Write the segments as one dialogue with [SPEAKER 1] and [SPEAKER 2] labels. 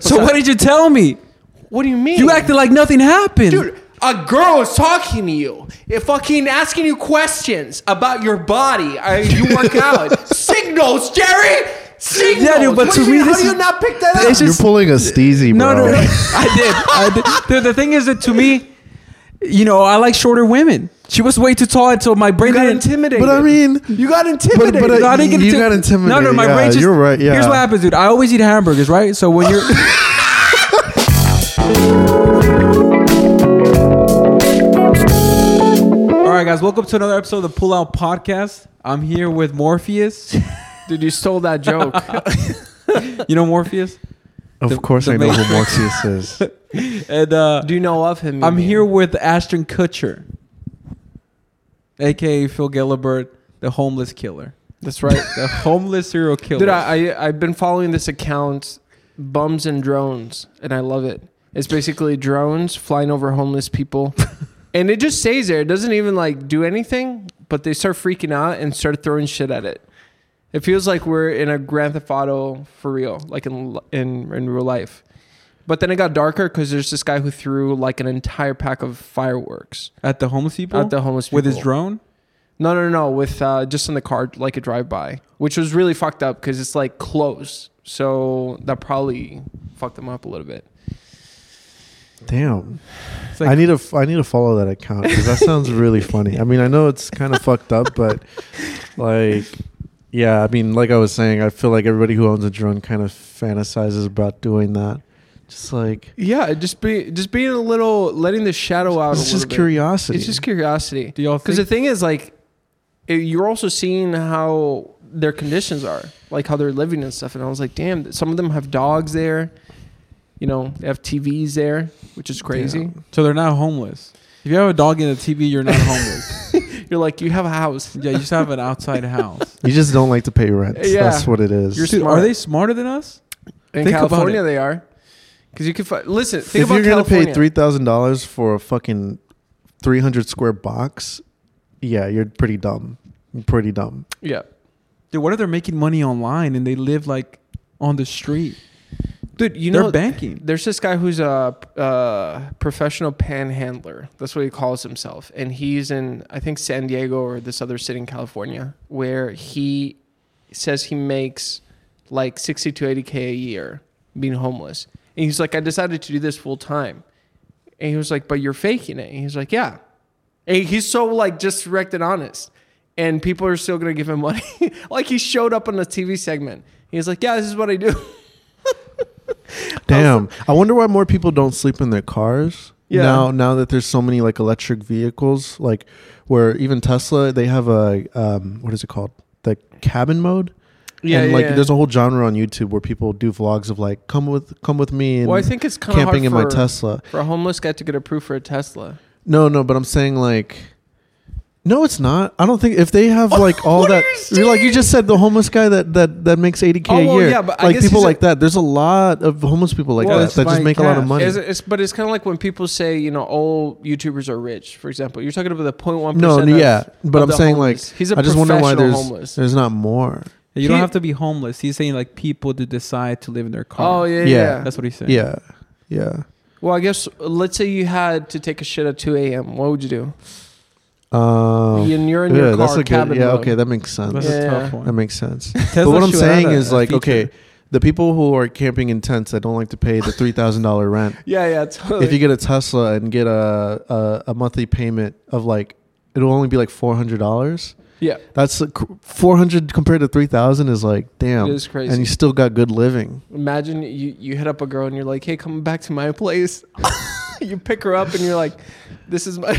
[SPEAKER 1] So what did you tell me?
[SPEAKER 2] What do you mean?
[SPEAKER 1] You acted like nothing happened.
[SPEAKER 2] Dude, a girl is talking to you, it fucking asking you questions about your body. Are you work out? Signals, Jerry. Signals.
[SPEAKER 1] Yeah, dude, but
[SPEAKER 2] What
[SPEAKER 1] to
[SPEAKER 2] do you
[SPEAKER 1] me,
[SPEAKER 2] mean?
[SPEAKER 1] this
[SPEAKER 2] how do
[SPEAKER 1] is-
[SPEAKER 2] you not pick that up?
[SPEAKER 1] it's
[SPEAKER 3] You're
[SPEAKER 1] just-
[SPEAKER 3] pulling a steezy,
[SPEAKER 1] no,
[SPEAKER 3] bro.
[SPEAKER 1] no, no. I did. I did. Dude, the thing is that to me, you know, I like shorter women. She was way too tall, so my brain
[SPEAKER 2] you got
[SPEAKER 1] didn't.
[SPEAKER 2] intimidated.
[SPEAKER 3] But I mean,
[SPEAKER 2] you got
[SPEAKER 3] but,
[SPEAKER 2] intimidated.
[SPEAKER 3] but uh,
[SPEAKER 1] No, I didn't get
[SPEAKER 3] you
[SPEAKER 1] intim-
[SPEAKER 3] got intimidated.
[SPEAKER 1] No, no, my
[SPEAKER 3] yeah,
[SPEAKER 1] brain just.
[SPEAKER 3] You're right. Yeah.
[SPEAKER 1] Here's what happens, dude. I always eat hamburgers, right? So when you're. All right, guys. Welcome to another episode of the Pull Out Podcast. I'm here with Morpheus.
[SPEAKER 2] dude, you stole that joke.
[SPEAKER 1] You know Morpheus,
[SPEAKER 3] Of course,
[SPEAKER 1] the
[SPEAKER 3] I know
[SPEAKER 1] main-
[SPEAKER 3] who Morpheus is.
[SPEAKER 1] and uh,
[SPEAKER 2] do you know of him? you
[SPEAKER 1] I'm
[SPEAKER 2] mean?
[SPEAKER 1] here with Ashton Kutcher, aka Phil Gilibert, the homeless killer,
[SPEAKER 2] That's right.
[SPEAKER 1] the homeless serial killer.
[SPEAKER 2] Dude, I, I I've been following this account, bums and drones, and I love it. It's basically drones flying over homeless people, and it just stays there. It doesn't even like do anything, but they start freaking out and start throwing shit at it. It feels like we're in a Grand Theft Auto for real, like in in in real life. But then it got darker because there's this guy who threw like an entire pack of fireworks
[SPEAKER 1] at the homeless people
[SPEAKER 2] at the homeless people
[SPEAKER 1] with his drone.
[SPEAKER 2] no, no, no. With uh, just in the car, like a drive by, which was really fucked up because it's like close. So that probably fucked them up a little bit.
[SPEAKER 3] Damn.
[SPEAKER 1] It's like-
[SPEAKER 3] I need to f- I need to follow that account because that sounds really funny. I mean, I know it's kind of fucked up, but like, yeah. I mean, like I was saying, I feel like everybody who owns a drone kind of fantasizes about doing that. Just like
[SPEAKER 2] Yeah, just be just being a little letting the shadow out.
[SPEAKER 3] it's
[SPEAKER 2] a little
[SPEAKER 3] just
[SPEAKER 2] bit.
[SPEAKER 3] curiosity.
[SPEAKER 2] It's just curiosity.
[SPEAKER 1] Do y'all
[SPEAKER 2] Because the
[SPEAKER 1] think?
[SPEAKER 2] thing is, like, it, you're also seeing how their conditions are, like how they're living and stuff. And I was like, damn, some of them have dogs there. You know, they have TVs there, which is crazy.
[SPEAKER 1] so they're not homeless. If you have a dog in the TV, you're not homeless.
[SPEAKER 2] You're like, you have a house.
[SPEAKER 1] yeah, you just have an outside house.
[SPEAKER 3] you just don't like to pay rent.
[SPEAKER 2] Yeah.
[SPEAKER 3] That's what it is.
[SPEAKER 2] You're
[SPEAKER 1] Dude,
[SPEAKER 2] smart.
[SPEAKER 1] are they smarter than us?
[SPEAKER 2] In
[SPEAKER 1] Think about
[SPEAKER 2] California,
[SPEAKER 1] it.
[SPEAKER 2] they are. Because you can fi- listen. Think
[SPEAKER 3] if
[SPEAKER 2] about
[SPEAKER 3] you're gonna
[SPEAKER 2] California.
[SPEAKER 3] pay three thousand dollars for a fucking three hundred square box, yeah, you're pretty dumb. You're pretty dumb.
[SPEAKER 2] yeah,
[SPEAKER 1] Dude, what if they're making money online and they live like on the street?
[SPEAKER 2] dude. You
[SPEAKER 1] they're
[SPEAKER 2] know,
[SPEAKER 1] banking.
[SPEAKER 2] there's this guy who's a uh, professional panhandler. That's what he calls himself, and he's in I think San Diego or this other city in California where he says he makes like sixty to eighty k a year being homeless. And he's like, I decided to do this full time. And he was like, But you're faking it. And he's like, Yeah. And he's so like just direct and honest. And people are still gonna give him money. like he showed up on a TV segment. He's like, Yeah, this is what I do.
[SPEAKER 3] Damn. I wonder why more people don't sleep in their cars.
[SPEAKER 2] Yeah.
[SPEAKER 3] Now now that there's so many like electric vehicles, like where even Tesla, they have a um what is it called? The cabin mode.
[SPEAKER 2] Yeah,
[SPEAKER 3] and
[SPEAKER 2] yeah,
[SPEAKER 3] like
[SPEAKER 2] yeah.
[SPEAKER 3] there's a whole genre on YouTube where people do vlogs of like come with come with me and
[SPEAKER 2] Well, I think it's kind of
[SPEAKER 3] camping in my
[SPEAKER 2] hard for,
[SPEAKER 3] Tesla.
[SPEAKER 2] for a homeless guy to get approved for a Tesla.
[SPEAKER 3] No, no, but I'm saying like no, it's not. I don't think if they have like all
[SPEAKER 2] What are
[SPEAKER 3] that,
[SPEAKER 2] you
[SPEAKER 3] like you just said, the homeless guy that that that makes eighty k
[SPEAKER 2] Oh,
[SPEAKER 3] a
[SPEAKER 2] well,
[SPEAKER 3] year,
[SPEAKER 2] yeah, but I
[SPEAKER 3] like
[SPEAKER 2] guess
[SPEAKER 3] people
[SPEAKER 2] he's a-
[SPEAKER 3] like that. There's a lot of homeless people like
[SPEAKER 1] Well,
[SPEAKER 3] that
[SPEAKER 1] it's
[SPEAKER 3] that just
[SPEAKER 1] by
[SPEAKER 3] make a lot of
[SPEAKER 1] cash.
[SPEAKER 3] money.
[SPEAKER 2] It's, it's, but it's kind of like when people say, you know, all YouTubers are rich. For example, you're talking about the 0.1.
[SPEAKER 3] No,
[SPEAKER 2] of-
[SPEAKER 3] no, yeah, but
[SPEAKER 2] of
[SPEAKER 3] I'm
[SPEAKER 2] the
[SPEAKER 3] saying
[SPEAKER 2] homeless.
[SPEAKER 3] like
[SPEAKER 2] He's a
[SPEAKER 3] I just wonder why
[SPEAKER 2] professional
[SPEAKER 3] there's
[SPEAKER 2] homeless.
[SPEAKER 3] there's not more.
[SPEAKER 1] You don't
[SPEAKER 2] He-
[SPEAKER 1] have to be homeless. He's saying like people to decide to live in their car.
[SPEAKER 2] Oh yeah, yeah.
[SPEAKER 3] Yeah.
[SPEAKER 2] yeah.
[SPEAKER 1] that's what he's saying.
[SPEAKER 3] Yeah, yeah.
[SPEAKER 2] Well, I guess uh, let's say you had to take a shit at 2 a.m. What would you do?
[SPEAKER 3] Um,
[SPEAKER 2] and you're in
[SPEAKER 3] yeah,
[SPEAKER 2] your car
[SPEAKER 3] that's a
[SPEAKER 2] cabin.
[SPEAKER 3] good. Yeah,
[SPEAKER 2] mode.
[SPEAKER 3] okay, that makes sense.
[SPEAKER 1] that's a
[SPEAKER 2] Yeah.
[SPEAKER 1] tough
[SPEAKER 3] That
[SPEAKER 1] one.
[SPEAKER 3] makes sense.
[SPEAKER 1] Tesla
[SPEAKER 3] but what I'm
[SPEAKER 1] should add
[SPEAKER 3] saying
[SPEAKER 1] a-
[SPEAKER 3] is
[SPEAKER 1] a
[SPEAKER 3] like,
[SPEAKER 1] feature.
[SPEAKER 3] okay, the people who are camping in tents that don't like to pay the three thousand dollar rent.
[SPEAKER 2] Yeah, yeah. Totally.
[SPEAKER 3] if you get a Tesla and get a a, a monthly payment of like, it'll only be like four hundred dollars.
[SPEAKER 2] yeah,
[SPEAKER 3] That's four hundred compared to three thousand is like damn.
[SPEAKER 2] It is crazy.
[SPEAKER 3] And you still got good living.
[SPEAKER 2] imagine you you hit up a girl and you're like, "Hey, come back to my place." you pick her up and you're like, "This is my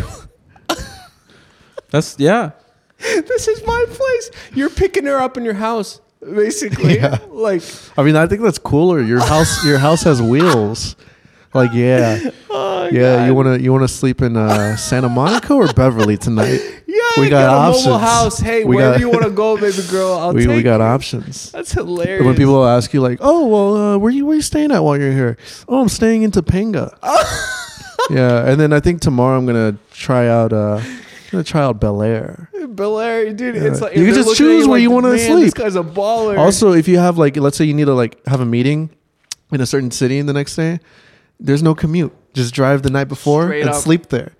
[SPEAKER 1] That's yeah.
[SPEAKER 2] this is my place." You're picking her up in your house, basically.
[SPEAKER 3] Yeah.
[SPEAKER 2] Like,
[SPEAKER 3] I mean, I think that's cooler. Your house, your house has wheels. Like, yeah,
[SPEAKER 2] oh,
[SPEAKER 3] yeah. You
[SPEAKER 2] God.
[SPEAKER 3] wanna you wanna sleep in uh, Santa Monica or Beverly tonight?
[SPEAKER 2] Yeah,
[SPEAKER 3] We
[SPEAKER 2] you
[SPEAKER 3] got
[SPEAKER 2] got, a mobile
[SPEAKER 3] options.
[SPEAKER 2] house. Hey,
[SPEAKER 3] We
[SPEAKER 2] wherever
[SPEAKER 3] got-
[SPEAKER 2] you want to go, baby girl, I'll
[SPEAKER 3] we
[SPEAKER 2] take
[SPEAKER 3] we got
[SPEAKER 2] you.
[SPEAKER 3] options.
[SPEAKER 2] That's hilarious.
[SPEAKER 3] When people ask you like, oh well, uh, where you where you staying at while you're here? Oh, I'm staying in Topanga. yeah, and then I think tomorrow I'm gonna try out. Uh, I'm gonna try out Bel Air.
[SPEAKER 2] Bill Larry, dude, it's
[SPEAKER 3] Yeah.
[SPEAKER 2] like
[SPEAKER 3] You can
[SPEAKER 2] they're
[SPEAKER 3] just
[SPEAKER 2] looking at
[SPEAKER 3] choose where
[SPEAKER 2] like,
[SPEAKER 3] you wanna
[SPEAKER 2] "Man, This
[SPEAKER 3] sleep."
[SPEAKER 2] guy's a baller.
[SPEAKER 3] Also, if you have like, let's say you need to like have a meeting, in a certain city and the next day, there's no commute. Just drive the night before
[SPEAKER 2] Straight
[SPEAKER 3] and
[SPEAKER 2] up.
[SPEAKER 3] sleep there.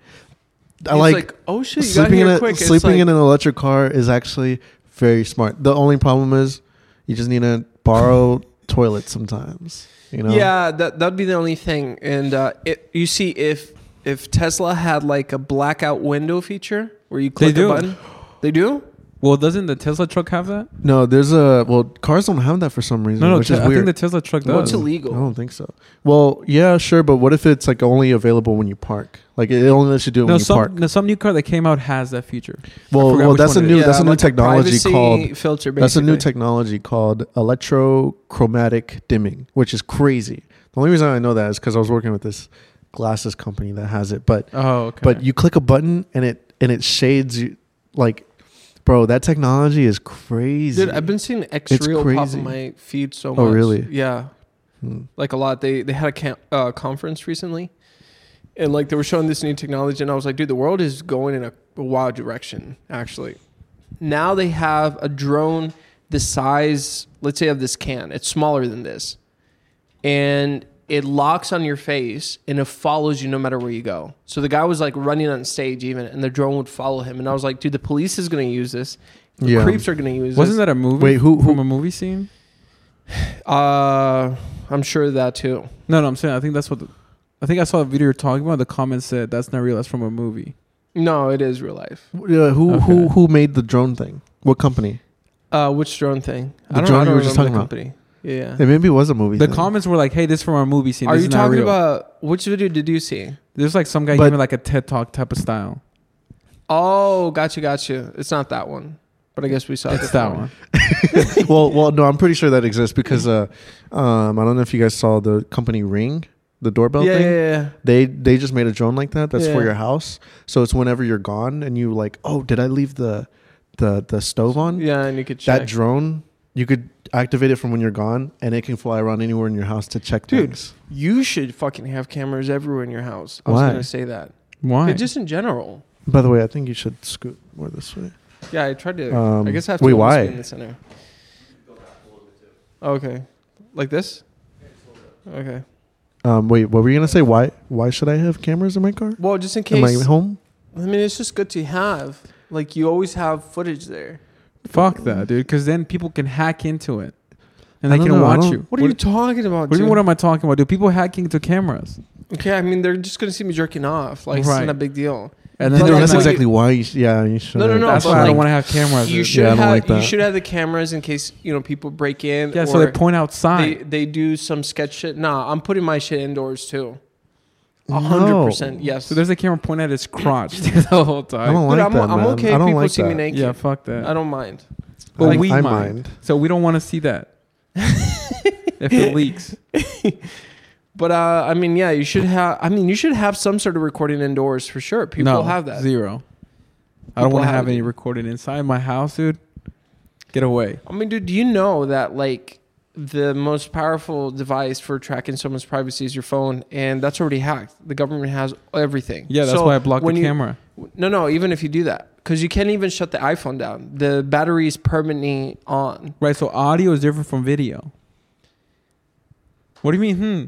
[SPEAKER 3] I
[SPEAKER 2] It's
[SPEAKER 3] like,
[SPEAKER 2] oh shit, you got
[SPEAKER 3] sleeping in
[SPEAKER 2] here
[SPEAKER 3] a
[SPEAKER 2] quick. It's
[SPEAKER 3] sleeping
[SPEAKER 2] like-
[SPEAKER 3] in an electric car is actually very smart. The only problem is you just need to borrow toilets sometimes. You know.
[SPEAKER 2] Yeah, that that'd be the only thing. And uh, it, you see, if if Tesla had like a blackout window feature where you click
[SPEAKER 1] do.
[SPEAKER 2] a button, they do.
[SPEAKER 1] Well, doesn't the Tesla truck have that?
[SPEAKER 3] No, there's a well. Cars don't have that for some reason,
[SPEAKER 1] No, no.
[SPEAKER 3] which
[SPEAKER 1] Te-
[SPEAKER 3] is
[SPEAKER 1] I think
[SPEAKER 3] weird.
[SPEAKER 1] the Tesla truck does.
[SPEAKER 2] Well, it's
[SPEAKER 3] I
[SPEAKER 2] illegal.
[SPEAKER 3] don't think so. Well, yeah, sure, but what if it's like only available when you park? Like it only lets you do it
[SPEAKER 1] no,
[SPEAKER 3] when you
[SPEAKER 1] some
[SPEAKER 3] park.
[SPEAKER 1] no, some new car that came out has that feature.
[SPEAKER 3] Well,
[SPEAKER 1] forgot
[SPEAKER 3] well,
[SPEAKER 1] which
[SPEAKER 3] that's a
[SPEAKER 1] one it
[SPEAKER 3] new
[SPEAKER 1] is.
[SPEAKER 3] that's a new
[SPEAKER 2] like
[SPEAKER 3] technology
[SPEAKER 2] privacy
[SPEAKER 3] called
[SPEAKER 2] filter. Basically.
[SPEAKER 3] that's a new technology called electrochromatic dimming, which is crazy. The only reason I know that is because I was working with this glasses company that has it, but
[SPEAKER 1] Oh, okay.
[SPEAKER 3] but you click a button and it and it shades you like, bro, that technology is crazy.
[SPEAKER 2] Dude, I've been seeing X
[SPEAKER 3] It's
[SPEAKER 2] Real pop
[SPEAKER 3] crazy.
[SPEAKER 2] in my feed so much.
[SPEAKER 3] Oh, really?
[SPEAKER 2] Yeah,
[SPEAKER 3] Hmm.
[SPEAKER 2] like a lot. They they had a cam- uh, conference recently, and like they were showing this new technology, and I was like, dude, the world is going in a, a wild direction. Actually, now they have a drone the size, let's say, of this can. It's smaller than this, and it locks on your face and it follows you no matter where you go. So the guy was like running on stage even, and the drone would follow him. And I was like, dude, the police is gonna use this. The
[SPEAKER 3] Yeah.
[SPEAKER 2] creeps are gonna use this.
[SPEAKER 1] wasn't that a movie?
[SPEAKER 3] Wait, who- who-
[SPEAKER 1] from a movie scene?
[SPEAKER 2] Uh, I'm sure of that too.
[SPEAKER 1] No, no. I'm saying I think that's what. The, I think I saw a video you're talking about. The comments said that's not real. That's from a movie.
[SPEAKER 2] No, it is real life.
[SPEAKER 3] Yeah, who who
[SPEAKER 1] Okay.
[SPEAKER 3] who made the drone thing? What company?
[SPEAKER 2] Uh, which drone thing?
[SPEAKER 3] The drone you were
[SPEAKER 2] remember
[SPEAKER 3] just talking
[SPEAKER 2] the company. Yeah.
[SPEAKER 3] It maybe was a movie.
[SPEAKER 1] The
[SPEAKER 3] thing.
[SPEAKER 1] comments were like, "Hey, this is from our movie scene.
[SPEAKER 2] Are
[SPEAKER 1] this
[SPEAKER 2] you
[SPEAKER 1] is not
[SPEAKER 2] talking
[SPEAKER 1] real."
[SPEAKER 2] about which video did you see?
[SPEAKER 1] There's like some guy
[SPEAKER 3] But-
[SPEAKER 1] giving like a TED Talk type of style.
[SPEAKER 2] Oh, gotcha, gotcha. It's not that one, but I guess we saw
[SPEAKER 1] It's
[SPEAKER 2] this
[SPEAKER 1] that one.
[SPEAKER 3] well, well, no, I'm pretty sure that exists because uh, um, I don't know if you guys saw the company Ring, the doorbell
[SPEAKER 2] Yeah,
[SPEAKER 3] thing.
[SPEAKER 2] yeah, yeah.
[SPEAKER 3] They they just made a drone like that. That's for
[SPEAKER 2] Yeah.
[SPEAKER 3] your house. So it's whenever you're gone and you like, oh, did I leave the the the stove on?
[SPEAKER 2] Yeah, and you could check.
[SPEAKER 3] That drone, you could activate it from when you're gone, and it can fly around anywhere in your house to check
[SPEAKER 2] Dude.
[SPEAKER 3] things.
[SPEAKER 2] you should fucking have cameras everywhere in your house. I
[SPEAKER 3] Why?
[SPEAKER 2] was gonna say that.
[SPEAKER 1] Why?
[SPEAKER 2] Yeah, just in general.
[SPEAKER 3] By the way, I think you should scoot more this way.
[SPEAKER 2] Yeah, I tried to.
[SPEAKER 3] Um,
[SPEAKER 2] I guess I have to.
[SPEAKER 3] wait,
[SPEAKER 2] put this
[SPEAKER 3] why?
[SPEAKER 2] In the center. Okay, like this. Okay.
[SPEAKER 3] Um, wait, what were you gonna say? Why why should I have cameras in my car?
[SPEAKER 2] Well, just in case.
[SPEAKER 3] In my home?
[SPEAKER 2] I mean, it's just good to have. Like, you always have footage there.
[SPEAKER 1] Fuck that, dude. Because then people can hack into it, and
[SPEAKER 3] I
[SPEAKER 1] they
[SPEAKER 3] don't
[SPEAKER 1] can
[SPEAKER 3] know, I
[SPEAKER 1] watch
[SPEAKER 3] don't-
[SPEAKER 1] you.
[SPEAKER 2] What are you talking
[SPEAKER 1] What,
[SPEAKER 2] about,
[SPEAKER 1] do you
[SPEAKER 2] dude?
[SPEAKER 1] mean, what am I talking about, dude? People hacking into cameras,
[SPEAKER 2] okay, I mean, they're just going to see me jerking off. Like, it's
[SPEAKER 1] Right.
[SPEAKER 2] not a big deal.
[SPEAKER 1] and then
[SPEAKER 2] But No,
[SPEAKER 1] they're
[SPEAKER 2] like,
[SPEAKER 3] that's
[SPEAKER 1] like-
[SPEAKER 2] what you-
[SPEAKER 3] exactly why. You, sh- yeah, you should.
[SPEAKER 2] no, no,
[SPEAKER 1] That's
[SPEAKER 2] but
[SPEAKER 1] why I
[SPEAKER 2] like,
[SPEAKER 1] don't want to have cameras.
[SPEAKER 2] You
[SPEAKER 1] dude.
[SPEAKER 2] should,
[SPEAKER 3] I don't
[SPEAKER 2] have,
[SPEAKER 3] like
[SPEAKER 2] you
[SPEAKER 3] that.
[SPEAKER 2] should have the cameras in case, you know, people break in.
[SPEAKER 1] yeah,
[SPEAKER 2] or
[SPEAKER 1] so they point
[SPEAKER 2] they,
[SPEAKER 1] outside.
[SPEAKER 2] they do some sketch shit. Nah, I'm putting my shit indoors, too. A hundred
[SPEAKER 3] No.
[SPEAKER 2] percent, yes.
[SPEAKER 1] so there's a camera pointing at his crotch the whole
[SPEAKER 3] I
[SPEAKER 1] time.
[SPEAKER 3] don't
[SPEAKER 2] Dude,
[SPEAKER 3] like
[SPEAKER 2] I'm,
[SPEAKER 3] that,
[SPEAKER 2] I'm
[SPEAKER 3] man.
[SPEAKER 2] okay
[SPEAKER 3] I
[SPEAKER 2] if
[SPEAKER 3] don't
[SPEAKER 2] people
[SPEAKER 3] like
[SPEAKER 2] see me
[SPEAKER 3] that.
[SPEAKER 2] naked.
[SPEAKER 1] Yeah, fuck that.
[SPEAKER 2] I don't mind.
[SPEAKER 1] But
[SPEAKER 3] Like,
[SPEAKER 1] we
[SPEAKER 3] I
[SPEAKER 1] mind.
[SPEAKER 3] mind.
[SPEAKER 1] So we don't want to see that. if it leaks,
[SPEAKER 2] But, uh, I mean, yeah, you should have, I mean, you should have some sort of recording indoors for sure. People
[SPEAKER 1] no,
[SPEAKER 2] have that.
[SPEAKER 1] zero. I don't
[SPEAKER 2] People
[SPEAKER 1] want to
[SPEAKER 2] have
[SPEAKER 1] have
[SPEAKER 2] it.
[SPEAKER 1] any recorded inside my house, dude. Get away.
[SPEAKER 2] I mean, dude, do you know that like the most powerful device for tracking someone's privacy is your phone, and that's already hacked. The government has everything.
[SPEAKER 1] Yeah, that's
[SPEAKER 2] So
[SPEAKER 1] why I blocked the
[SPEAKER 2] when you-
[SPEAKER 1] camera.
[SPEAKER 2] No, no, even if you do that, because you can't even shut the iPhone down. The battery is permanently on.
[SPEAKER 1] Right. So audio is different from video. What do you mean? Hmm.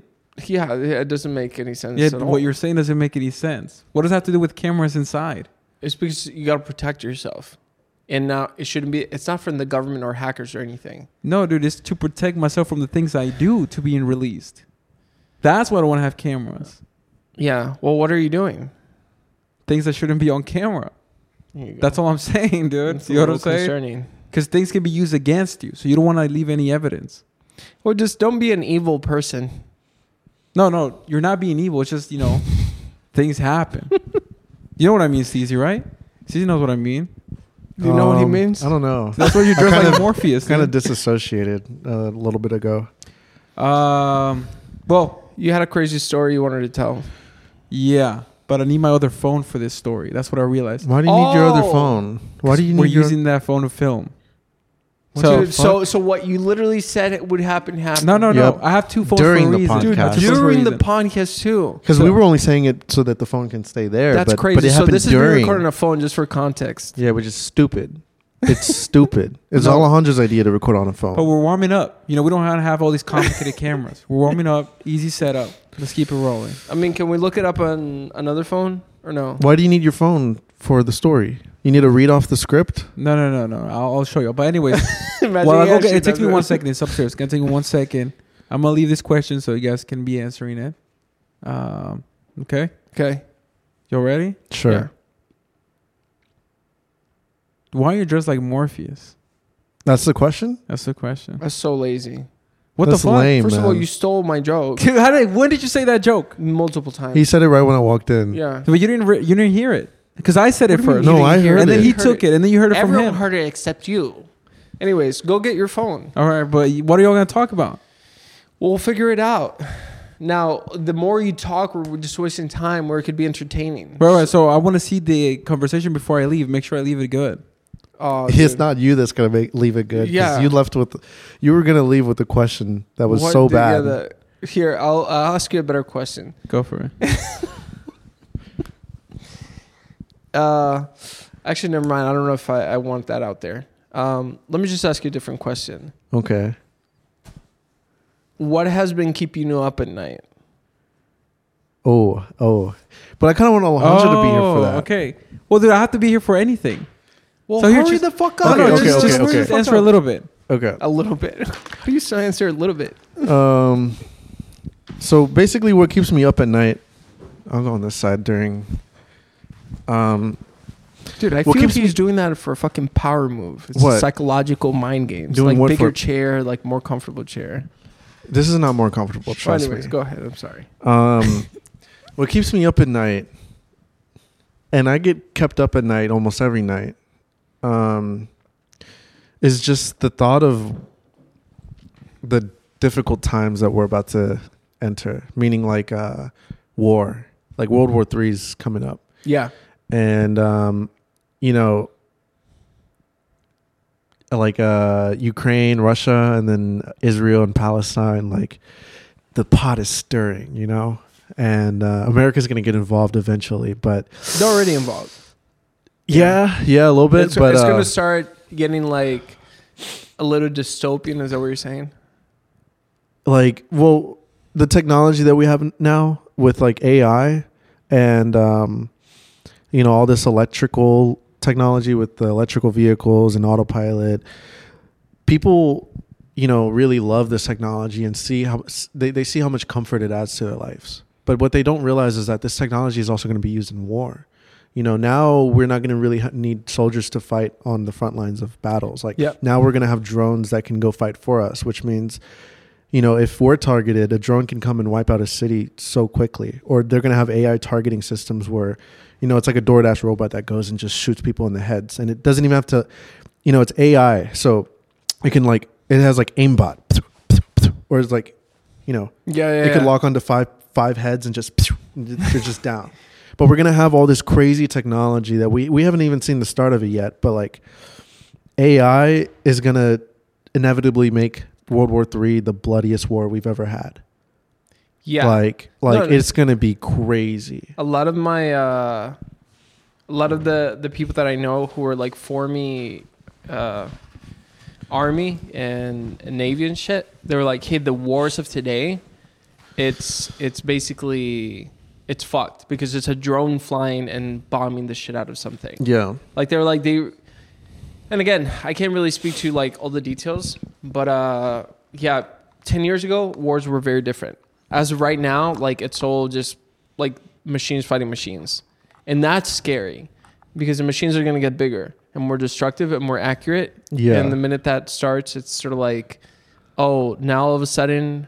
[SPEAKER 2] Yeah, it doesn't make any sense.
[SPEAKER 1] Yeah,
[SPEAKER 2] at all.
[SPEAKER 1] what you're saying doesn't make any sense. What does that have to do with cameras inside?
[SPEAKER 2] It's because you got to protect yourself, and now it shouldn't be. It's not from the government or hackers or anything.
[SPEAKER 1] No, dude, it's to protect myself from the things I do to being released. That's why I don't want to have cameras.
[SPEAKER 2] Yeah. Well, what are you doing?
[SPEAKER 1] Things that shouldn't be on camera.
[SPEAKER 2] Here you go.
[SPEAKER 1] That's all I'm saying, dude.
[SPEAKER 2] That's a
[SPEAKER 1] you know what
[SPEAKER 2] little
[SPEAKER 1] I'm saying?
[SPEAKER 2] Concerning.
[SPEAKER 1] Because things can be used against you, so you don't want to leave any evidence.
[SPEAKER 2] Well, just don't be an evil person.
[SPEAKER 1] No, no, you're not being evil. It's just you know, things happen. you know what I mean, Steezy, right? Steezy knows what I mean.
[SPEAKER 2] Do you know what he
[SPEAKER 3] Um,
[SPEAKER 2] means?
[SPEAKER 3] I don't know.
[SPEAKER 1] That's why you dress
[SPEAKER 3] kind
[SPEAKER 1] like
[SPEAKER 3] of-
[SPEAKER 1] Morpheus.
[SPEAKER 3] kind of
[SPEAKER 1] dude.
[SPEAKER 3] disassociated uh, a little bit ago.
[SPEAKER 1] um, well,
[SPEAKER 2] You had a crazy story you wanted to tell.
[SPEAKER 1] yeah, but I need my other phone for this story. That's what I realized.
[SPEAKER 3] Why do you need your other
[SPEAKER 2] Oh.
[SPEAKER 3] phone? Why do you need
[SPEAKER 1] We're
[SPEAKER 3] your,
[SPEAKER 1] using that phone to film.
[SPEAKER 3] What
[SPEAKER 1] So,
[SPEAKER 2] Dude, so so what you literally said it would happen happened.
[SPEAKER 1] no, no,
[SPEAKER 3] Yep.
[SPEAKER 1] no. I have two phones
[SPEAKER 3] During
[SPEAKER 1] for a
[SPEAKER 3] the
[SPEAKER 1] reason.
[SPEAKER 3] Dude, podcast.
[SPEAKER 1] Two phones for a
[SPEAKER 2] During the
[SPEAKER 1] reason.
[SPEAKER 2] podcast too.
[SPEAKER 3] Because we
[SPEAKER 1] So-
[SPEAKER 3] were only saying it so that the phone can stay there.
[SPEAKER 2] That's
[SPEAKER 3] but,
[SPEAKER 2] crazy.
[SPEAKER 3] But it
[SPEAKER 2] so
[SPEAKER 3] happened
[SPEAKER 2] this is being
[SPEAKER 3] during.
[SPEAKER 2] recorded on a phone just for context.
[SPEAKER 3] yeah, which is stupid. It's stupid. It's
[SPEAKER 1] No.
[SPEAKER 3] Alejandra's idea to record on a phone.
[SPEAKER 1] But we're warming up. You know, we don't have to have all these complicated cameras. We're warming up. Easy setup. Let's keep it rolling.
[SPEAKER 2] I mean, can we look it up on another phone or no?
[SPEAKER 3] Why do you need your phone for the story? You need to read off the script.
[SPEAKER 1] No, no, no, no. I'll, I'll show you. But anyways,
[SPEAKER 2] Imagine
[SPEAKER 1] well, okay,
[SPEAKER 2] he actually
[SPEAKER 1] it takes me
[SPEAKER 2] does
[SPEAKER 1] one second. It's upstairs. It's gonna take me one second. I'm gonna leave this question so you guys can be answering it. Um, okay,
[SPEAKER 2] Okay.
[SPEAKER 1] y'all ready?
[SPEAKER 3] Sure.
[SPEAKER 2] Yeah.
[SPEAKER 1] Why are you dressed like Morpheus?
[SPEAKER 3] That's the question.
[SPEAKER 1] That's the question.
[SPEAKER 2] That's so lazy.
[SPEAKER 1] What
[SPEAKER 3] That's
[SPEAKER 1] the fuck?
[SPEAKER 3] lame,
[SPEAKER 2] First of all,
[SPEAKER 3] man.
[SPEAKER 2] you stole my joke
[SPEAKER 1] Dude, how did, when did you say that joke?
[SPEAKER 2] multiple times.
[SPEAKER 3] he said it right when I walked in.
[SPEAKER 2] yeah.
[SPEAKER 1] But you didn't re- you didn't hear it because I said it
[SPEAKER 2] What do you
[SPEAKER 1] first.
[SPEAKER 2] mean
[SPEAKER 3] No,
[SPEAKER 2] you
[SPEAKER 3] I
[SPEAKER 2] didn't hear
[SPEAKER 3] heard
[SPEAKER 1] and then
[SPEAKER 3] it.
[SPEAKER 1] he took it, and then you heard it from
[SPEAKER 2] Everyone
[SPEAKER 1] him.
[SPEAKER 2] heard it except you. Anyways, go get your phone.
[SPEAKER 1] All right, but what are y'all gonna talk about?
[SPEAKER 2] We'll figure it out. Now, the more you talk, we're just wasting time where it could be entertaining.
[SPEAKER 1] Right, right. So I want to see the conversation before I leave. Make sure I leave it good.
[SPEAKER 2] Oh,
[SPEAKER 3] it's
[SPEAKER 2] dude.
[SPEAKER 3] not you that's gonna make leave it good. 'cause
[SPEAKER 2] Yeah.
[SPEAKER 3] you left with, you were gonna leave with a question that was
[SPEAKER 2] What
[SPEAKER 3] so
[SPEAKER 2] did- yeah,
[SPEAKER 3] bad.
[SPEAKER 2] the- here, I'll, I'll ask you a better question.
[SPEAKER 1] Go for it.
[SPEAKER 2] Uh, actually, never mind. I don't know if I, I want that out there. Um, let me just ask you a different question.
[SPEAKER 3] okay.
[SPEAKER 2] What has been keeping you up at night?
[SPEAKER 3] Oh, oh, but I kind of want Alejandro to be here for that.
[SPEAKER 1] Oh, Okay. Well, dude, I have to be here for anything.
[SPEAKER 2] Well,
[SPEAKER 1] So
[SPEAKER 2] hurry
[SPEAKER 1] here, just-
[SPEAKER 2] the fuck
[SPEAKER 3] No,
[SPEAKER 2] up.
[SPEAKER 3] no,
[SPEAKER 2] Just-
[SPEAKER 3] okay,
[SPEAKER 1] just,
[SPEAKER 3] okay,
[SPEAKER 1] just,
[SPEAKER 3] okay.
[SPEAKER 1] just answer a little bit.
[SPEAKER 3] Okay.
[SPEAKER 2] A little bit. How do you still answer a little bit?
[SPEAKER 3] Um, so basically, what keeps me up at night, I'll go on this side during. Um,
[SPEAKER 2] Dude, I
[SPEAKER 3] What
[SPEAKER 2] feel
[SPEAKER 3] keeps
[SPEAKER 2] he's
[SPEAKER 3] me-
[SPEAKER 2] doing that for a fucking power move. It's
[SPEAKER 3] What?
[SPEAKER 2] psychological mind games.
[SPEAKER 3] Doing
[SPEAKER 2] like
[SPEAKER 3] what
[SPEAKER 2] bigger
[SPEAKER 3] for-
[SPEAKER 2] chair, like more comfortable chair.
[SPEAKER 3] this is not more comfortable.
[SPEAKER 2] Well,
[SPEAKER 3] Trust
[SPEAKER 2] anyways,
[SPEAKER 3] me.
[SPEAKER 2] go ahead. I'm sorry.
[SPEAKER 3] Um, what keeps me up at night, and I get kept up at night almost every night, um, is just the thought of the difficult times that we're about to enter. Meaning, like uh, war, like World War Three is coming up.
[SPEAKER 2] Yeah.
[SPEAKER 3] and um, you know, like uh, Ukraine, Russia, and then Israel and Palestine, like the pot is stirring, you know, and uh, America's gonna get involved eventually, but
[SPEAKER 2] They're already involved.
[SPEAKER 3] yeah, yeah, a little bit,
[SPEAKER 2] it's
[SPEAKER 3] but
[SPEAKER 2] it's
[SPEAKER 3] uh,
[SPEAKER 2] going to start getting like a little dystopian. Is that what you're saying?
[SPEAKER 3] like well the technology that we have n- now with like AI and um you know all this electrical technology with the electrical vehicles and autopilot people you know really love this technology and see how s- they, they see how much comfort it adds to their lives but what they don't realize is that this technology is also going to be used in war you know now we're not going to really ha- need soldiers to fight on the front lines of battles like
[SPEAKER 2] Yep.
[SPEAKER 3] now we're going to have drones that can go fight for us which means you know, if we're targeted, a drone can come and wipe out a city so quickly. Or they're going to have AI targeting systems where, you know, it's like a DoorDash robot that goes and just shoots people in the heads. And it doesn't even have to, you know, it's AI. So it can like, it has like aimbot. Or it's like, you know,
[SPEAKER 2] Yeah, yeah.
[SPEAKER 3] it could lock onto five five heads and just they're just down. But we're gonna have all this crazy technology that we we haven't even seen the start of it yet. But like AI is gonna inevitably make World War Three the bloodiest war we've ever had.
[SPEAKER 2] Yeah.
[SPEAKER 3] Like like
[SPEAKER 2] No, no.
[SPEAKER 3] it's gonna be crazy.
[SPEAKER 2] a lot of my uh a lot of the the people that i know who are like for me uh army and, and navy and shit they were like hey the wars of today it's it's basically it's fucked because it's a drone flying and bombing the shit out of something
[SPEAKER 3] Yeah.
[SPEAKER 2] like they were like they and again, I can't really speak to like all the details, but uh yeah, 10 years ago wars were very different. As of right now, like it's all just like machines fighting machines. And that's scary because the machines are going to get bigger and more destructive and more accurate.
[SPEAKER 3] Yeah.
[SPEAKER 2] And the minute that starts, it's sort of like oh, now all of a sudden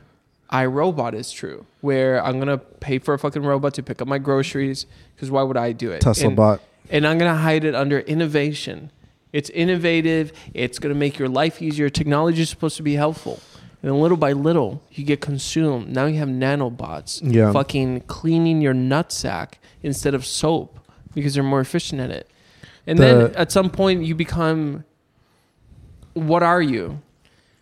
[SPEAKER 2] iRobot is true where I'm going to pay for a fucking robot to pick up my groceries because why would I do it?
[SPEAKER 3] Tesla
[SPEAKER 2] And-
[SPEAKER 3] bot.
[SPEAKER 2] and I'm going to hide it under innovation. It's innovative. It's going to make your life easier. Technology is supposed to be helpful. And then little by little, you get consumed. Now you have nanobots
[SPEAKER 3] Yeah.
[SPEAKER 2] fucking cleaning your nutsack instead of soap because they're more efficient at it. And then
[SPEAKER 3] The-
[SPEAKER 2] at some point, you become what are you?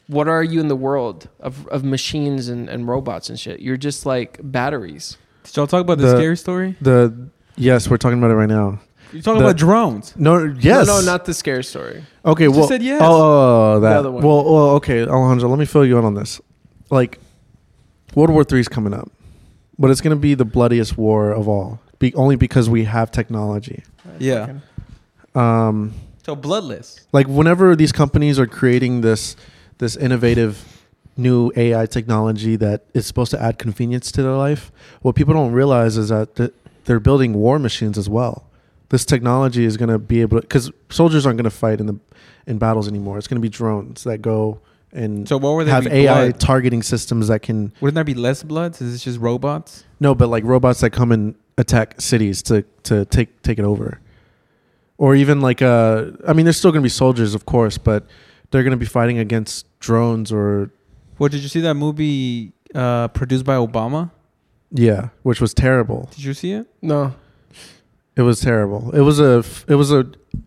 [SPEAKER 2] What are you in the world of, of machines and, and robots and shit? You're just like batteries.
[SPEAKER 1] Did y'all talk about the,
[SPEAKER 3] The-
[SPEAKER 1] scary story?
[SPEAKER 3] The yes, we're talking about it right now.
[SPEAKER 1] You're talking
[SPEAKER 3] The-
[SPEAKER 1] about drones.
[SPEAKER 3] No, yes.
[SPEAKER 2] No, no, not the scare story.
[SPEAKER 3] Okay,
[SPEAKER 1] You
[SPEAKER 3] well,
[SPEAKER 1] said yes.
[SPEAKER 3] oh, oh, oh, that.
[SPEAKER 2] other one.
[SPEAKER 3] Well, well, okay, Alejandro, let me fill you in on this. Like, World War Three is coming up, but it's going to be the bloodiest war of all, be, only because we have technology.
[SPEAKER 1] Yeah.
[SPEAKER 2] Fucking-
[SPEAKER 3] Um,
[SPEAKER 1] So bloodless.
[SPEAKER 3] like, whenever these companies are creating this this innovative new AI technology that is supposed to add convenience to their life, what people don't realize is that th- they're building war machines as well. This technology is going to be able to because soldiers aren't going to fight in the in battles anymore. It's going to be drones that go and
[SPEAKER 1] So what were they?
[SPEAKER 3] have
[SPEAKER 1] be
[SPEAKER 3] AI
[SPEAKER 1] blood?
[SPEAKER 3] targeting systems that can
[SPEAKER 1] Wouldn't there be less bloods? Is this just robots?
[SPEAKER 3] no, but like robots that come and attack cities to to take take it over, or even like uh, I mean, there's still going to be soldiers, of course, but they're going to be fighting against drones or
[SPEAKER 1] Well, did you see that movie uh, produced by Obama?
[SPEAKER 3] yeah, which was terrible.
[SPEAKER 1] Did you see it?
[SPEAKER 2] No.
[SPEAKER 3] It was terrible. It was a f- it was a,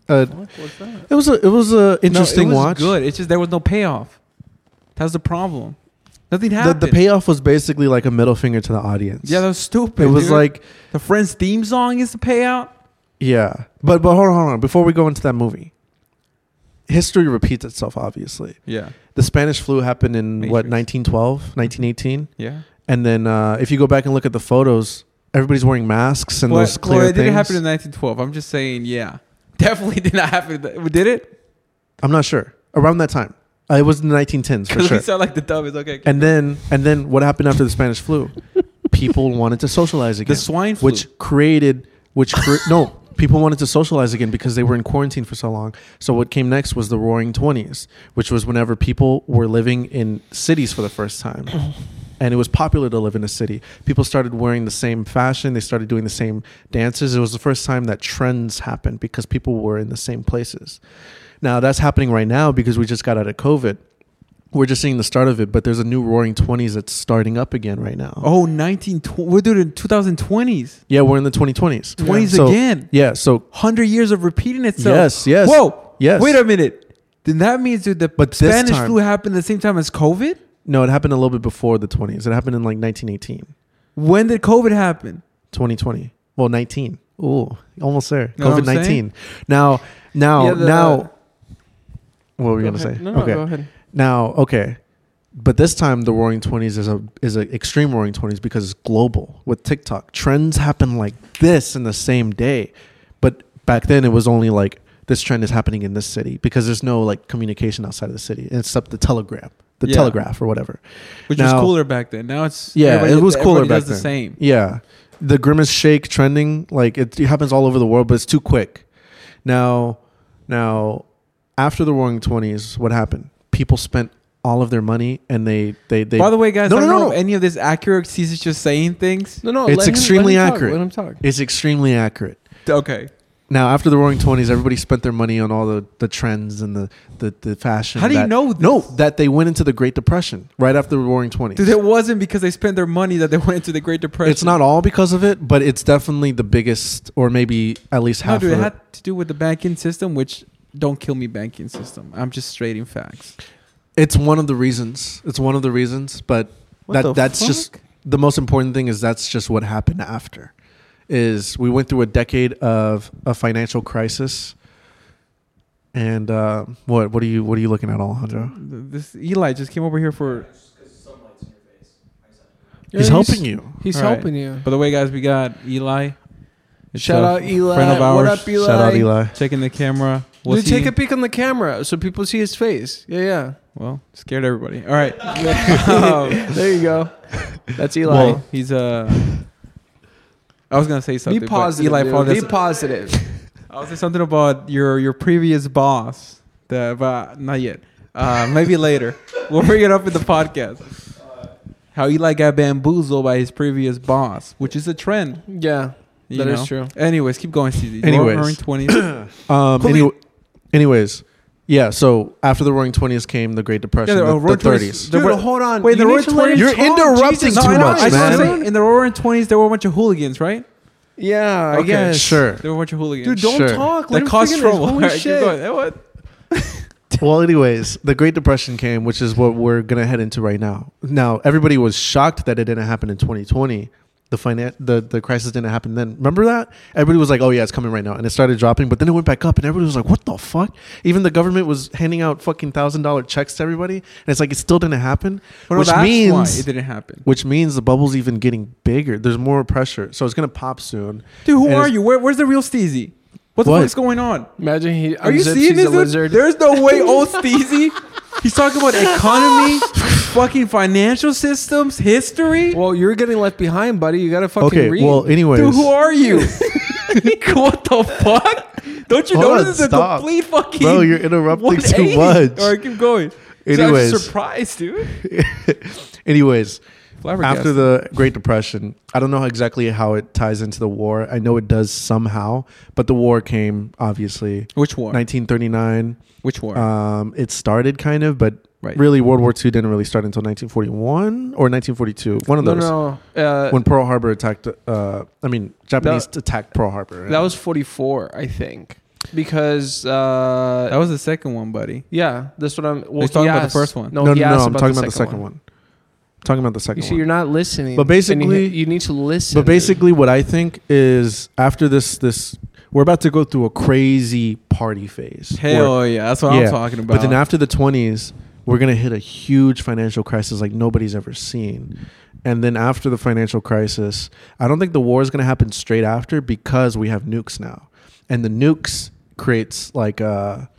[SPEAKER 3] a
[SPEAKER 2] What was that?
[SPEAKER 3] it was a it was a interesting
[SPEAKER 1] no, it was
[SPEAKER 3] watch.
[SPEAKER 1] Good. It's just there was no payoff. That's the problem. Nothing
[SPEAKER 3] The,
[SPEAKER 1] happened.
[SPEAKER 3] the payoff was basically like a middle finger to the audience.
[SPEAKER 1] Yeah, that was stupid.
[SPEAKER 3] it was
[SPEAKER 1] dude.
[SPEAKER 3] like
[SPEAKER 1] the Friends theme song is the payout.
[SPEAKER 3] Yeah, but but hold on, hold on. Before we go into that movie, history repeats itself. Obviously,
[SPEAKER 1] Yeah,
[SPEAKER 3] the Spanish flu happened in what
[SPEAKER 1] Matrix.
[SPEAKER 3] 1912, 1918,
[SPEAKER 1] yeah.
[SPEAKER 3] and then uh, if you go back and look at the photos, everybody's wearing masks and
[SPEAKER 1] well,
[SPEAKER 3] those
[SPEAKER 1] well,
[SPEAKER 3] clear
[SPEAKER 1] it didn't
[SPEAKER 3] things.
[SPEAKER 1] happen in 1912. I'm just saying, yeah, definitely did not happen. in the- Did it?
[SPEAKER 3] I'm not sure around that time. Uh, it was in the 1910s for
[SPEAKER 1] Because
[SPEAKER 3] sure.
[SPEAKER 1] we sound like the dumbest. Okay,
[SPEAKER 3] And then and then what happened after the Spanish flu? People wanted to socialize again,
[SPEAKER 1] the swine flu.
[SPEAKER 3] which created which cre- no. People wanted to socialize again because they were in quarantine for so long. So what came next was the Roaring Twenties, which was whenever people were living in cities for the first time, and it was popular to live in a city. People started wearing the same fashion. They started doing the same dances. It was the first time that trends happened because people were in the same places. Now that's happening right now because we just got out of COVID. We're just seeing the start of it, but there's a new Roaring Twenties that's starting up again right now.
[SPEAKER 1] oh, 1920. We're doing 2020s.
[SPEAKER 3] yeah, we're in the 2020s.
[SPEAKER 1] 20s
[SPEAKER 3] So-
[SPEAKER 1] again.
[SPEAKER 3] Yeah, so
[SPEAKER 1] Hundred years of repeating itself.
[SPEAKER 3] Yes, yes,
[SPEAKER 1] Whoa.
[SPEAKER 3] yes.
[SPEAKER 1] Wait a minute. Then that means dude, the
[SPEAKER 3] But this
[SPEAKER 1] Spanish
[SPEAKER 3] time-
[SPEAKER 1] flu happened at the same time as COVID.
[SPEAKER 3] No, it happened a little bit before the 20s. It happened in like 1918,
[SPEAKER 1] When did COVID happen?
[SPEAKER 3] 2020. Well, 19. Ooh, almost there.
[SPEAKER 1] Know what I'm
[SPEAKER 3] COVID 19. Now, now,
[SPEAKER 2] Yeah, the-
[SPEAKER 3] now. What were we
[SPEAKER 2] Go
[SPEAKER 3] gonna
[SPEAKER 2] ahead.
[SPEAKER 3] say?
[SPEAKER 2] No, no,
[SPEAKER 3] okay.
[SPEAKER 2] go ahead.
[SPEAKER 3] Now, okay, but this time the Roaring Twenties is a is an extreme Roaring Twenties because it's global with TikTok. Trends happen like this in the same day, but back then it was only like this trend is happening in this city because there's no like communication outside of the city except the telegram, the
[SPEAKER 1] Yeah.
[SPEAKER 3] telegraph or whatever.
[SPEAKER 1] Which
[SPEAKER 3] Now-
[SPEAKER 1] was cooler back then. Now it's
[SPEAKER 3] Yeah,
[SPEAKER 1] everybody-
[SPEAKER 3] it was cooler
[SPEAKER 1] everybody does
[SPEAKER 3] back
[SPEAKER 1] The
[SPEAKER 3] then.
[SPEAKER 1] same.
[SPEAKER 3] Yeah. The grimace shake trending, like it, it happens all over the world, but it's too quick. Now, now, after the Roaring Twenties, what happened? People spent all of their money, and they they they.
[SPEAKER 1] By the way, guys,
[SPEAKER 3] No,
[SPEAKER 1] I
[SPEAKER 3] no,
[SPEAKER 1] don't
[SPEAKER 3] no,
[SPEAKER 1] know
[SPEAKER 3] no.
[SPEAKER 1] if any of this accurate. Caesar's just saying things.
[SPEAKER 2] No, no.
[SPEAKER 3] It's
[SPEAKER 2] let him-
[SPEAKER 3] extremely
[SPEAKER 2] let him talk,
[SPEAKER 3] accurate.
[SPEAKER 2] Let him talk.
[SPEAKER 3] it's extremely accurate.
[SPEAKER 1] Okay.
[SPEAKER 3] Now, after the Roaring Twenties, everybody spent their money on all the, the trends and the the, the fashion.
[SPEAKER 1] How do you
[SPEAKER 3] that-
[SPEAKER 1] know this?
[SPEAKER 3] No, that they went into the Great Depression right after the Roaring Twenties.
[SPEAKER 1] Dude, it wasn't because they spent their money that they went into the Great Depression.
[SPEAKER 3] It's not all because of it, but it's definitely the biggest, or maybe at least
[SPEAKER 1] No,
[SPEAKER 3] half.
[SPEAKER 1] dude,
[SPEAKER 3] of
[SPEAKER 1] it
[SPEAKER 3] it.
[SPEAKER 1] had to do with the banking system, which don't kill me, banking system. I'm just stating facts.
[SPEAKER 3] It's one of the reasons. It's one of the reasons, but
[SPEAKER 1] What the
[SPEAKER 3] that that's just
[SPEAKER 1] fuck?
[SPEAKER 3] the most important thing is that's just what happened after. Is we went through a decade of a financial crisis, and uh, what what are you what are you looking at, Alejandro?
[SPEAKER 1] This Eli just came over here for.
[SPEAKER 3] he's
[SPEAKER 2] Yeah,
[SPEAKER 3] helping you.
[SPEAKER 2] He's
[SPEAKER 1] All right.
[SPEAKER 2] helping you.
[SPEAKER 1] By the way, guys, we got Eli. It's
[SPEAKER 2] Shout
[SPEAKER 1] a
[SPEAKER 2] out Eli.
[SPEAKER 1] Friend of
[SPEAKER 2] What
[SPEAKER 1] ours.
[SPEAKER 2] up, Eli?
[SPEAKER 3] Shout out Eli.
[SPEAKER 1] Checking the camera.
[SPEAKER 2] Dude,
[SPEAKER 1] Was
[SPEAKER 2] take
[SPEAKER 1] he-
[SPEAKER 2] a peek on the camera so people see his face. Yeah, yeah.
[SPEAKER 1] Well, scared everybody. All right. Um,
[SPEAKER 2] there you go. That's Eli.
[SPEAKER 1] Well, he's Uh, I was gonna say something.
[SPEAKER 2] be
[SPEAKER 1] but
[SPEAKER 2] positive.
[SPEAKER 1] Eli
[SPEAKER 2] dude.
[SPEAKER 1] found
[SPEAKER 2] Be
[SPEAKER 1] us-
[SPEAKER 2] positive.
[SPEAKER 1] I was say something about your your previous boss. The but not yet. Uh, maybe later. We'll bring it up in the podcast. How Eli got bamboozled by his previous boss, which is a trend.
[SPEAKER 2] yeah,
[SPEAKER 1] you
[SPEAKER 2] that is
[SPEAKER 1] know?
[SPEAKER 2] true.
[SPEAKER 1] Anyways, keep going, CZ.
[SPEAKER 3] Anyways.
[SPEAKER 1] twenties. yeah,
[SPEAKER 3] Um,
[SPEAKER 1] Coolio.
[SPEAKER 3] any, anyways, yeah. So after the Roaring Twenties came the Great Depression,
[SPEAKER 1] the uh,
[SPEAKER 3] the,
[SPEAKER 1] Roaring
[SPEAKER 3] thirties.
[SPEAKER 1] There
[SPEAKER 2] Dude,
[SPEAKER 1] were-
[SPEAKER 2] hold on.
[SPEAKER 1] Wait, in the
[SPEAKER 2] You
[SPEAKER 1] roaring
[SPEAKER 2] need to let him
[SPEAKER 1] twenties.
[SPEAKER 3] You're
[SPEAKER 2] talk.
[SPEAKER 3] interrupting
[SPEAKER 2] Jesus
[SPEAKER 3] too
[SPEAKER 2] Christ.
[SPEAKER 3] much,
[SPEAKER 1] I just wanna
[SPEAKER 3] man.
[SPEAKER 1] say, in the roaring twenties, there were a bunch of hooligans, right?
[SPEAKER 2] Yeah, I
[SPEAKER 1] Okay,
[SPEAKER 2] guess.
[SPEAKER 3] Sure.
[SPEAKER 1] There were a bunch of hooligans.
[SPEAKER 2] Dude, don't
[SPEAKER 3] Sure.
[SPEAKER 2] talk. Let
[SPEAKER 1] that
[SPEAKER 2] him
[SPEAKER 1] caused
[SPEAKER 2] figure this.
[SPEAKER 1] trouble.
[SPEAKER 2] Holy
[SPEAKER 1] All right, keep
[SPEAKER 2] shit.
[SPEAKER 1] going. Eh, what?
[SPEAKER 3] Well, anyways, the Great Depression came, which is what we're gonna head into right now. Now, everybody was shocked that it didn't happen in 2020, the finan- the the crisis didn't happen then. Remember that? Everybody was like, "Oh yeah, it's coming right now," and it started dropping, but then it went back up, and everybody was like, "What the fuck?" Even the government was handing out fucking thousand dollar checks to everybody, and it's like it still didn't happen,
[SPEAKER 1] Well,
[SPEAKER 3] which
[SPEAKER 1] that's why
[SPEAKER 3] means
[SPEAKER 1] it didn't happen.
[SPEAKER 3] which means the bubble's even getting bigger. There's more pressure, so it's gonna pop soon.
[SPEAKER 1] Dude, who
[SPEAKER 3] And
[SPEAKER 1] are
[SPEAKER 3] it's-
[SPEAKER 1] you? Where, where's the real Steezy? What the
[SPEAKER 3] What?
[SPEAKER 1] fuck's going on?
[SPEAKER 2] Imagine he
[SPEAKER 1] Are you
[SPEAKER 2] unzips,
[SPEAKER 1] seeing
[SPEAKER 2] he's
[SPEAKER 1] this?
[SPEAKER 2] a
[SPEAKER 1] dude?
[SPEAKER 2] lizard.
[SPEAKER 1] There's no way old Steezy. He's talking about economy, fucking financial systems, history.
[SPEAKER 2] Well, you're getting left behind, buddy. You gotta fucking
[SPEAKER 3] Okay,
[SPEAKER 2] read.
[SPEAKER 3] well, anyways,
[SPEAKER 1] Dude, who are you? what the fuck? Don't you
[SPEAKER 3] Hold
[SPEAKER 1] know
[SPEAKER 3] on,
[SPEAKER 1] this is a
[SPEAKER 3] stop.
[SPEAKER 1] complete fucking.
[SPEAKER 3] Bro, you're interrupting
[SPEAKER 1] 180?
[SPEAKER 3] too much.
[SPEAKER 1] All right, keep going.
[SPEAKER 3] Anyways.
[SPEAKER 1] so I'm surprised, dude.
[SPEAKER 3] anyways, after
[SPEAKER 1] Flabbergasted.
[SPEAKER 3] the Great Depression, I don't know how exactly how it ties into the war. I know it does somehow, but the war came obviously
[SPEAKER 1] Which war?
[SPEAKER 3] 1939.
[SPEAKER 1] Which war?
[SPEAKER 3] Um, it started kind of, but
[SPEAKER 1] Right.
[SPEAKER 3] really World War II didn't really start until 1941 or 1942. One of
[SPEAKER 2] no,
[SPEAKER 3] those.
[SPEAKER 2] no, no. Uh,
[SPEAKER 3] When Pearl Harbor attacked, uh, I mean, Japanese attacked Pearl Harbor.
[SPEAKER 2] that was 44, I think, because uh,
[SPEAKER 1] that was the second one, buddy.
[SPEAKER 2] yeah, this one I'm. Well,
[SPEAKER 1] He's talking
[SPEAKER 2] he
[SPEAKER 1] about the
[SPEAKER 2] asked-
[SPEAKER 1] first one.
[SPEAKER 2] No,
[SPEAKER 3] no,
[SPEAKER 2] he
[SPEAKER 3] no, no,
[SPEAKER 2] asked
[SPEAKER 3] I'm
[SPEAKER 2] about
[SPEAKER 3] talking about the second one. Talking about the
[SPEAKER 2] You
[SPEAKER 3] second
[SPEAKER 2] see,
[SPEAKER 3] one.
[SPEAKER 2] you're not listening.
[SPEAKER 3] But
[SPEAKER 2] and you-
[SPEAKER 3] basically-
[SPEAKER 2] you, need to listen.
[SPEAKER 3] But basically, what I think is after this, this we're about to go through a crazy party phase. Where-
[SPEAKER 1] Hell yeah, that's what
[SPEAKER 3] yeah.
[SPEAKER 1] I'm talking about.
[SPEAKER 3] But then after the 20s, we're going to hit a huge financial crisis like nobody's ever seen. And then after the financial crisis, I don't think the war is going to happen straight after because we have nukes now. And the nukes creates like a,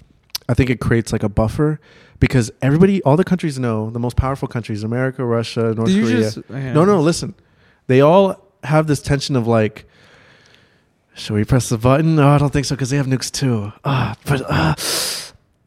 [SPEAKER 3] I think it creates like a buffer because everybody, all the countries know, the most powerful countries, America, Russia, North
[SPEAKER 1] Did you
[SPEAKER 3] Korea.
[SPEAKER 1] just- yeah.
[SPEAKER 3] No, no, listen. They all have this tension of like, should we press the button? Oh, I don't think so because they have nukes too. Ah, but ah.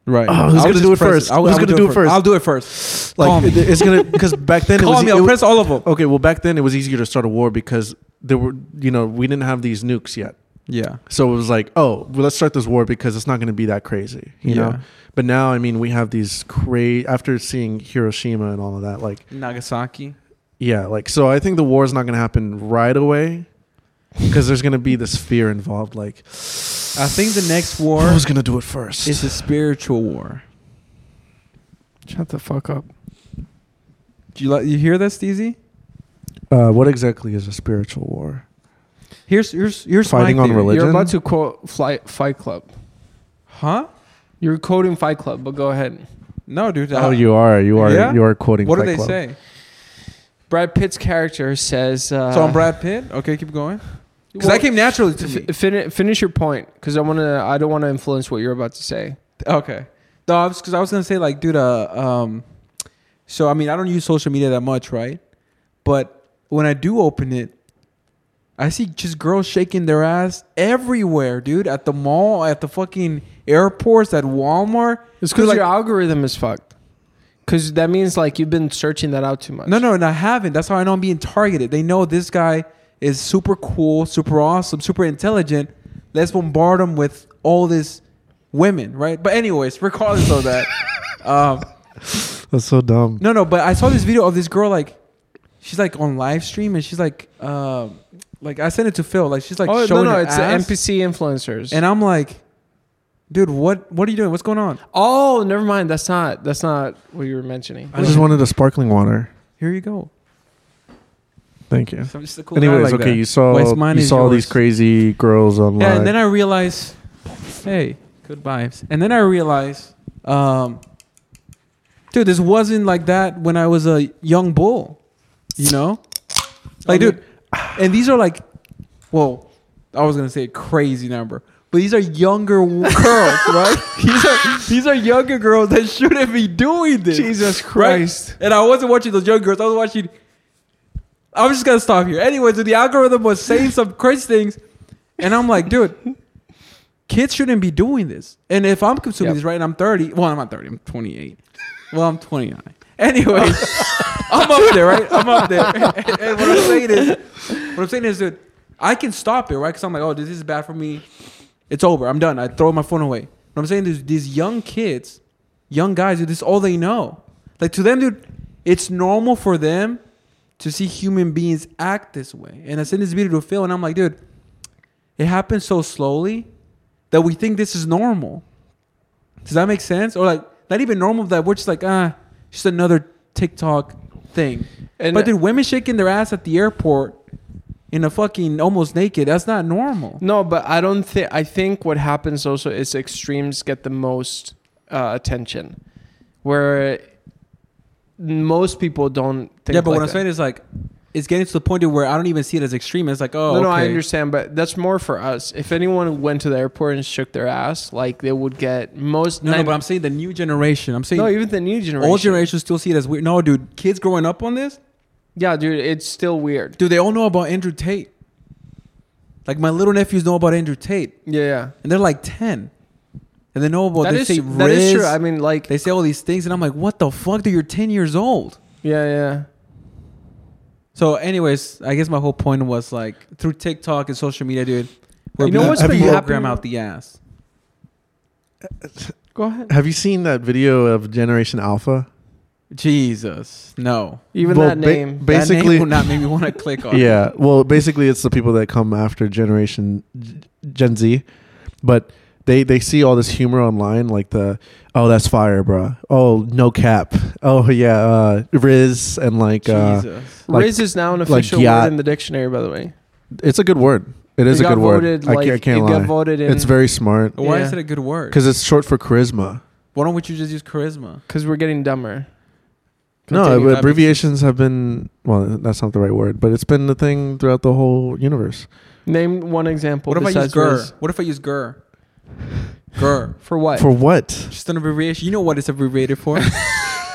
[SPEAKER 1] right?
[SPEAKER 3] Oh,
[SPEAKER 1] I
[SPEAKER 3] who's
[SPEAKER 1] would
[SPEAKER 3] gonna
[SPEAKER 1] just
[SPEAKER 3] do it
[SPEAKER 1] press
[SPEAKER 3] first?
[SPEAKER 1] I would-
[SPEAKER 3] Who's
[SPEAKER 1] I would
[SPEAKER 3] gonna do it first?
[SPEAKER 1] I'll do it first. Call
[SPEAKER 3] like
[SPEAKER 1] me.
[SPEAKER 3] it- it's gonna because back then it
[SPEAKER 1] Call
[SPEAKER 3] was, e-
[SPEAKER 1] me.
[SPEAKER 3] it Oh,
[SPEAKER 1] I'll
[SPEAKER 3] was-
[SPEAKER 1] press all of them.
[SPEAKER 3] okay well back then it was easier to start a war because there were you know we didn't have these nukes yet
[SPEAKER 1] Yeah.
[SPEAKER 3] so it was like oh well, let's start this war because it's not going to be that crazy
[SPEAKER 1] Yeah.
[SPEAKER 3] you know but now i mean we have these crazy after seeing hiroshima and all of that like
[SPEAKER 1] Nagasaki.
[SPEAKER 3] yeah like so i think the war is not going to happen right away because there's going to be this fear involved like
[SPEAKER 1] I think the next war
[SPEAKER 3] who's going to do it first
[SPEAKER 1] is a spiritual war.
[SPEAKER 2] shut the fuck up.
[SPEAKER 1] Do you like, you hear that, Steezy?
[SPEAKER 3] uh, what exactly is a spiritual war
[SPEAKER 1] Here's here's here's
[SPEAKER 3] Fighting
[SPEAKER 1] my
[SPEAKER 3] on
[SPEAKER 1] theory.
[SPEAKER 3] religion?
[SPEAKER 2] You're about to quote Flight Fight Club.
[SPEAKER 1] huh?
[SPEAKER 2] You're quoting Fight Club, but go ahead.
[SPEAKER 1] No, dude.
[SPEAKER 3] oh you are you are
[SPEAKER 1] Yeah?
[SPEAKER 3] you are quoting
[SPEAKER 1] What do
[SPEAKER 3] Fight
[SPEAKER 1] they
[SPEAKER 3] Club.
[SPEAKER 1] say?
[SPEAKER 2] Brad Pitt's character says. Uh,
[SPEAKER 1] so I'm Brad Pitt. Okay, keep going. Because
[SPEAKER 2] well,
[SPEAKER 1] that came naturally to me.
[SPEAKER 2] F- finish, finish your point, because I want to. I don't want to influence what you're about to say.
[SPEAKER 1] Okay. No, I was because I was gonna say like, dude. Uh, um, so I mean, I don't use social media that much, right? But when I do open it, I see just girls shaking their ass everywhere, dude. At the mall, at the fucking airports, at Walmart.
[SPEAKER 2] It's
[SPEAKER 1] Dude,
[SPEAKER 2] because
[SPEAKER 1] like-
[SPEAKER 2] your algorithm is fucked. Because that means like you've been searching that out too much.
[SPEAKER 1] No, no, and I haven't. That's how I know I'm being targeted. They know this guy is super cool, super awesome, super intelligent. Let's bombard him with all this women, right? But anyways, regardless of that, um,
[SPEAKER 3] that's so dumb
[SPEAKER 1] no, no. But I saw this video of this girl like, she's like on live stream and she's like, um, like I sent it to Phil. Like she's like
[SPEAKER 2] oh no,
[SPEAKER 1] showing
[SPEAKER 2] no,
[SPEAKER 1] her
[SPEAKER 2] it's the
[SPEAKER 1] ass,
[SPEAKER 2] NPC influencers.
[SPEAKER 1] and I'm like, dude, what what are you doing? What's going on?
[SPEAKER 2] oh, never mind. That's not. That's not what you were mentioning.
[SPEAKER 3] i just wanted a sparkling water
[SPEAKER 1] Here you go.
[SPEAKER 3] thank you
[SPEAKER 1] So I'm just a cool guy
[SPEAKER 3] Anyways,
[SPEAKER 1] like
[SPEAKER 3] okay,
[SPEAKER 1] that.
[SPEAKER 3] you saw
[SPEAKER 1] Waste mine
[SPEAKER 3] you
[SPEAKER 1] is
[SPEAKER 3] saw all these
[SPEAKER 1] yours.
[SPEAKER 3] crazy girls online.
[SPEAKER 1] Yeah, and then I realize, hey, good vibes. And then I realize, um, dude, this wasn't like that when I was a young bull, you know? Like, dude, and these are like, well, I was gonna say a crazy number, but these are younger w- girls, right? These are these are younger girls that shouldn't be doing this.
[SPEAKER 2] Jesus
[SPEAKER 1] right?
[SPEAKER 2] Christ.
[SPEAKER 1] And I wasn't watching those young girls. I was watching. I was just gonna stop here. Anyways, dude, the algorithm was saying some crazy things, and I'm like, dude, kids shouldn't be doing this. And if I'm consuming
[SPEAKER 2] Yep.
[SPEAKER 1] this right, and I'm 30. Well, I'm not 30. I'm 28. Well, I'm 29. Anyways, I'm up there, right? I'm up there. And, and what I'm saying is, what I'm saying is, dude, I can stop it, right? Because I'm like, oh, this is bad for me. It's over. I'm done. I throw my phone away. What I'm saying is, these young kids, young guys, dude, this is all they know. Like to them, dude, it's normal for them to see human beings act this way. And I sent this video to Phil, and I'm like, dude, it happens so slowly that we think this is normal. Does that make sense? Or like not even normal that we're just like ah, just another TikTok thing.
[SPEAKER 2] And-
[SPEAKER 1] but dude, women shaking their ass at the airport in a fucking almost naked. That's not normal.
[SPEAKER 2] No, but I don't think. I think what happens also is extremes get the most uh, attention, where most people don't. think
[SPEAKER 1] yeah, but what
[SPEAKER 2] like
[SPEAKER 1] I'm
[SPEAKER 2] that.
[SPEAKER 1] saying is like, it's getting to the point to where I don't even see it as extreme. It's like, oh,
[SPEAKER 2] no, no, I
[SPEAKER 1] okay.
[SPEAKER 2] understand, but that's more for us. If anyone went to the airport and shook their ass, like they would get most.
[SPEAKER 1] No, no,
[SPEAKER 2] nine-
[SPEAKER 1] but I'm saying the new generation. I'm saying
[SPEAKER 2] no, even the new generation.
[SPEAKER 1] old generations still see it as weird. No, dude, kids growing up on this,
[SPEAKER 2] Yeah, dude, it's still weird.
[SPEAKER 1] dude, they all know about Andrew Tate. Like my little nephews know about Andrew Tate,
[SPEAKER 2] Yeah, yeah.
[SPEAKER 1] and they're like ten, and they know about
[SPEAKER 2] that
[SPEAKER 1] they
[SPEAKER 2] is
[SPEAKER 1] say
[SPEAKER 2] that is true.
[SPEAKER 1] Riz,
[SPEAKER 2] I mean, like,
[SPEAKER 1] they say all these things, and I'm like, what the fuck? Dude, you're ten years old.
[SPEAKER 2] yeah, yeah.
[SPEAKER 1] So, anyways, I guess my whole point was like through TikTok and social media, dude. We're
[SPEAKER 2] You know
[SPEAKER 1] being
[SPEAKER 2] what's been
[SPEAKER 1] programmed
[SPEAKER 2] happening?
[SPEAKER 1] out the ass.
[SPEAKER 2] Go ahead.
[SPEAKER 3] Have you seen that video of Generation Alpha?
[SPEAKER 1] Jesus, no.
[SPEAKER 2] Even
[SPEAKER 3] Well,
[SPEAKER 2] that
[SPEAKER 3] ba-
[SPEAKER 2] name.
[SPEAKER 3] ba-
[SPEAKER 1] Basically, that name
[SPEAKER 3] Basically-
[SPEAKER 1] will not make me want to click on. it.
[SPEAKER 3] Yeah. Well, basically, it's the people that come after Generation G- Gen Z, but they they see all this humor online, like the oh that's fire, bro. Oh no cap. Oh yeah, uh, Riz and like uh,
[SPEAKER 1] Jesus.
[SPEAKER 3] like-
[SPEAKER 2] Riz is now an
[SPEAKER 3] like
[SPEAKER 2] official
[SPEAKER 3] yacht.
[SPEAKER 2] word in the dictionary, by the way.
[SPEAKER 3] it's a good word. It is
[SPEAKER 2] It
[SPEAKER 3] a
[SPEAKER 2] got
[SPEAKER 3] good word.
[SPEAKER 2] voted,
[SPEAKER 3] I, ca- I
[SPEAKER 2] like,
[SPEAKER 3] can't
[SPEAKER 2] it
[SPEAKER 3] lie.
[SPEAKER 2] got voted in-
[SPEAKER 3] It's very smart
[SPEAKER 1] Why is
[SPEAKER 2] Yeah.
[SPEAKER 1] it a good word?
[SPEAKER 3] because it's short for charisma.
[SPEAKER 1] Why don't you just use charisma?
[SPEAKER 2] Because we're getting dumber.
[SPEAKER 3] No,
[SPEAKER 1] Continue,
[SPEAKER 3] but
[SPEAKER 1] Bobby.
[SPEAKER 3] abbreviations have been well. That's not the right word, but it's been the thing throughout the whole universe.
[SPEAKER 2] Name one example.
[SPEAKER 1] What if I use
[SPEAKER 2] besides
[SPEAKER 1] gur?
[SPEAKER 2] Riz.
[SPEAKER 1] What if I use gur? Gur.
[SPEAKER 2] For what?
[SPEAKER 3] For what?
[SPEAKER 1] Just an abbreviation. You know what it's abbreviated for?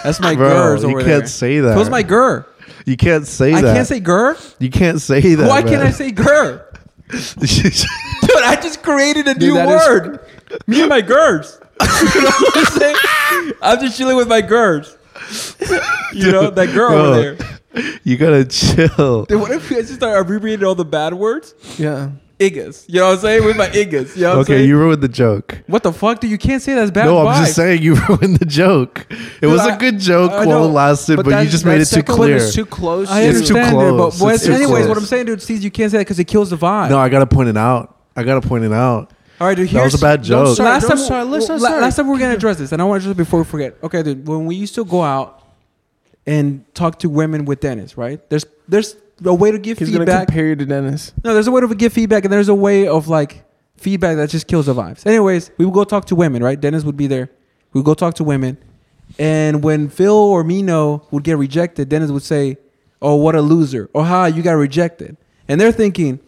[SPEAKER 1] That's my
[SPEAKER 3] Bro,
[SPEAKER 1] gurs
[SPEAKER 3] you
[SPEAKER 1] over
[SPEAKER 3] can't
[SPEAKER 1] there.
[SPEAKER 3] say that.
[SPEAKER 1] Who's my gur?
[SPEAKER 3] you can't say
[SPEAKER 1] I
[SPEAKER 3] that.
[SPEAKER 1] can't say gur.
[SPEAKER 3] You can't say that.
[SPEAKER 1] Why
[SPEAKER 3] man.
[SPEAKER 1] can't I say gur? Dude, I just created a
[SPEAKER 2] Dude,
[SPEAKER 1] new
[SPEAKER 2] that is-
[SPEAKER 1] word. Me and my gurs. you know what I'm saying? I'm just chilling with my gurs. You know that girl over
[SPEAKER 3] Bro,
[SPEAKER 1] there.
[SPEAKER 3] You gotta chill.
[SPEAKER 1] Dude, what if I just start abbreviating all the bad words?
[SPEAKER 2] yeah.
[SPEAKER 1] Iggas. You know what I'm saying? With my iggas. You know what I'm
[SPEAKER 3] Okay,
[SPEAKER 1] saying?
[SPEAKER 3] you ruined the joke.
[SPEAKER 1] What the fuck, dude? You can't say that's bad.
[SPEAKER 3] No, I'm
[SPEAKER 1] vibes.
[SPEAKER 3] just saying you ruined the joke. It was
[SPEAKER 1] I-
[SPEAKER 3] a good joke
[SPEAKER 1] I
[SPEAKER 3] while
[SPEAKER 1] know,
[SPEAKER 3] it lasted, but, you
[SPEAKER 2] that-
[SPEAKER 3] just
[SPEAKER 2] that
[SPEAKER 3] made it too
[SPEAKER 2] second one
[SPEAKER 3] clear.
[SPEAKER 2] is too close.
[SPEAKER 1] I
[SPEAKER 2] to-
[SPEAKER 3] It's too
[SPEAKER 1] understand it, but
[SPEAKER 3] close.
[SPEAKER 1] what-
[SPEAKER 3] It's too
[SPEAKER 1] anyways,
[SPEAKER 3] close.
[SPEAKER 1] what I'm saying, dude, Steve, you can't say that because it kills the vibe.
[SPEAKER 3] no, I gotta point it out. I gotta point it out.
[SPEAKER 1] All right, dude.
[SPEAKER 3] That
[SPEAKER 1] Here's,
[SPEAKER 3] was a bad
[SPEAKER 2] don't
[SPEAKER 3] joke.
[SPEAKER 2] start-
[SPEAKER 1] last time,
[SPEAKER 2] sorry, let's not
[SPEAKER 1] la-
[SPEAKER 2] start.
[SPEAKER 1] last time we are gonna address this, and I want to just before we forget. Okay, dude, when we used to go out and talk to women with Dennis, right? There's there's a way to give
[SPEAKER 2] He's going to
[SPEAKER 1] feedback.
[SPEAKER 2] compare you to Dennis.
[SPEAKER 1] No, there's a way to give feedback, and there's a way of like feedback that just kills the vibes. Anyways, we would go talk to women, right? Dennis would be there. We would go talk to women, and when Phil or Mino would get rejected, Dennis would say, "Oh, what a loser!" Or "Ha, you got rejected." And they're thinking,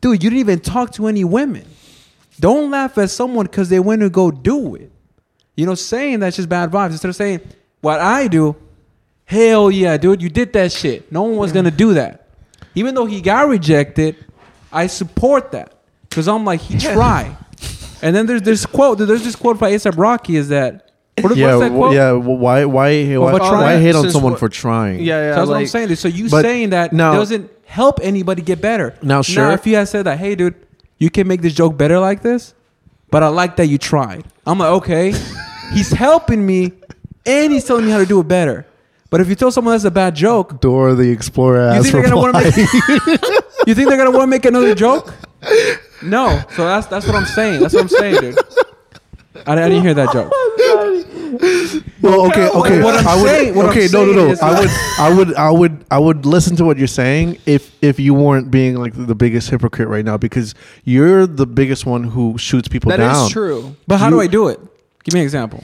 [SPEAKER 1] "Dude, you didn't even talk to any women. Don't laugh at someone because they went to go do it." You know, saying that's just bad vibes. Instead of saying what I do, hell yeah, dude, you did that shit. No one was gonna do that. Even though he got rejected, I support that because I'm like he tried. And then there's this quote. Dude, there's this quote by ASAP Rocky is that what,
[SPEAKER 3] yeah,
[SPEAKER 1] what's that
[SPEAKER 3] w-
[SPEAKER 1] quote?
[SPEAKER 3] yeah. w- Why? Why? Why,
[SPEAKER 1] but
[SPEAKER 3] why
[SPEAKER 1] trying-
[SPEAKER 3] hate on
[SPEAKER 2] since
[SPEAKER 3] someone
[SPEAKER 2] what-
[SPEAKER 3] for
[SPEAKER 2] Yeah,
[SPEAKER 3] trying?
[SPEAKER 1] So
[SPEAKER 2] yeah.
[SPEAKER 1] that's what I'm
[SPEAKER 2] like-
[SPEAKER 1] saying. dude. So you
[SPEAKER 3] But
[SPEAKER 1] saying that
[SPEAKER 3] now-
[SPEAKER 1] doesn't help anybody get better.
[SPEAKER 3] Now, sure.
[SPEAKER 1] if you had said that, hey, dude, you can make this joke better like this, but I like that you tried. I'm like, okay, he's helping me, and he's telling me how to do it better. But if you tell someone that's a bad joke,
[SPEAKER 3] Dora the Explorer
[SPEAKER 1] you
[SPEAKER 3] ass
[SPEAKER 1] think they're gonna want to
[SPEAKER 3] reply.
[SPEAKER 1] make? you think they're gonna want to make another joke? No. So that's that's what I'm saying. That's what I'm saying, dude. I, I didn't hear that joke.
[SPEAKER 3] Well, okay,
[SPEAKER 1] Well,
[SPEAKER 3] okay.
[SPEAKER 1] what I'm
[SPEAKER 3] I would,
[SPEAKER 1] saying- what I'm
[SPEAKER 3] okay, no,
[SPEAKER 1] saying
[SPEAKER 3] no, no.
[SPEAKER 1] is
[SPEAKER 3] I would, I would, I would, I would listen to what you're saying if if you weren't being like the biggest hypocrite right now because you're the biggest one who shoots people
[SPEAKER 2] That is
[SPEAKER 3] down.
[SPEAKER 2] true.
[SPEAKER 1] But how
[SPEAKER 3] You-
[SPEAKER 1] do I do it? Give me an example.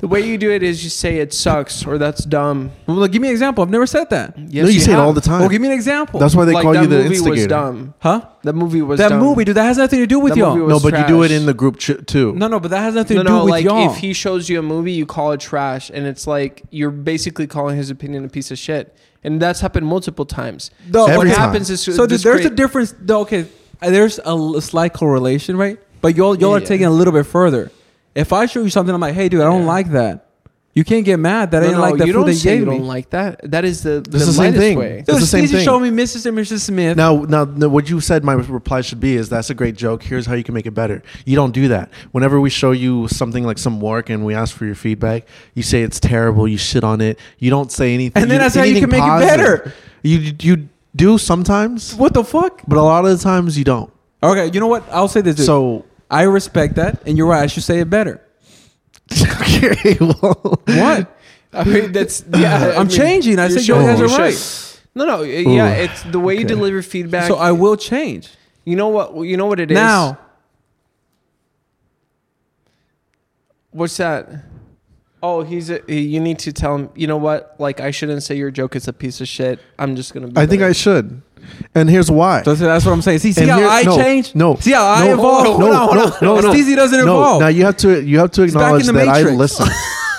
[SPEAKER 2] The way you do it is you say it sucks or that's dumb.
[SPEAKER 1] Well, give me an example. I've never said that.
[SPEAKER 2] Yes,
[SPEAKER 3] no, you, say it
[SPEAKER 2] have.
[SPEAKER 3] all the time.
[SPEAKER 1] Well, give me an example.
[SPEAKER 3] That's why they
[SPEAKER 2] Like,
[SPEAKER 3] call
[SPEAKER 2] that
[SPEAKER 3] you the
[SPEAKER 2] movie was
[SPEAKER 3] instigator.
[SPEAKER 2] dumb.
[SPEAKER 1] huh?
[SPEAKER 2] That movie was
[SPEAKER 1] that
[SPEAKER 2] dumb.
[SPEAKER 1] movie, dude. That has nothing to do with
[SPEAKER 2] That
[SPEAKER 1] y'all.
[SPEAKER 2] movie was
[SPEAKER 3] No, but you do it
[SPEAKER 2] trash.
[SPEAKER 3] in the group ch- too.
[SPEAKER 1] no, no, but that has nothing
[SPEAKER 2] no,
[SPEAKER 1] to do
[SPEAKER 2] no,
[SPEAKER 1] with
[SPEAKER 2] like
[SPEAKER 1] y'all.
[SPEAKER 2] if he shows you a movie, you call it trash, and it's like you're basically calling his opinion a piece of shit, and that's happened multiple times.
[SPEAKER 1] No,
[SPEAKER 2] so what
[SPEAKER 3] Every time.
[SPEAKER 2] happens is
[SPEAKER 1] so dude,
[SPEAKER 2] this
[SPEAKER 1] there's a
[SPEAKER 2] great-
[SPEAKER 1] difference. No, okay, uh, there's a l- slight correlation, right? But y'all, y'all
[SPEAKER 2] Yeah,
[SPEAKER 1] are
[SPEAKER 2] yeah.
[SPEAKER 1] taking it a little bit further. If I show you something, I'm like, hey, dude, I don't
[SPEAKER 2] Yeah.
[SPEAKER 1] like that. You can't get mad that I
[SPEAKER 2] No,
[SPEAKER 1] didn't
[SPEAKER 2] no,
[SPEAKER 1] like that
[SPEAKER 2] you
[SPEAKER 1] food
[SPEAKER 2] don't
[SPEAKER 1] they
[SPEAKER 2] say
[SPEAKER 1] gave
[SPEAKER 2] you
[SPEAKER 1] me.
[SPEAKER 2] don't like that. That is the, the,
[SPEAKER 3] It's the same
[SPEAKER 2] lightest
[SPEAKER 3] thing.
[SPEAKER 2] way.
[SPEAKER 1] dude,
[SPEAKER 3] That's the same
[SPEAKER 1] Stacey
[SPEAKER 3] thing.
[SPEAKER 1] showed me Mrs. and Mrs. Smith.
[SPEAKER 3] Now, now, no, what you said, my reply should be is that's a great joke. Here's how you can make it better. You don't do that. Whenever we show you something like some work and we ask for your feedback, you say it's terrible. You shit on it. You don't say anything.
[SPEAKER 1] And then that's how you
[SPEAKER 3] anything
[SPEAKER 1] can make it better.
[SPEAKER 3] You you do sometimes,
[SPEAKER 1] what the fuck?
[SPEAKER 3] but a lot of the times you don't.
[SPEAKER 1] Okay, you know what? I'll say this, dude.
[SPEAKER 3] So
[SPEAKER 1] I respect that, and you're right. I should say it better.
[SPEAKER 3] okay, well,
[SPEAKER 1] What?
[SPEAKER 2] I mean, that's yeah. I
[SPEAKER 1] I'm
[SPEAKER 2] mean,
[SPEAKER 1] changing. I
[SPEAKER 2] you're
[SPEAKER 1] said you guys
[SPEAKER 2] showing-
[SPEAKER 1] are
[SPEAKER 2] you're
[SPEAKER 1] right.
[SPEAKER 2] showing- No, no, yeah,
[SPEAKER 3] Ooh.
[SPEAKER 2] it's the way you
[SPEAKER 3] Okay.
[SPEAKER 2] deliver feedback.
[SPEAKER 1] So I will change
[SPEAKER 2] you know what? You know what it is.
[SPEAKER 1] now.
[SPEAKER 2] what's that? Oh, he's. A, you need to tell him. You know what? Like, I shouldn't say your joke is a piece of shit. I'm just gonna. Be
[SPEAKER 3] I think
[SPEAKER 2] better."
[SPEAKER 3] I should, and here's why.
[SPEAKER 1] So that's what I'm saying. See, see
[SPEAKER 3] And
[SPEAKER 1] how
[SPEAKER 3] here-
[SPEAKER 1] I
[SPEAKER 3] no,
[SPEAKER 1] change?
[SPEAKER 3] No,
[SPEAKER 1] See how I
[SPEAKER 3] no,
[SPEAKER 1] evolve?
[SPEAKER 3] No,
[SPEAKER 1] Hold
[SPEAKER 3] no,
[SPEAKER 1] on, hold on.
[SPEAKER 3] no, no,
[SPEAKER 1] Steezy doesn't
[SPEAKER 3] no.
[SPEAKER 1] evolve.
[SPEAKER 3] Now you have to you have to
[SPEAKER 1] back
[SPEAKER 3] acknowledge
[SPEAKER 1] in
[SPEAKER 3] that
[SPEAKER 1] the
[SPEAKER 3] I
[SPEAKER 1] Matrix.
[SPEAKER 3] listen.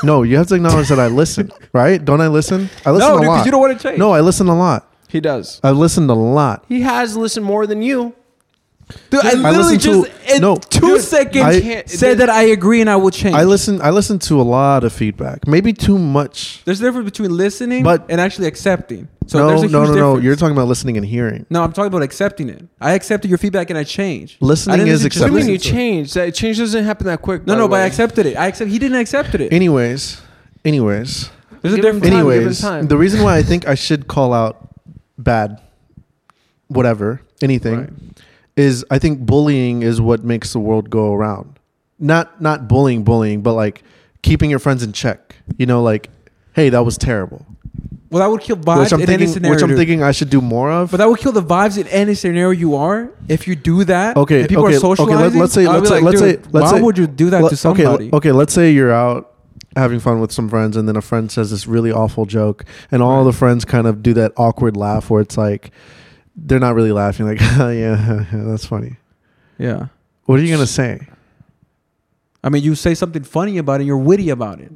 [SPEAKER 3] no, you have to acknowledge that I listen, right? Don't I listen? I listen
[SPEAKER 1] No,
[SPEAKER 3] a
[SPEAKER 1] dude, 'cause
[SPEAKER 3] lot.
[SPEAKER 1] you don't wanna change.
[SPEAKER 3] No, I listen a lot.
[SPEAKER 2] He does.
[SPEAKER 3] I've listened a lot.
[SPEAKER 2] He has listened more than you.
[SPEAKER 1] Dude, I
[SPEAKER 3] I
[SPEAKER 1] literally
[SPEAKER 3] listen
[SPEAKER 1] just
[SPEAKER 3] to-
[SPEAKER 1] in
[SPEAKER 3] no.
[SPEAKER 1] two
[SPEAKER 3] Dude,
[SPEAKER 1] seconds
[SPEAKER 3] I-
[SPEAKER 2] can't-
[SPEAKER 1] said that I agree and I will change.
[SPEAKER 3] I listen. I listen to a lot of feedback. Maybe too much.
[SPEAKER 1] there's a difference between listening
[SPEAKER 3] But-
[SPEAKER 1] and actually accepting. So
[SPEAKER 3] no,
[SPEAKER 1] there's a
[SPEAKER 3] no,
[SPEAKER 1] huge
[SPEAKER 3] no, no.
[SPEAKER 1] difference.
[SPEAKER 3] You're talking about listening and hearing.
[SPEAKER 1] no, I'm talking about accepting it. I accepted your feedback and I changed.
[SPEAKER 3] Listening
[SPEAKER 1] I didn't
[SPEAKER 3] is
[SPEAKER 1] listen to
[SPEAKER 2] What
[SPEAKER 1] it.
[SPEAKER 2] do you mean you
[SPEAKER 3] Listen to it.
[SPEAKER 2] changed? That change doesn't happen that quick.
[SPEAKER 1] No,
[SPEAKER 2] by
[SPEAKER 1] no,
[SPEAKER 2] the
[SPEAKER 1] but I
[SPEAKER 2] way.
[SPEAKER 1] accepted it. I accept. He didn't accept it.
[SPEAKER 3] Anyways, anyways,
[SPEAKER 1] There's a
[SPEAKER 2] Give him
[SPEAKER 1] difference.
[SPEAKER 2] time, given
[SPEAKER 3] anyways.
[SPEAKER 2] time.
[SPEAKER 3] The reason why I think I should call out bad, whatever, anything,
[SPEAKER 1] Right.
[SPEAKER 3] is I think bullying is what makes the world go around. Not not bullying, bullying, but like keeping your friends in check. You know, like, hey, that was terrible.
[SPEAKER 1] Well, that would kill vibes
[SPEAKER 3] which I'm
[SPEAKER 1] in
[SPEAKER 3] thinking,
[SPEAKER 1] any scenario.
[SPEAKER 3] which I'm
[SPEAKER 1] dude.
[SPEAKER 3] thinking I should do more of.
[SPEAKER 1] But that would kill the vibes in any scenario you are if you do that.
[SPEAKER 3] okay,
[SPEAKER 1] and people
[SPEAKER 3] okay,
[SPEAKER 1] are socializing.
[SPEAKER 3] okay. Let, let's say,
[SPEAKER 1] I'll be
[SPEAKER 3] let's say,
[SPEAKER 1] like,
[SPEAKER 3] let's say,
[SPEAKER 1] dude,
[SPEAKER 3] let's
[SPEAKER 1] why
[SPEAKER 3] say-
[SPEAKER 1] would you do that
[SPEAKER 3] let-
[SPEAKER 1] to
[SPEAKER 3] okay,
[SPEAKER 1] somebody?
[SPEAKER 3] Okay, let's say you're out having fun with some friends, and then a friend says this really awful joke, and all the friends kind of do that awkward laugh where it's like they're not really laughing, like, "Oh, yeah, that's funny.
[SPEAKER 1] Yeah,
[SPEAKER 3] What are you gonna say?
[SPEAKER 1] I mean, you say something funny about it, you're witty about it.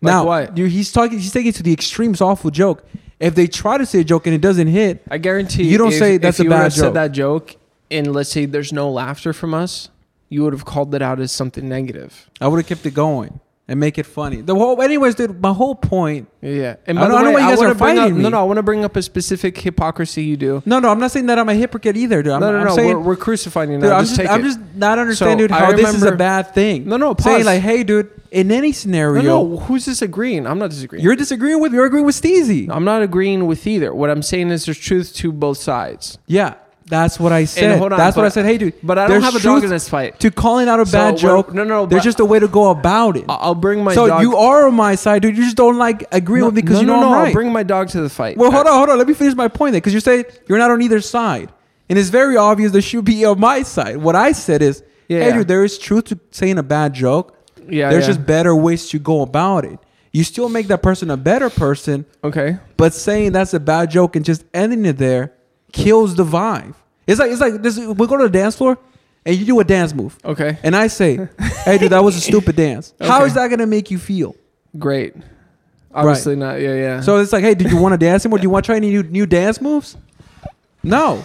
[SPEAKER 2] Like
[SPEAKER 1] now
[SPEAKER 2] what?
[SPEAKER 1] You, he's talking. He's taking it to the extremes. Awful joke. If they try to say a joke and it doesn't hit,
[SPEAKER 2] I guarantee
[SPEAKER 1] You don't
[SPEAKER 2] if-
[SPEAKER 1] say
[SPEAKER 2] if
[SPEAKER 1] that's a
[SPEAKER 2] you would
[SPEAKER 1] bad
[SPEAKER 2] have
[SPEAKER 1] joke.
[SPEAKER 2] Said that joke, and let's say there's no laughter from us, you would have called it out as something negative.
[SPEAKER 1] I would have kept it going and make it funny. The whole, anyways, dude. My whole point.
[SPEAKER 2] Yeah, and
[SPEAKER 1] I don't- I don't know why you guys
[SPEAKER 2] wanna
[SPEAKER 1] are
[SPEAKER 2] bring
[SPEAKER 1] fighting
[SPEAKER 2] up,
[SPEAKER 1] me.
[SPEAKER 2] No, no, I want to bring up a specific hypocrisy you do.
[SPEAKER 1] No, no, I'm not saying that I'm a hypocrite either, dude. I'm,
[SPEAKER 2] no, no,
[SPEAKER 1] I'm
[SPEAKER 2] no.
[SPEAKER 1] saying
[SPEAKER 2] we're, we're crucifying you now.
[SPEAKER 1] Dude, I'm
[SPEAKER 2] just,
[SPEAKER 1] just,
[SPEAKER 2] take
[SPEAKER 1] I'm
[SPEAKER 2] it.
[SPEAKER 1] just not understanding
[SPEAKER 2] So,
[SPEAKER 1] how
[SPEAKER 2] I
[SPEAKER 1] this is a
[SPEAKER 2] remember-
[SPEAKER 1] bad thing.
[SPEAKER 2] No, no,
[SPEAKER 1] saying
[SPEAKER 2] pause.
[SPEAKER 1] like, hey, dude, in any
[SPEAKER 2] no,
[SPEAKER 1] scenario,
[SPEAKER 2] no. Who's disagreeing? I'm not disagreeing.
[SPEAKER 1] you're disagreeing with, you're agreeing with Steezy.
[SPEAKER 2] I'm not agreeing with either. What I'm saying is there's truth to both sides.
[SPEAKER 1] Yeah, that's what I said.
[SPEAKER 2] hold on,
[SPEAKER 1] that's what
[SPEAKER 2] but-
[SPEAKER 1] I said. Hey, dude,
[SPEAKER 2] but I don't
[SPEAKER 1] there's
[SPEAKER 2] have a dog
[SPEAKER 1] truth
[SPEAKER 2] in this fight.
[SPEAKER 1] To calling out a
[SPEAKER 2] So
[SPEAKER 1] bad
[SPEAKER 2] we're-
[SPEAKER 1] joke,
[SPEAKER 2] no, no, no,
[SPEAKER 1] there's
[SPEAKER 2] but-
[SPEAKER 1] just a way to go about it.
[SPEAKER 2] I- I'll bring my
[SPEAKER 1] so
[SPEAKER 2] dog.
[SPEAKER 1] you are on my side, dude. You just don't like agree
[SPEAKER 2] no,
[SPEAKER 1] with me because
[SPEAKER 2] no,
[SPEAKER 1] you know
[SPEAKER 2] no,
[SPEAKER 1] I'm
[SPEAKER 2] no,
[SPEAKER 1] right.
[SPEAKER 2] I'll bring my dog to the fight. Uh,
[SPEAKER 1] well, hold on, hold on. Let me finish my point there, because you say you're not on either side, and it's very obvious that you be on my side. What I said is,
[SPEAKER 2] Yeah,
[SPEAKER 1] hey,
[SPEAKER 2] yeah.
[SPEAKER 1] dude, there is truth to saying a bad joke.
[SPEAKER 2] Yeah,
[SPEAKER 1] There's
[SPEAKER 2] yeah.
[SPEAKER 1] just better ways to go about it. You still make that person a better person,
[SPEAKER 2] Okay.
[SPEAKER 1] but saying that's a bad joke and just ending it there kills the vibe. It's like it's like this. We go to the dance floor and you do a dance move,
[SPEAKER 2] Okay.
[SPEAKER 1] and I say, "Hey, dude, that was a stupid dance." How
[SPEAKER 2] Okay.
[SPEAKER 1] is that gonna make you feel?
[SPEAKER 2] Great. Obviously not. Yeah, yeah.
[SPEAKER 1] So it's like, "Hey, did you want to dance anymore? Do you want to try any new new dance moves?" No,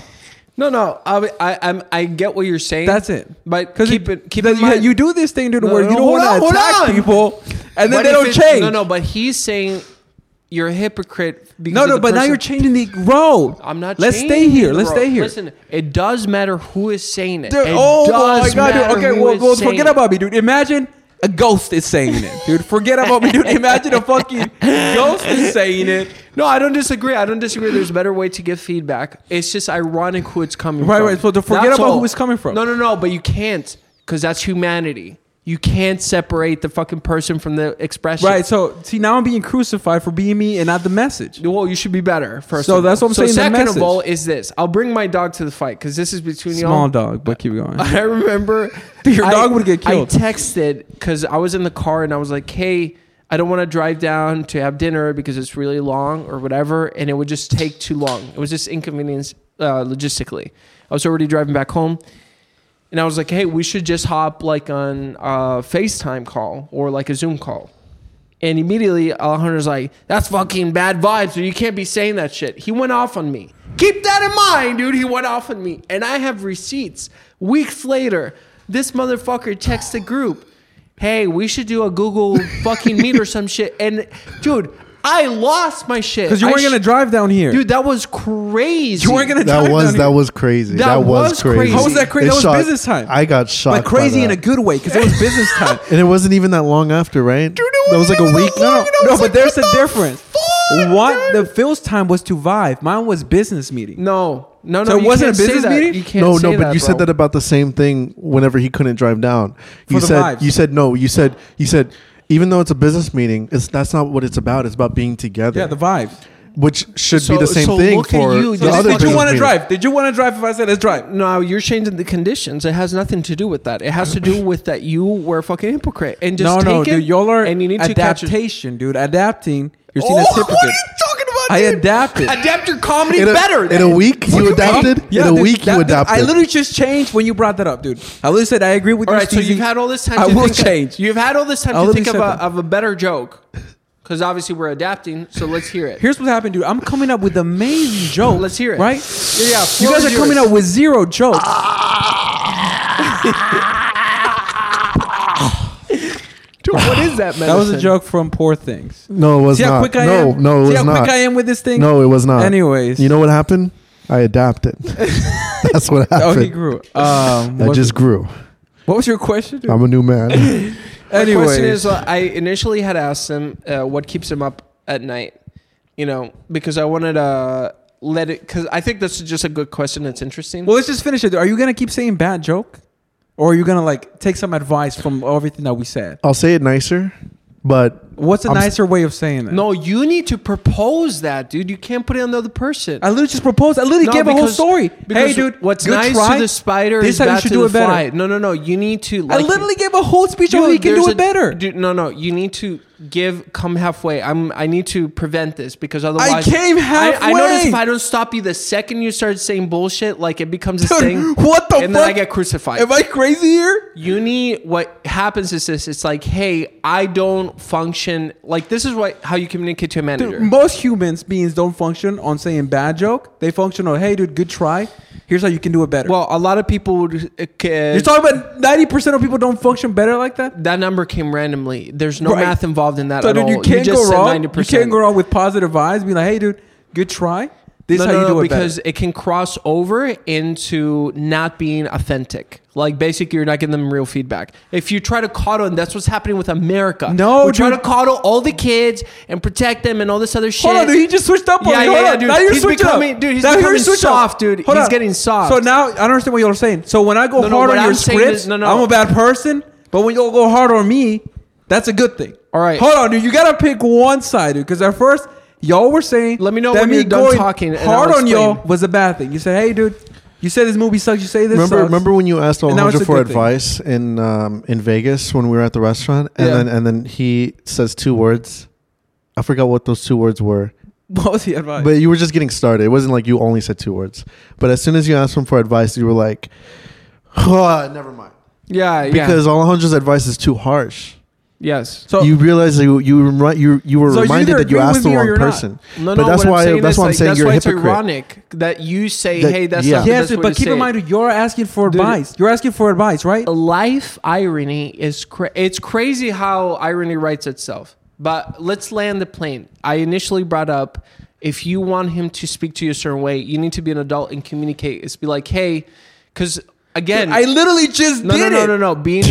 [SPEAKER 2] no, no. I, I, I'm, I get what you're saying.
[SPEAKER 1] that's it.
[SPEAKER 2] But
[SPEAKER 1] Because
[SPEAKER 2] keep it, keep
[SPEAKER 1] you,
[SPEAKER 2] in mind.
[SPEAKER 1] you do this thing, dude,
[SPEAKER 2] No,
[SPEAKER 1] where
[SPEAKER 2] no,
[SPEAKER 1] you don't
[SPEAKER 2] hold on,
[SPEAKER 1] want to
[SPEAKER 2] hold
[SPEAKER 1] attack
[SPEAKER 2] on.
[SPEAKER 1] people, and then
[SPEAKER 2] But
[SPEAKER 1] they
[SPEAKER 2] if
[SPEAKER 1] don't
[SPEAKER 2] it's-
[SPEAKER 1] change.
[SPEAKER 2] No, no. But he's saying you're a hypocrite. Because
[SPEAKER 1] No,
[SPEAKER 2] of
[SPEAKER 1] no,
[SPEAKER 2] the
[SPEAKER 1] but now
[SPEAKER 2] person-
[SPEAKER 1] you're changing the road.
[SPEAKER 2] I'm not.
[SPEAKER 1] Let's stay
[SPEAKER 2] changing,
[SPEAKER 1] here. Let's
[SPEAKER 2] bro.
[SPEAKER 1] stay here.
[SPEAKER 2] Listen, it does matter who is saying it.
[SPEAKER 1] Dude,
[SPEAKER 2] It
[SPEAKER 1] oh my
[SPEAKER 2] does
[SPEAKER 1] god,
[SPEAKER 2] matter
[SPEAKER 1] dude. Okay,
[SPEAKER 2] who
[SPEAKER 1] well,
[SPEAKER 2] is
[SPEAKER 1] well
[SPEAKER 2] saying
[SPEAKER 1] forget
[SPEAKER 2] it.
[SPEAKER 1] about me, dude. Imagine a ghost is saying it, dude. Forget about me, dude. Imagine a fucking ghost is saying it.
[SPEAKER 2] No, I don't disagree. I don't disagree. There's a better way to give feedback. It's just ironic who it's coming
[SPEAKER 1] Right,
[SPEAKER 2] from.
[SPEAKER 1] right. So to forget
[SPEAKER 2] That's
[SPEAKER 1] about
[SPEAKER 2] all.
[SPEAKER 1] who it's coming from.
[SPEAKER 2] No, no, no. But you can't because that's humanity. You can't separate the fucking person from the expression.
[SPEAKER 1] Right. So see, now I'm being crucified for being me and not the message.
[SPEAKER 2] Well, you should be better. First.
[SPEAKER 1] So
[SPEAKER 2] of
[SPEAKER 1] that's
[SPEAKER 2] all.
[SPEAKER 1] what I'm saying, the
[SPEAKER 2] So second
[SPEAKER 1] message.
[SPEAKER 2] of all, is this? I'll bring my dog to the fight because this is between y'all.
[SPEAKER 1] Small dog, but keep going.
[SPEAKER 2] I remember
[SPEAKER 1] Dude, your
[SPEAKER 2] I-
[SPEAKER 1] dog would get killed.
[SPEAKER 2] I texted because I was in the car and I was like, "Hey, I don't want to drive down to have dinner because it's really long or whatever, and it would just take too long. It was just inconvenience uh, logistically. I was already driving back home, and I was like, "Hey, we should just hop like on a FaceTime call or like a Zoom call." And immediately Alejandro's like, that's fucking bad vibes, dude. You can't be saying that shit. He went off on me. Keep that in mind, dude. He went off on me. And I have receipts. Weeks later, this motherfucker texts the group, hey, we should do a Google fucking meet or some shit. And dude, I lost my shit.
[SPEAKER 1] Because you
[SPEAKER 2] I
[SPEAKER 1] weren't
[SPEAKER 2] sh-
[SPEAKER 1] gonna drive down here.
[SPEAKER 2] Dude, that was crazy.
[SPEAKER 1] you weren't gonna drive
[SPEAKER 3] That was
[SPEAKER 1] down
[SPEAKER 3] that
[SPEAKER 1] here.
[SPEAKER 3] was crazy.
[SPEAKER 2] That
[SPEAKER 3] That, was,
[SPEAKER 2] was
[SPEAKER 3] crazy.
[SPEAKER 2] crazy. How was
[SPEAKER 1] that crazy?
[SPEAKER 3] It
[SPEAKER 1] That was business time.
[SPEAKER 3] I got shocked.
[SPEAKER 1] but crazy
[SPEAKER 3] by
[SPEAKER 1] in a
[SPEAKER 3] that.
[SPEAKER 1] good way, because it was business time.
[SPEAKER 3] And it wasn't even that long after, right? Dude,
[SPEAKER 2] it
[SPEAKER 3] that was like
[SPEAKER 2] wasn't
[SPEAKER 3] a
[SPEAKER 2] even
[SPEAKER 3] week.
[SPEAKER 2] that
[SPEAKER 3] No,
[SPEAKER 2] long,
[SPEAKER 3] no,
[SPEAKER 2] you know?
[SPEAKER 1] No,
[SPEAKER 2] was
[SPEAKER 1] but
[SPEAKER 2] like,
[SPEAKER 1] there's
[SPEAKER 2] what
[SPEAKER 1] a
[SPEAKER 2] the
[SPEAKER 1] difference.
[SPEAKER 2] fuck,
[SPEAKER 1] what the Phil's time was to vibe. Mine was business meeting.
[SPEAKER 2] No, no, no.
[SPEAKER 1] So it
[SPEAKER 2] you
[SPEAKER 1] wasn't a
[SPEAKER 2] can't say
[SPEAKER 1] business
[SPEAKER 2] that.
[SPEAKER 1] meeting?
[SPEAKER 2] You can't
[SPEAKER 3] no,
[SPEAKER 2] say
[SPEAKER 3] no, but you said
[SPEAKER 2] bro.
[SPEAKER 3] that about the same thing whenever he couldn't drive down. You
[SPEAKER 1] the
[SPEAKER 3] said
[SPEAKER 1] vibes.
[SPEAKER 3] you said no, you said you said even though it's a business meeting, it's that's not what it's about. It's about being together.
[SPEAKER 1] Yeah, the vibes.
[SPEAKER 3] which should
[SPEAKER 2] So-
[SPEAKER 3] be the same
[SPEAKER 2] so
[SPEAKER 3] thing
[SPEAKER 2] look at
[SPEAKER 3] for
[SPEAKER 2] you.
[SPEAKER 3] the
[SPEAKER 2] Did-
[SPEAKER 1] Did
[SPEAKER 3] other
[SPEAKER 1] you
[SPEAKER 3] business
[SPEAKER 1] want to
[SPEAKER 3] meeting.
[SPEAKER 1] drive? Did you want to drive if I said let's drive?
[SPEAKER 2] No, you're changing the conditions. It has nothing to do with that. It has to do with that you were a fucking hypocrite and just
[SPEAKER 1] no,
[SPEAKER 2] take
[SPEAKER 1] no,
[SPEAKER 2] it.
[SPEAKER 1] dude. Y'all are
[SPEAKER 2] and you need to catch it.
[SPEAKER 1] adaptation, dude. Adapting. You're seen
[SPEAKER 2] Oh,
[SPEAKER 1] as
[SPEAKER 2] what are
[SPEAKER 1] hypocrite.
[SPEAKER 2] you talking about?
[SPEAKER 1] I
[SPEAKER 2] dude?
[SPEAKER 1] adapted.
[SPEAKER 2] Adapt your comedy
[SPEAKER 3] In a,
[SPEAKER 2] better.
[SPEAKER 3] in a
[SPEAKER 2] then.
[SPEAKER 3] week, you adapted.
[SPEAKER 1] Yeah,
[SPEAKER 3] in a
[SPEAKER 1] dude,
[SPEAKER 3] week,
[SPEAKER 1] that-
[SPEAKER 3] you adapted.
[SPEAKER 1] I literally just changed when you brought that up, dude. I literally said I agree with
[SPEAKER 2] All
[SPEAKER 1] you.
[SPEAKER 2] right, so
[SPEAKER 1] Steezy.
[SPEAKER 2] you've had all this time.
[SPEAKER 1] I
[SPEAKER 2] to
[SPEAKER 1] will
[SPEAKER 2] think of-
[SPEAKER 1] change.
[SPEAKER 2] you've had all this time
[SPEAKER 1] I'll
[SPEAKER 2] to
[SPEAKER 1] let me
[SPEAKER 2] think of
[SPEAKER 1] say
[SPEAKER 2] a,
[SPEAKER 1] that.
[SPEAKER 2] of a better joke, because obviously we're adapting. So let's hear it.
[SPEAKER 1] Here's what happened, dude. I'm coming up with amazing jokes.
[SPEAKER 2] Let's hear it.
[SPEAKER 1] Right?
[SPEAKER 2] Yeah,
[SPEAKER 1] You
[SPEAKER 2] floor
[SPEAKER 1] guys are
[SPEAKER 2] is
[SPEAKER 1] coming
[SPEAKER 2] yours. Ah,
[SPEAKER 1] up with zero jokes.
[SPEAKER 2] Dude, what is that? Medicine?
[SPEAKER 1] that was a joke from Poor Things.
[SPEAKER 3] no, it was
[SPEAKER 1] See how
[SPEAKER 3] not.
[SPEAKER 1] quick I
[SPEAKER 3] no,
[SPEAKER 1] am?
[SPEAKER 3] no, it
[SPEAKER 1] See
[SPEAKER 3] was
[SPEAKER 1] how
[SPEAKER 3] not.
[SPEAKER 1] quick I am with this thing?
[SPEAKER 3] No, it was not.
[SPEAKER 1] Anyways.
[SPEAKER 3] you know what happened? I adapted. That's what
[SPEAKER 1] Oh, he
[SPEAKER 3] happened.
[SPEAKER 1] grew. Um,
[SPEAKER 3] I
[SPEAKER 1] what,
[SPEAKER 3] just grew.
[SPEAKER 1] what was your question? dude?
[SPEAKER 3] I'm a new man.
[SPEAKER 2] The question
[SPEAKER 1] Anyways,
[SPEAKER 2] is, uh, I initially had asked him uh, what keeps him up at night, you know, because I wanted to let it. Because I think this is just a good question. It's interesting.
[SPEAKER 1] well, let's just finish it. Are you gonna keep saying bad joke, or are you gonna like take some advice from everything that we said?
[SPEAKER 3] I'll say it nicer, but
[SPEAKER 1] What's a
[SPEAKER 3] I'm s-
[SPEAKER 1] nicer way of saying that?
[SPEAKER 2] no, you need to propose that, dude. You can't put it on the other person.
[SPEAKER 1] I literally just proposed. I literally
[SPEAKER 2] No,
[SPEAKER 1] gave a whole
[SPEAKER 2] because-
[SPEAKER 1] story.
[SPEAKER 2] because
[SPEAKER 1] Hey, dude,
[SPEAKER 2] what's
[SPEAKER 1] good
[SPEAKER 2] nice
[SPEAKER 1] try.
[SPEAKER 2] to the spider
[SPEAKER 1] This
[SPEAKER 2] is
[SPEAKER 1] how you
[SPEAKER 2] bad
[SPEAKER 1] should
[SPEAKER 2] to
[SPEAKER 1] do
[SPEAKER 2] the
[SPEAKER 1] it better.
[SPEAKER 2] fly. No, no, no. You need to.
[SPEAKER 1] I
[SPEAKER 2] Like,
[SPEAKER 1] literally gave a whole speech on
[SPEAKER 2] Dude,
[SPEAKER 1] how he can
[SPEAKER 2] there's
[SPEAKER 1] do
[SPEAKER 2] a-
[SPEAKER 1] it better.
[SPEAKER 2] Dude, no, no. You need to give come halfway. I'm. I need to prevent this because otherwise,
[SPEAKER 1] came
[SPEAKER 2] I, I notice
[SPEAKER 1] halfway.
[SPEAKER 2] if I don't stop you, the second you start saying bullshit, like it becomes a
[SPEAKER 1] Dude,
[SPEAKER 2] thing.
[SPEAKER 1] what the
[SPEAKER 2] And then I
[SPEAKER 1] fuck?
[SPEAKER 2] get crucified.
[SPEAKER 1] Am I crazy here?
[SPEAKER 2] you need what happens is this. It's like, hey, I don't function. Like this is what how you communicate to a manager.
[SPEAKER 1] Dude, most humans beings don't function on saying bad joke. They function on, hey, dude, good try. Here's how you can do it better.
[SPEAKER 2] well, a lot of people would. Uh,
[SPEAKER 1] you're talking about 90% of people don't function better like that.
[SPEAKER 2] that number came randomly. There's no
[SPEAKER 1] Right.
[SPEAKER 2] math involved in that
[SPEAKER 1] So,
[SPEAKER 2] at
[SPEAKER 1] dude,
[SPEAKER 2] all.
[SPEAKER 1] you can't
[SPEAKER 2] just
[SPEAKER 1] go
[SPEAKER 2] said
[SPEAKER 1] wrong.
[SPEAKER 2] 90%.
[SPEAKER 1] You can't go wrong with positive vibes. Be like, hey, dude, good try. This
[SPEAKER 2] no,
[SPEAKER 1] is how
[SPEAKER 2] no,
[SPEAKER 1] you do
[SPEAKER 2] no,
[SPEAKER 1] it
[SPEAKER 2] because
[SPEAKER 1] better.
[SPEAKER 2] it can cross over into not being authentic. Like basically, you're not giving them real feedback. If you try to coddle, and that's what's happening with America.
[SPEAKER 1] No,
[SPEAKER 2] we try to
[SPEAKER 1] dude.
[SPEAKER 2] coddle all the kids and protect them and all this other shit.
[SPEAKER 1] Hold on, dude. He just switched up on
[SPEAKER 2] Yeah,
[SPEAKER 1] me.
[SPEAKER 2] yeah,
[SPEAKER 1] Hold
[SPEAKER 2] yeah,
[SPEAKER 1] on.
[SPEAKER 2] dude.
[SPEAKER 1] Now you're
[SPEAKER 2] He's
[SPEAKER 1] switching
[SPEAKER 2] becoming-
[SPEAKER 1] up.
[SPEAKER 2] dude, he's
[SPEAKER 1] Now you're
[SPEAKER 2] becoming
[SPEAKER 1] switching up.
[SPEAKER 2] soft, dude.
[SPEAKER 1] Hold
[SPEAKER 2] He's
[SPEAKER 1] on.
[SPEAKER 2] getting soft.
[SPEAKER 1] So now I don't understand what you're saying. So when I go
[SPEAKER 2] No, no,
[SPEAKER 1] hard
[SPEAKER 2] what
[SPEAKER 1] on
[SPEAKER 2] I'm
[SPEAKER 1] your
[SPEAKER 2] saying
[SPEAKER 1] scripts,
[SPEAKER 2] is- no, no.
[SPEAKER 1] I'm a bad person. But when you go hard on me, that's a good thing.
[SPEAKER 2] All right.
[SPEAKER 1] Hold on, dude. You gotta pick one side, dude. Because at first y'all were saying,
[SPEAKER 2] Let me know
[SPEAKER 1] that
[SPEAKER 2] when
[SPEAKER 1] me
[SPEAKER 2] you're done
[SPEAKER 1] going
[SPEAKER 2] talking and
[SPEAKER 1] Hard
[SPEAKER 2] I'll
[SPEAKER 1] on y'all
[SPEAKER 2] explain.
[SPEAKER 1] was a bad thing. You said, hey, dude, you say this movie sucks. You say this.
[SPEAKER 3] remember,
[SPEAKER 1] sucks.
[SPEAKER 3] remember when you asked
[SPEAKER 1] And now it's
[SPEAKER 3] Alejandro
[SPEAKER 1] a
[SPEAKER 3] for
[SPEAKER 1] good thing.
[SPEAKER 3] advice in um, in Vegas when we were at the restaurant, and
[SPEAKER 2] Yeah.
[SPEAKER 3] then and then he says two words. I forgot what those two words were,
[SPEAKER 1] What was the advice?
[SPEAKER 3] but you were just getting started. It wasn't like you only said two words. But as soon as you asked him for advice, you were like, oh, "Never mind,"
[SPEAKER 2] yeah, yeah.
[SPEAKER 3] because Alejandro's advice is too harsh.
[SPEAKER 2] yes.
[SPEAKER 1] so
[SPEAKER 3] you realize that you you remi- you, you were
[SPEAKER 1] So you
[SPEAKER 3] reminded
[SPEAKER 1] either
[SPEAKER 3] that you
[SPEAKER 1] agree
[SPEAKER 3] asked
[SPEAKER 1] with
[SPEAKER 3] the
[SPEAKER 1] me or
[SPEAKER 3] wrong
[SPEAKER 1] you're not.
[SPEAKER 3] person.
[SPEAKER 2] No,
[SPEAKER 3] but
[SPEAKER 2] no.
[SPEAKER 3] that's
[SPEAKER 2] what
[SPEAKER 3] why
[SPEAKER 2] I'm saying
[SPEAKER 3] that's
[SPEAKER 2] is,
[SPEAKER 3] why I'm
[SPEAKER 2] like,
[SPEAKER 3] saying
[SPEAKER 2] that's
[SPEAKER 3] you're a
[SPEAKER 2] why It's
[SPEAKER 3] hypocrite.
[SPEAKER 2] ironic that you say,
[SPEAKER 3] That-
[SPEAKER 2] "Hey, that's
[SPEAKER 3] yeah.
[SPEAKER 2] not the
[SPEAKER 1] yes,
[SPEAKER 2] best way
[SPEAKER 1] but
[SPEAKER 2] to
[SPEAKER 1] keep
[SPEAKER 2] say
[SPEAKER 1] in
[SPEAKER 2] it.
[SPEAKER 1] mind, dude, you're asking for
[SPEAKER 2] Dude.
[SPEAKER 1] advice. You're asking for advice, right?
[SPEAKER 2] life irony is cra- it's crazy how irony writes itself. But let's land the plane. I initially brought up if you want him to speak to you a certain way, you need to be an adult and communicate. It's be like, hey, because again,
[SPEAKER 1] I literally just
[SPEAKER 2] no, no,
[SPEAKER 1] did
[SPEAKER 2] no,
[SPEAKER 1] it.
[SPEAKER 2] no, no, being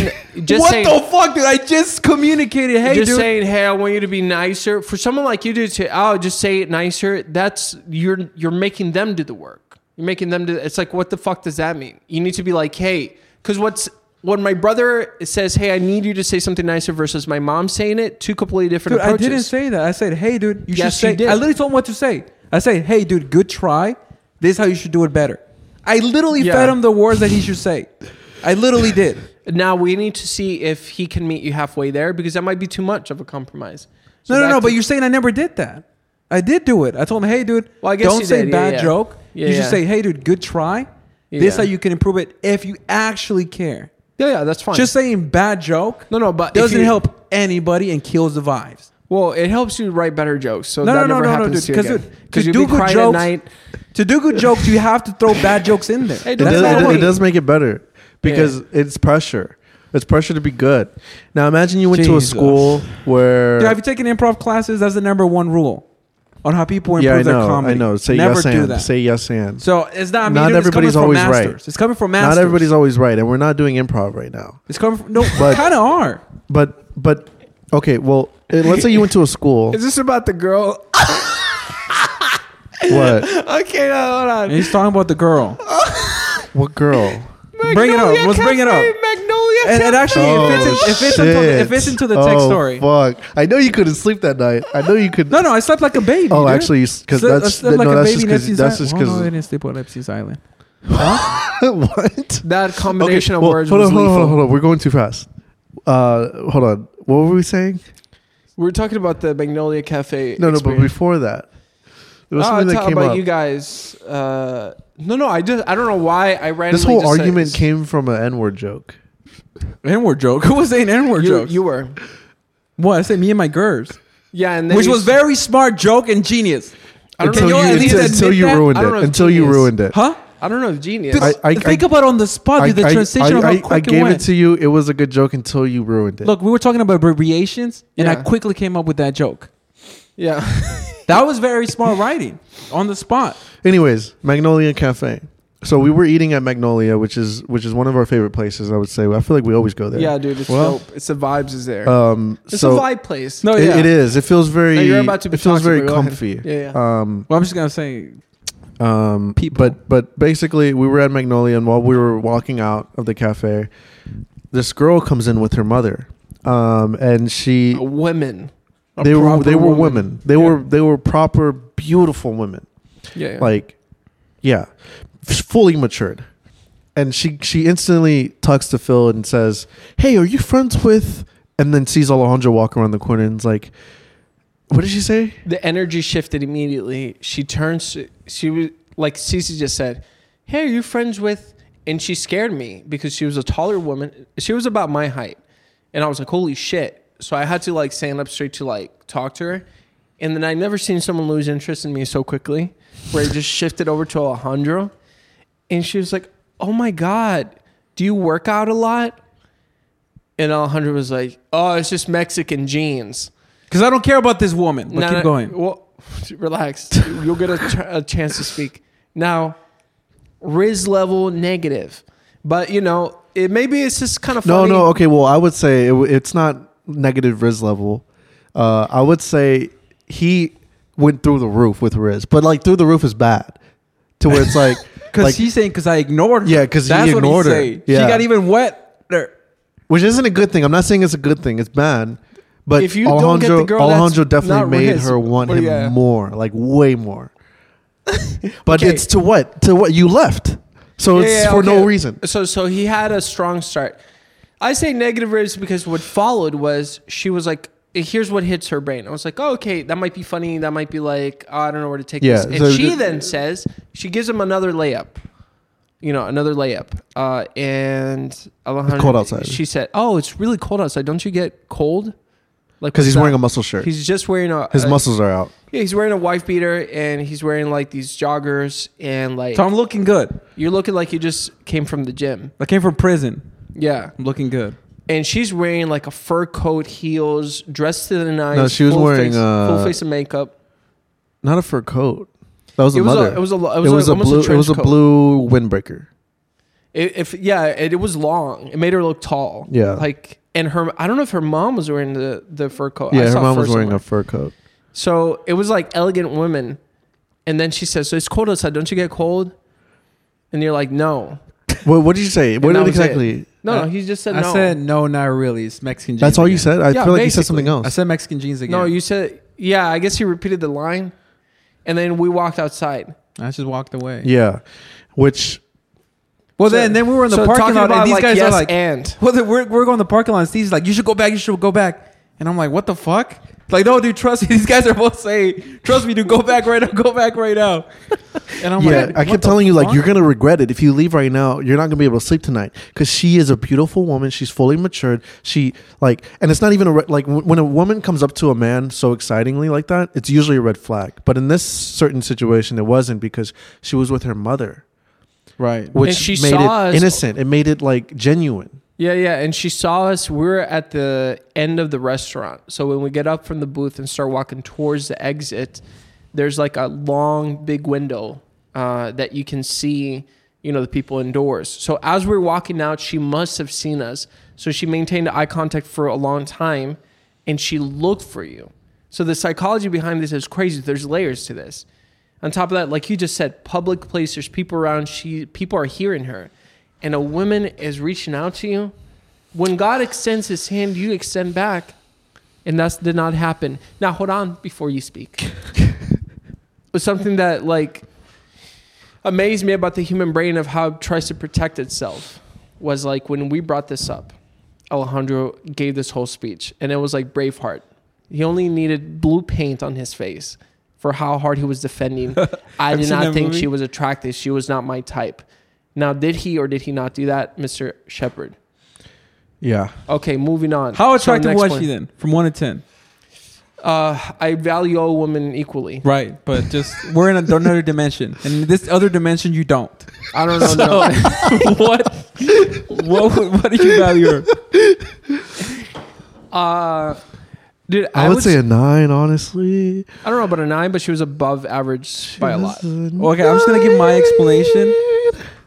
[SPEAKER 2] just
[SPEAKER 1] what
[SPEAKER 2] saying,
[SPEAKER 1] the fuck, dude? I just communicated. Hey,
[SPEAKER 2] just
[SPEAKER 1] dude.
[SPEAKER 2] saying, hey, I want you to be nicer. For someone like you, dude, to oh, just say it nicer. That's you're you're making them do the work. You're making them do. It's like, what the fuck does that mean? You need to be like, hey, because what's when my brother says, hey, I need you to say something nicer versus my mom saying it. Two completely different
[SPEAKER 1] dude, I
[SPEAKER 2] approaches.
[SPEAKER 1] didn't say that. I said, hey, dude, you
[SPEAKER 2] Yes,
[SPEAKER 1] should say.
[SPEAKER 2] you did.
[SPEAKER 1] I literally told him what to say. I said, hey, dude, good try. This is how you should do it better. I literally
[SPEAKER 2] Yeah.
[SPEAKER 1] fed him the words that he should say. I literally did.
[SPEAKER 2] Now we need to see if he can meet you halfway there because that might be too much of a compromise. So
[SPEAKER 1] No, no,
[SPEAKER 2] back
[SPEAKER 1] no.
[SPEAKER 2] to-
[SPEAKER 1] But you're saying I never did that. I did do it. I told him, hey, dude,
[SPEAKER 2] Well, I guess
[SPEAKER 1] don't
[SPEAKER 2] you
[SPEAKER 1] say
[SPEAKER 2] did. Yeah,
[SPEAKER 1] bad
[SPEAKER 2] yeah.
[SPEAKER 1] joke.
[SPEAKER 2] Yeah,
[SPEAKER 1] you should
[SPEAKER 2] yeah.
[SPEAKER 1] say, hey, dude, good try. This
[SPEAKER 2] Yeah.
[SPEAKER 1] is how you can improve it if you actually care.
[SPEAKER 2] yeah, yeah, that's fine.
[SPEAKER 1] Just saying bad joke
[SPEAKER 2] no, no, but if
[SPEAKER 1] doesn't
[SPEAKER 2] you-
[SPEAKER 1] help anybody and kills the vibes.
[SPEAKER 2] Well, it helps you write better jokes. So
[SPEAKER 1] No, no,
[SPEAKER 2] that
[SPEAKER 1] no, no,
[SPEAKER 2] never
[SPEAKER 1] no,
[SPEAKER 2] happens
[SPEAKER 1] dude.
[SPEAKER 2] to you
[SPEAKER 1] Because
[SPEAKER 2] again.
[SPEAKER 1] dude, to
[SPEAKER 2] you'll
[SPEAKER 1] do
[SPEAKER 2] be
[SPEAKER 1] good
[SPEAKER 2] crying at
[SPEAKER 1] jokes,
[SPEAKER 2] night.
[SPEAKER 1] to do good jokes, you have to throw bad jokes in there.
[SPEAKER 2] Hey,
[SPEAKER 3] It
[SPEAKER 2] That's
[SPEAKER 3] does,
[SPEAKER 2] my
[SPEAKER 3] it- it,
[SPEAKER 2] point.
[SPEAKER 3] does make it better because it's pressure. It's pressure to be good. Now imagine you went to a
[SPEAKER 1] Jesus.
[SPEAKER 3] school where
[SPEAKER 1] Dude, have you taken improv classes? That's the number one rule on how people improve
[SPEAKER 3] yeah, I
[SPEAKER 1] their
[SPEAKER 3] know,
[SPEAKER 1] comedy.
[SPEAKER 3] I know. Say
[SPEAKER 1] Never
[SPEAKER 3] yes
[SPEAKER 1] do
[SPEAKER 3] and
[SPEAKER 1] that.
[SPEAKER 3] say yes and.
[SPEAKER 1] so it's not me.
[SPEAKER 3] Not
[SPEAKER 1] dude,
[SPEAKER 3] everybody's
[SPEAKER 1] it's coming
[SPEAKER 3] always
[SPEAKER 1] from masters.
[SPEAKER 3] right.
[SPEAKER 1] It's coming from masters.
[SPEAKER 3] Not everybody's always right, and we're not doing improv right now.
[SPEAKER 1] It's coming from no.
[SPEAKER 3] But-
[SPEAKER 1] kind of are.
[SPEAKER 3] But but okay, well, eh, let's say you went to a school.
[SPEAKER 2] Is this about the girl?
[SPEAKER 3] what
[SPEAKER 2] okay, no, hold on.
[SPEAKER 1] And he's talking about the girl.
[SPEAKER 3] what girl?
[SPEAKER 1] bring it up. Let's bring it up.
[SPEAKER 2] Magnolia
[SPEAKER 1] And it actually it fits, in, it, fits into the, it fits into the text
[SPEAKER 3] oh,
[SPEAKER 1] story.
[SPEAKER 3] Fuck! I know you couldn't sleep that night. I know you could.
[SPEAKER 1] No, no, I slept like a baby.
[SPEAKER 3] Oh,
[SPEAKER 1] dude.
[SPEAKER 3] actually, because
[SPEAKER 1] Slept- I
[SPEAKER 3] that's
[SPEAKER 1] slept
[SPEAKER 3] no,
[SPEAKER 1] like a
[SPEAKER 3] that's
[SPEAKER 1] baby
[SPEAKER 3] just
[SPEAKER 1] in
[SPEAKER 3] because
[SPEAKER 1] Epstein's Island.
[SPEAKER 3] that's just
[SPEAKER 1] Oh, no, I
[SPEAKER 3] because
[SPEAKER 1] didn't sleep on Epstein's Island.
[SPEAKER 3] what?
[SPEAKER 2] That
[SPEAKER 3] Okay,
[SPEAKER 2] combination
[SPEAKER 3] well,
[SPEAKER 2] of words
[SPEAKER 3] hold
[SPEAKER 2] was
[SPEAKER 3] on, hold on,
[SPEAKER 2] lethal.
[SPEAKER 3] hold on, hold on. We're going too fast. Uh, hold on. What were we saying?
[SPEAKER 2] We were talking about the Magnolia Cafe.
[SPEAKER 3] No, no, but
[SPEAKER 2] experience.
[SPEAKER 3] before that, there was
[SPEAKER 2] Oh,
[SPEAKER 3] something that
[SPEAKER 2] talk
[SPEAKER 3] came
[SPEAKER 2] about
[SPEAKER 3] up.
[SPEAKER 2] you guys. Uh, no, no, I just I don't know why I randomly.
[SPEAKER 3] this whole
[SPEAKER 2] just said-
[SPEAKER 3] argument came from an N-word joke.
[SPEAKER 1] N word joke. Who was saying N word
[SPEAKER 2] You,
[SPEAKER 1] jokes?
[SPEAKER 2] you were,
[SPEAKER 1] what? I said me and my girls,
[SPEAKER 2] yeah, and then
[SPEAKER 1] which
[SPEAKER 2] you-
[SPEAKER 1] was very smart joke and genius.
[SPEAKER 2] I don't
[SPEAKER 3] Until
[SPEAKER 2] know
[SPEAKER 1] Can
[SPEAKER 3] you,
[SPEAKER 1] you at least
[SPEAKER 3] until,
[SPEAKER 1] admit
[SPEAKER 3] until you
[SPEAKER 1] that?
[SPEAKER 3] ruined
[SPEAKER 2] I don't
[SPEAKER 3] it.
[SPEAKER 2] know if
[SPEAKER 3] Until you
[SPEAKER 2] genius-
[SPEAKER 3] ruined it.
[SPEAKER 1] Huh?
[SPEAKER 2] I don't know if genius.
[SPEAKER 1] Dude,
[SPEAKER 3] I- I-
[SPEAKER 1] think about on the spot, dude, the transition of how quick
[SPEAKER 3] I
[SPEAKER 1] it
[SPEAKER 3] gave
[SPEAKER 1] went.
[SPEAKER 3] it to you. It was a good joke until you ruined it.
[SPEAKER 1] Look, we were talking about abbreviations, and I
[SPEAKER 2] Yeah.
[SPEAKER 1] quickly came up with that joke.
[SPEAKER 2] yeah,
[SPEAKER 1] That was very smart writing on the spot.
[SPEAKER 3] Anyways, Magnolia Cafe. So we were eating at Magnolia, which is which is one of our favorite places. I would say. I feel like we always go there.
[SPEAKER 2] yeah, dude, it's
[SPEAKER 3] Well-
[SPEAKER 2] dope. It's the vibes is there.
[SPEAKER 3] Um.
[SPEAKER 2] it's
[SPEAKER 3] so
[SPEAKER 2] a vibe place.
[SPEAKER 1] No,
[SPEAKER 3] it-
[SPEAKER 1] yeah.
[SPEAKER 3] it is. It feels very.
[SPEAKER 2] No, you're about to be
[SPEAKER 3] it feels
[SPEAKER 2] toxic,
[SPEAKER 3] very
[SPEAKER 2] but go ahead.
[SPEAKER 3] comfy.
[SPEAKER 2] Yeah,
[SPEAKER 3] Um.
[SPEAKER 1] Well, I'm just gonna say,
[SPEAKER 3] Um.
[SPEAKER 1] People.
[SPEAKER 3] But but basically, we were at Magnolia, and while we were walking out of the cafe, this girl comes in with her mother. Um. And she.
[SPEAKER 2] A women. A
[SPEAKER 3] they were
[SPEAKER 2] proper
[SPEAKER 3] they were
[SPEAKER 2] woman.
[SPEAKER 3] women. They
[SPEAKER 2] Yeah.
[SPEAKER 3] were they were proper beautiful women.
[SPEAKER 2] Yeah, yeah.
[SPEAKER 3] Like yeah, f- fully matured. And she she instantly talks to Phil and says, "Hey, are you friends with?" And then sees Alejandro walk around the corner and's like, "What did she say?"
[SPEAKER 2] the energy shifted immediately. She turns. She was like Cece just said, "Hey, are you friends with?" And she scared me because she was a taller woman. She was about my height, and I was like, "Holy shit!" So I had to like stand up straight to like talk to her. And then I never seen someone lose interest in me so quickly, where it just shifted over to Alejandro, and she was like, "Oh my god, do you work out a lot?" And Alejandro was like, "Oh, it's just Mexican jeans."
[SPEAKER 1] because I don't care about this woman. But
[SPEAKER 2] No,
[SPEAKER 1] keep
[SPEAKER 2] no,
[SPEAKER 1] going.
[SPEAKER 2] Well, relax. You'll get a, tr- a chance to speak. Now, Riz level negative, but you know it. Maybe it's just kind of
[SPEAKER 3] No,
[SPEAKER 2] funny.
[SPEAKER 3] no. Okay, well, I would say it, w- it's not negative Riz level. Uh, I would say he went through the roof with Riz, but like through the roof is bad, to where it's like
[SPEAKER 1] Because
[SPEAKER 3] like-
[SPEAKER 1] he's saying because I ignored her.
[SPEAKER 3] Yeah, 'cause he
[SPEAKER 1] That's
[SPEAKER 3] ignored her.
[SPEAKER 1] what he's saying.
[SPEAKER 3] Yeah.
[SPEAKER 1] She got even wetter.
[SPEAKER 3] which isn't a good thing. I'm not saying it's a good thing. It's bad. But
[SPEAKER 2] If you don't get
[SPEAKER 3] Alejandro,
[SPEAKER 2] the girl that's
[SPEAKER 3] Alejandro definitely
[SPEAKER 2] not
[SPEAKER 3] made
[SPEAKER 2] Riz,
[SPEAKER 3] her want
[SPEAKER 2] but
[SPEAKER 3] him
[SPEAKER 2] yeah.
[SPEAKER 3] more, like way more. but
[SPEAKER 2] Okay.
[SPEAKER 3] it's to what? To what you left. So
[SPEAKER 2] Yeah,
[SPEAKER 3] it's
[SPEAKER 2] yeah,
[SPEAKER 3] for no
[SPEAKER 2] okay.
[SPEAKER 3] reason.
[SPEAKER 2] So, so he had a strong start. I say negative Riz because what followed was she was like, "Here's what hits her brain." I was like, "Oh, okay, that might be funny. That might be like, oh, I don't know where to take
[SPEAKER 3] Yeah,
[SPEAKER 2] this." And
[SPEAKER 3] so
[SPEAKER 2] she
[SPEAKER 3] the-
[SPEAKER 2] then says, "She gives him another layup." you know, another layup. Uh, and Alejandro,
[SPEAKER 3] cold outside.
[SPEAKER 2] She said, "Oh, it's really cold outside. Don't you get cold?" Like
[SPEAKER 3] Because he's
[SPEAKER 2] what's
[SPEAKER 3] wearing
[SPEAKER 2] that?
[SPEAKER 3] a muscle shirt.
[SPEAKER 2] He's just wearing a
[SPEAKER 3] His
[SPEAKER 2] a-
[SPEAKER 3] muscles are out.
[SPEAKER 2] Yeah, he's wearing a wife beater and he's wearing like these joggers and like
[SPEAKER 1] So I'm looking good.
[SPEAKER 2] you're looking like you just came from the gym.
[SPEAKER 1] I came from prison.
[SPEAKER 2] Yeah,
[SPEAKER 1] I'm looking good.
[SPEAKER 2] and she's wearing like a fur coat, heels, dressed to the nines.
[SPEAKER 3] No, she was
[SPEAKER 2] full
[SPEAKER 3] wearing,
[SPEAKER 2] face,
[SPEAKER 3] uh,
[SPEAKER 2] full face of makeup.
[SPEAKER 3] Not a fur coat. That was
[SPEAKER 2] It
[SPEAKER 3] a
[SPEAKER 2] was a-
[SPEAKER 3] mother.
[SPEAKER 2] it was a lo- it was a-
[SPEAKER 3] a
[SPEAKER 2] almost a
[SPEAKER 3] blue. it
[SPEAKER 2] trench
[SPEAKER 3] was a
[SPEAKER 2] coat.
[SPEAKER 3] blue windbreaker.
[SPEAKER 2] It, if yeah, it, it was long. It made her look tall.
[SPEAKER 3] Yeah.
[SPEAKER 2] like and her. I don't know if her mom was wearing the the fur coat. I
[SPEAKER 3] Yeah, her
[SPEAKER 2] saw
[SPEAKER 3] mom
[SPEAKER 2] fur
[SPEAKER 3] was wearing
[SPEAKER 2] somewhere.
[SPEAKER 3] a fur coat.
[SPEAKER 2] So it was like elegant women. And then she says, So it's cold outside. Don't you get cold? And you're like, No.
[SPEAKER 3] What, what did you say? What
[SPEAKER 2] that
[SPEAKER 3] did
[SPEAKER 2] was
[SPEAKER 3] exactly?
[SPEAKER 2] No,
[SPEAKER 1] I-
[SPEAKER 2] no, he just said
[SPEAKER 1] I
[SPEAKER 2] no.
[SPEAKER 1] said no, not really. It's Mexican jeans.
[SPEAKER 3] That's all you
[SPEAKER 1] again.
[SPEAKER 3] said. I
[SPEAKER 2] Yeah,
[SPEAKER 3] feel like you said
[SPEAKER 2] basically.
[SPEAKER 3] something else.
[SPEAKER 1] I said Mexican jeans again.
[SPEAKER 2] No, you said, Yeah, I guess he repeated the line. And then we walked outside.
[SPEAKER 1] I just walked away.
[SPEAKER 3] yeah, which
[SPEAKER 1] Well,
[SPEAKER 2] So-
[SPEAKER 1] then then we were in the
[SPEAKER 2] so
[SPEAKER 1] parking
[SPEAKER 2] talking
[SPEAKER 1] lot,
[SPEAKER 2] about,
[SPEAKER 1] and these
[SPEAKER 2] like,
[SPEAKER 1] guys are
[SPEAKER 2] yes
[SPEAKER 1] like,
[SPEAKER 2] and.
[SPEAKER 1] "Well, then we're we're going to the parking lot." And Steve's like, "You should go back. You should go back." And I'm like, "What the fuck?" Like, no, dude, trust me. These guys are both saying, "Trust me, dude, go back right now. Go back right now."
[SPEAKER 2] Oh
[SPEAKER 1] And I'm
[SPEAKER 3] yeah,
[SPEAKER 1] like,
[SPEAKER 3] I
[SPEAKER 1] "What
[SPEAKER 3] kept
[SPEAKER 1] the
[SPEAKER 3] telling you, like,
[SPEAKER 1] fuck?"
[SPEAKER 3] you're gonna regret it if you leave right now. You're not gonna be able to sleep tonight because she is a beautiful woman. She's fully matured. She like, and it's not even a red, like w- when a woman comes up to a man so excitingly like that. It's usually a red flag. But in this certain situation, it wasn't because she was with her mother,
[SPEAKER 1] right.
[SPEAKER 3] which
[SPEAKER 2] And she
[SPEAKER 3] made
[SPEAKER 2] saw
[SPEAKER 3] it
[SPEAKER 2] us-
[SPEAKER 3] innocent. It made it like genuine.
[SPEAKER 2] Yeah, yeah. And she saw us. We were at the end of the restaurant. So when we get up from the booth and start walking towards the exit, there's like a long, big window uh, that you can see, you know, the people indoors. So as we're walking out, she must have seen us. So she maintained eye contact for a long time and she looked for you. So the psychology behind this is crazy. There's layers to this. On top of that, like you just said, public place, there's people around, she people are hearing her. And a woman is reaching out to you. When God extends his hand, you extend back. And that did not happen. Now, hold on before you speak. it was something that, like, amazed me about the human brain of how it tries to protect itself was like when we brought this up, Alejandro gave this whole speech, and it was like Braveheart. He only needed blue paint on his face for how hard he was defending. I
[SPEAKER 1] I've
[SPEAKER 2] did
[SPEAKER 1] seen
[SPEAKER 2] not
[SPEAKER 1] that
[SPEAKER 2] think
[SPEAKER 1] movie.
[SPEAKER 2] she was attractive. She was not my type. Now, did he or did he not do that, Mr. Shepard?
[SPEAKER 3] Yeah.
[SPEAKER 2] Okay, moving on.
[SPEAKER 1] How
[SPEAKER 2] So,
[SPEAKER 1] attractive
[SPEAKER 2] next
[SPEAKER 1] was
[SPEAKER 2] one.
[SPEAKER 1] she then? From one to ten.
[SPEAKER 2] Uh, I value all women equally.
[SPEAKER 1] Right, but just we're in another dimension, and in this other dimension you don't.
[SPEAKER 2] I don't know. no.
[SPEAKER 1] what? What? would- What do you value? her?
[SPEAKER 2] Uh, dude,
[SPEAKER 3] I, would, say a nine, honestly.
[SPEAKER 2] I don't know about a nine, but she was above average by a lot.
[SPEAKER 1] Okay, I'm just gonna give my explanation.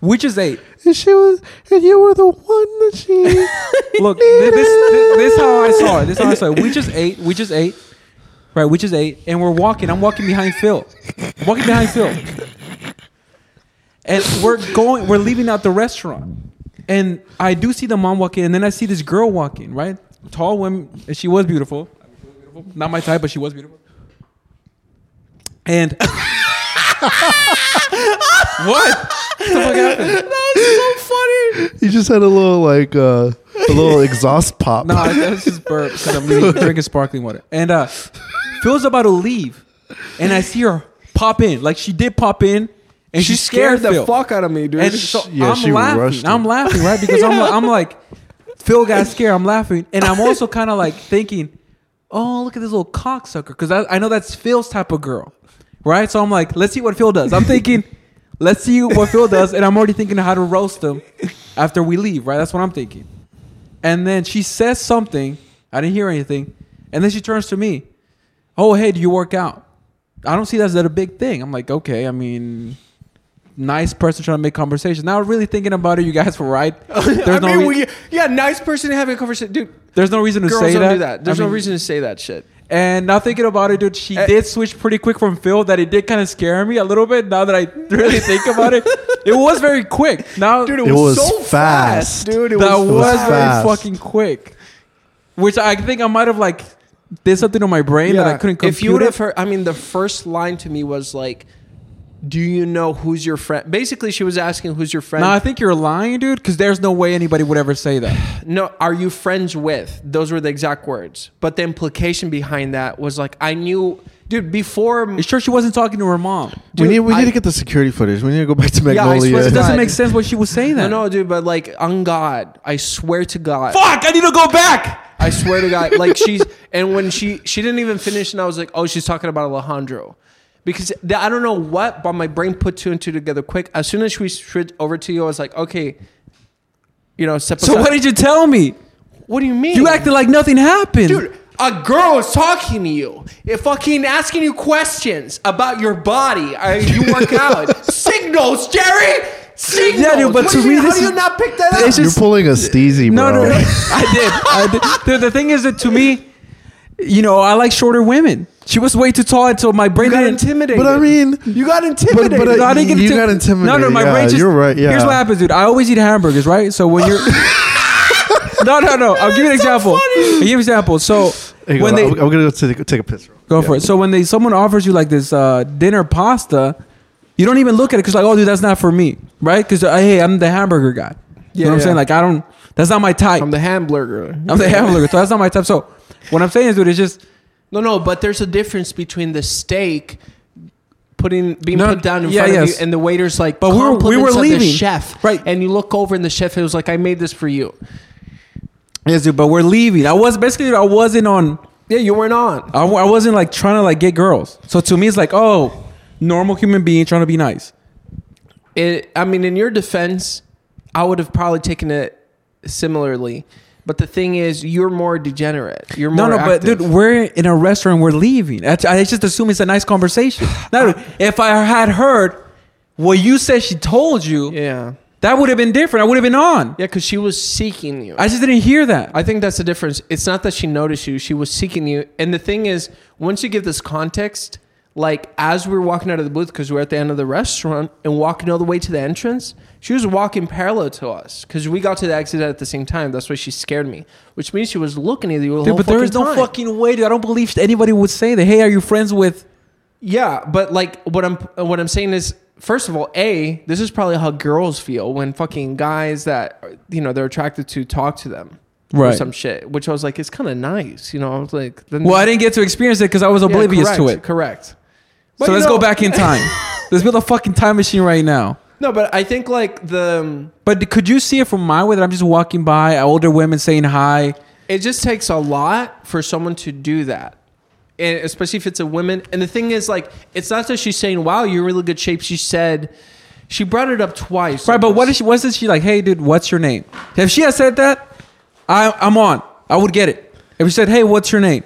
[SPEAKER 1] Which is eight.
[SPEAKER 3] And she was, and you were the one that she.
[SPEAKER 1] Look, thi- this, this this how I saw it. This how I saw it. Which is eight. Which is eight. Right, which is eight, and we're walking. I'm walking behind Phil. I'm walking behind Phil, and we're going. We're leaving out the restaurant, and I do see the mom walking, and then I see this girl walking. Right, tall woman. and She was beautiful. I mean, she was beautiful. Not my type, but she was beautiful. And what? What the fuck happened?
[SPEAKER 3] you just had a little like uh, a little exhaust pop.
[SPEAKER 1] No, I- that was just burp because I'm really drinking sparkling water. And uh, Phil's about to leave, and I see her pop in. Like she did pop in, and she, scared,
[SPEAKER 2] the
[SPEAKER 1] Phil.
[SPEAKER 2] fuck out of me, dude.
[SPEAKER 1] And so
[SPEAKER 3] Yeah,
[SPEAKER 1] I'm
[SPEAKER 3] she
[SPEAKER 1] laughing.
[SPEAKER 3] rushed
[SPEAKER 1] I'm
[SPEAKER 3] him.
[SPEAKER 1] laughing, right? Because I'm, I'm like, Phil got scared. I'm laughing, and I'm also kind of like thinking, oh, look at this little cocksucker, because I, I know that's Phil's type of girl, right? So I'm like, let's see what Phil does. I'm thinking. Let's see what Phil does, and I'm already thinking how to roast him after we leave, right? That's what I'm thinking. And then she says something. I didn't hear anything. And then she turns to me. Oh, hey, do you work out? I don't see that as a big thing. I'm like, okay, I mean, nice person trying to make conversation. Now, really thinking about it, you guys were right. There's,
[SPEAKER 2] I
[SPEAKER 1] no,
[SPEAKER 2] mean,
[SPEAKER 1] rea-
[SPEAKER 2] we, yeah, nice person to have a conversation, dude.
[SPEAKER 1] there's no reason to
[SPEAKER 2] Girls
[SPEAKER 1] say
[SPEAKER 2] don't
[SPEAKER 1] that.
[SPEAKER 2] do that. There's
[SPEAKER 1] I
[SPEAKER 2] no
[SPEAKER 1] mean,
[SPEAKER 2] reason to say that shit.
[SPEAKER 1] And now thinking about it, dude, she
[SPEAKER 2] Eh.
[SPEAKER 1] did switch pretty quick from Phil. That it did kind of scare me a little bit. Now that I really think about it, it was very quick. Now,
[SPEAKER 3] It was fast.
[SPEAKER 2] dude. It
[SPEAKER 1] that
[SPEAKER 2] was,
[SPEAKER 1] was,
[SPEAKER 3] was
[SPEAKER 1] very
[SPEAKER 3] fast.
[SPEAKER 1] fucking quick. Which I think I might have like did something on my brain that I couldn't compute.
[SPEAKER 2] If you would
[SPEAKER 1] it.
[SPEAKER 2] have heard, I mean, the first line to me was like, "Do you know who's your friend?" Basically, she was asking, "Who's your friend?"
[SPEAKER 1] no, I think you're lying, dude. Because there's no way anybody would ever say that.
[SPEAKER 2] no, are you friends with? Those were the exact words. But the implication behind that was like, I knew, dude. Before
[SPEAKER 1] You sure she wasn't talking to her mom?
[SPEAKER 3] we need we
[SPEAKER 2] I-
[SPEAKER 3] need to get the security footage. We need to go back to
[SPEAKER 2] I
[SPEAKER 3] Magnolia.
[SPEAKER 2] swear to
[SPEAKER 1] It doesn't
[SPEAKER 2] God.
[SPEAKER 1] make sense why she would say
[SPEAKER 2] no,
[SPEAKER 1] that.
[SPEAKER 2] no, dude. But like, on God, I swear to God,
[SPEAKER 1] Fuck! I need to go back.
[SPEAKER 2] I swear to God, like she's and when she she didn't even finish, and I was like, oh, she's talking about Alejandro, because the, I don't know what, but my brain put two and two together quick. As soon as she switched over to you, I was like, okay, you know, step
[SPEAKER 1] So
[SPEAKER 2] aside.
[SPEAKER 1] what did you tell me?
[SPEAKER 2] What do you mean?
[SPEAKER 1] You acted like nothing happened,
[SPEAKER 2] dude. A girl is talking to you, it fucking asking you questions about your body. Are you work out? Signals, Jerry. Signals.
[SPEAKER 1] Yeah, dude, but
[SPEAKER 2] What
[SPEAKER 1] to
[SPEAKER 2] do you
[SPEAKER 1] me,
[SPEAKER 2] mean? how
[SPEAKER 1] this
[SPEAKER 2] do you
[SPEAKER 1] is-
[SPEAKER 2] not pick that up?
[SPEAKER 1] it's
[SPEAKER 3] You're
[SPEAKER 1] just-
[SPEAKER 3] pulling a steezy,
[SPEAKER 1] No,
[SPEAKER 3] bro.
[SPEAKER 1] no, no. I did. I did. Dude, the thing is that to me, you know, I like shorter women. She was way too tall, and so my brain
[SPEAKER 2] You got
[SPEAKER 1] didn't-
[SPEAKER 2] intimidated.
[SPEAKER 3] But I mean,
[SPEAKER 2] you got
[SPEAKER 3] but,
[SPEAKER 2] intimidated.
[SPEAKER 3] but
[SPEAKER 1] No, I
[SPEAKER 3] uh,
[SPEAKER 1] didn't get
[SPEAKER 3] you
[SPEAKER 1] intim-
[SPEAKER 3] got intimidated.
[SPEAKER 1] No, no, my
[SPEAKER 3] yeah,
[SPEAKER 1] brain just.
[SPEAKER 3] You're right. Yeah.
[SPEAKER 1] Here's what happens, dude. I always eat hamburgers, right? So when you're. no, no, no. I'll give you an example. I'll give you an example. So
[SPEAKER 3] Here you
[SPEAKER 1] when
[SPEAKER 3] go.
[SPEAKER 1] they
[SPEAKER 3] I'm, I'm gonna go take, take a piss. real quick.
[SPEAKER 1] go for it. So when they someone offers you like this uh, dinner pasta, you don't even look at it because like, oh, dude, that's not for me, right? Because hey, I'm the hamburger guy. You know
[SPEAKER 2] Yeah,
[SPEAKER 1] what I'm
[SPEAKER 2] yeah.
[SPEAKER 1] saying? Like I don't. That's not my type.
[SPEAKER 2] I'm the hamburger.
[SPEAKER 1] I'm the hamburger. So that's not my type. So what I'm saying is, dude, it's just.
[SPEAKER 2] No, no, but there's a difference between the steak putting being
[SPEAKER 1] No,
[SPEAKER 2] put down in
[SPEAKER 1] yeah,
[SPEAKER 2] front of
[SPEAKER 1] yes.
[SPEAKER 2] you and the waiter's like,
[SPEAKER 1] But we were- we
[SPEAKER 2] "Compliments
[SPEAKER 1] were
[SPEAKER 2] of the
[SPEAKER 1] leaving."
[SPEAKER 2] chef,
[SPEAKER 1] Right.
[SPEAKER 2] And you look over and the chef was like, "I made this for you."
[SPEAKER 1] Yes, dude, but we're leaving. I was basically I wasn't on
[SPEAKER 2] Yeah, you weren't on.
[SPEAKER 1] I, w- I wasn't like trying to like get girls. So to me, it's like, oh, normal human being trying to be nice.
[SPEAKER 2] It, I mean, in your defense, I would have probably taken it similarly, but the thing is, you're more degenerate. You're
[SPEAKER 1] No,
[SPEAKER 2] more
[SPEAKER 1] no, but
[SPEAKER 2] active.
[SPEAKER 1] dude, we're in a restaurant. We're leaving. I, I just assume it's a nice conversation. Now, dude, if I had heard what you said, she told you
[SPEAKER 2] yeah,
[SPEAKER 1] that would have been different. I would have been on.
[SPEAKER 2] yeah, because she was seeking you.
[SPEAKER 1] I just didn't hear that.
[SPEAKER 2] I think that's the difference. It's not that she noticed you, she was seeking you. And the thing is, once you give this context, Like as we were walking out of the booth because we were at the end of the restaurant and walking all the way to the entrance, she was walking parallel to us because we got to the exit at the same time. That's why she scared me, which means she was looking at you. The
[SPEAKER 1] Dude,
[SPEAKER 2] whole
[SPEAKER 1] but there is no
[SPEAKER 2] time.
[SPEAKER 1] fucking way. Dude. I don't believe anybody would say that. Hey, are you friends with?
[SPEAKER 2] Yeah, but like what I'm what I'm saying is first of all, A, this is probably how girls feel when fucking guys that you know they're attracted to talk to them. Or
[SPEAKER 1] Right.
[SPEAKER 2] some shit. Which I was like, it's kinda nice. You know, I was like then
[SPEAKER 1] Well, I didn't get to experience it because I was
[SPEAKER 2] Yeah,
[SPEAKER 1] oblivious to
[SPEAKER 2] correct,
[SPEAKER 1] it.
[SPEAKER 2] Correct. But
[SPEAKER 1] So
[SPEAKER 2] you
[SPEAKER 1] let's
[SPEAKER 2] know-
[SPEAKER 1] go back in time. let's build a fucking time machine right now.
[SPEAKER 2] No, but I think like the
[SPEAKER 1] But could you see it from my way that I'm just walking by, older women saying hi?
[SPEAKER 2] it just takes a lot for someone to do that. And especially if it's a woman. And the thing is like it's not that she's saying, Wow, you're in really good shape. She said she brought it up twice.
[SPEAKER 1] Right, but what is she? Wasn't she like, "Hey, dude, what's your name"? If she had said that, I, I'm on. I would get it. If she said, "Hey, what's your name?"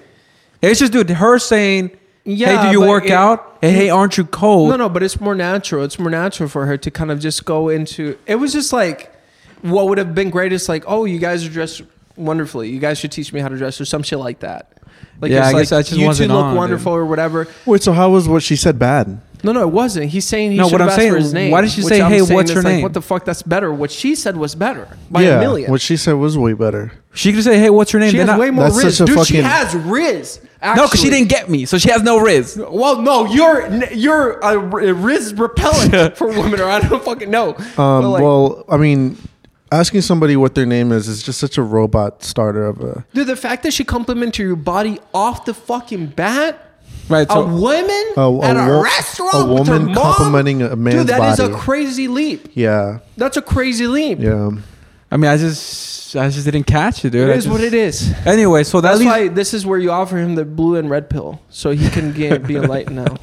[SPEAKER 1] It's just, dude, her saying,
[SPEAKER 2] Yeah,
[SPEAKER 1] "Hey, do you
[SPEAKER 2] but
[SPEAKER 1] work
[SPEAKER 2] it-
[SPEAKER 1] out?" And hey, aren't you cold?
[SPEAKER 2] No, no, but it's more natural. It's more natural for her to kind of just go into. It was just like, what would have been great is like, oh, you guys are dressed wonderfully. You guys should teach me how to dress or some shit like that. Like,
[SPEAKER 1] Yeah,
[SPEAKER 2] it's
[SPEAKER 1] I guess
[SPEAKER 2] like,
[SPEAKER 1] I just
[SPEAKER 2] you
[SPEAKER 1] wasn't
[SPEAKER 2] two look
[SPEAKER 1] on, dude.
[SPEAKER 2] wonderful or whatever.
[SPEAKER 3] Wait, so how was what she said bad?
[SPEAKER 2] No, no, it wasn't. He's saying he
[SPEAKER 1] No,
[SPEAKER 2] should
[SPEAKER 1] what I'm
[SPEAKER 2] have asked
[SPEAKER 1] saying,
[SPEAKER 2] for his name.
[SPEAKER 1] why did she
[SPEAKER 2] which
[SPEAKER 1] say,
[SPEAKER 2] I'm
[SPEAKER 1] "Hey,
[SPEAKER 2] saying
[SPEAKER 1] what's
[SPEAKER 2] is
[SPEAKER 1] your
[SPEAKER 2] like,
[SPEAKER 1] name?"
[SPEAKER 2] What the fuck? That's better. What she said was better by a million.
[SPEAKER 3] What she said was way better.
[SPEAKER 1] She could say, "Hey, what's your name?"
[SPEAKER 2] she
[SPEAKER 1] Then
[SPEAKER 2] has
[SPEAKER 1] I-
[SPEAKER 2] way more
[SPEAKER 3] That's
[SPEAKER 2] riz.
[SPEAKER 3] such a
[SPEAKER 2] Dude, she
[SPEAKER 3] fucking-
[SPEAKER 2] has riz. Actually.
[SPEAKER 1] no, because she didn't get me, so she has no riz.
[SPEAKER 2] Well, no, you're you're a riz repellent for women, or I don't fucking know.
[SPEAKER 3] Um, well, I mean, asking somebody what their name is is just such a robot starter of a.
[SPEAKER 2] Dude, the fact that she complimented your body off the fucking bat.
[SPEAKER 1] Right,
[SPEAKER 2] a
[SPEAKER 1] so-
[SPEAKER 2] woman
[SPEAKER 3] A- a
[SPEAKER 2] at a
[SPEAKER 3] wo-
[SPEAKER 2] restaurant.
[SPEAKER 3] a
[SPEAKER 2] with her
[SPEAKER 3] woman
[SPEAKER 2] mom?
[SPEAKER 3] complimenting a man's
[SPEAKER 2] Dude, that is
[SPEAKER 3] body.
[SPEAKER 2] a crazy leap.
[SPEAKER 3] Yeah,
[SPEAKER 2] That's a crazy leap.
[SPEAKER 3] yeah.
[SPEAKER 1] I mean, I just, I just didn't catch it, dude.
[SPEAKER 2] It
[SPEAKER 1] I
[SPEAKER 2] is what
[SPEAKER 1] just-
[SPEAKER 2] it is.
[SPEAKER 1] Anyway, so
[SPEAKER 2] That's
[SPEAKER 1] that leaves,
[SPEAKER 2] why this is where you offer him the blue and red pill, so he can get be enlightened now.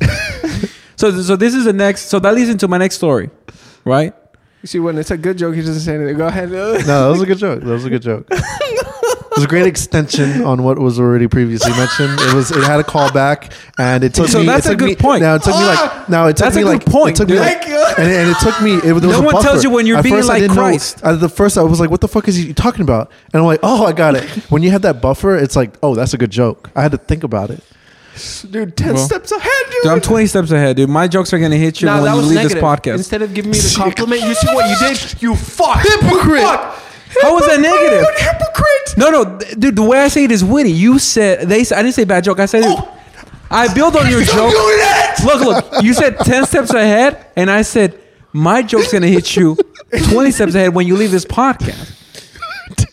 [SPEAKER 1] so so this is the next. So that leads into my next story, right?
[SPEAKER 2] You see, when it's a good joke, he doesn't say anything. Go ahead.
[SPEAKER 3] No, that was a good joke. That was a good joke. It was a great extension on what was already previously mentioned. It was it had a callback, and it took
[SPEAKER 1] So
[SPEAKER 3] me.
[SPEAKER 1] that's
[SPEAKER 3] it
[SPEAKER 1] a
[SPEAKER 3] took
[SPEAKER 1] good
[SPEAKER 3] me-
[SPEAKER 1] point.
[SPEAKER 3] Now it took me
[SPEAKER 2] Ah!
[SPEAKER 3] like now it took
[SPEAKER 1] That's a
[SPEAKER 3] me
[SPEAKER 1] good
[SPEAKER 3] like
[SPEAKER 1] point,
[SPEAKER 3] It took me
[SPEAKER 1] dude.
[SPEAKER 3] like,
[SPEAKER 2] Thank you.
[SPEAKER 3] and, and it took me. It, there was
[SPEAKER 1] No
[SPEAKER 3] a
[SPEAKER 1] one tells
[SPEAKER 3] buffer.
[SPEAKER 1] you when you're
[SPEAKER 3] At
[SPEAKER 1] being
[SPEAKER 3] first, I
[SPEAKER 1] like
[SPEAKER 3] didn't know-
[SPEAKER 1] Christ.
[SPEAKER 3] at the first, I was like, "What the fuck is he talking about?" And I'm like, "Oh, I got it." When you have that buffer, it's like, "Oh, that's a good joke." I had to think about it.
[SPEAKER 2] dude, ten
[SPEAKER 1] Well,
[SPEAKER 2] steps ahead, dude.
[SPEAKER 1] Dude, I'm 20 steps ahead, dude. My jokes are gonna hit you
[SPEAKER 2] Nah,
[SPEAKER 1] when
[SPEAKER 2] that
[SPEAKER 1] you
[SPEAKER 2] was
[SPEAKER 1] leave
[SPEAKER 2] negative.
[SPEAKER 1] this podcast.
[SPEAKER 2] Instead of giving me the compliment, you see what you did? You fuck.
[SPEAKER 3] Hypocrite.
[SPEAKER 2] Fuck.
[SPEAKER 1] How was that
[SPEAKER 2] Hypocrite,
[SPEAKER 1] negative?
[SPEAKER 2] Hypocrite.
[SPEAKER 1] No, no, th- dude. The way I say it is witty. You said they. s- I didn't say bad joke. I said
[SPEAKER 2] Oh.
[SPEAKER 1] I build on your joke. Look, look. You said ten steps ahead, and I said my joke's gonna hit you twenty steps ahead when you leave this podcast.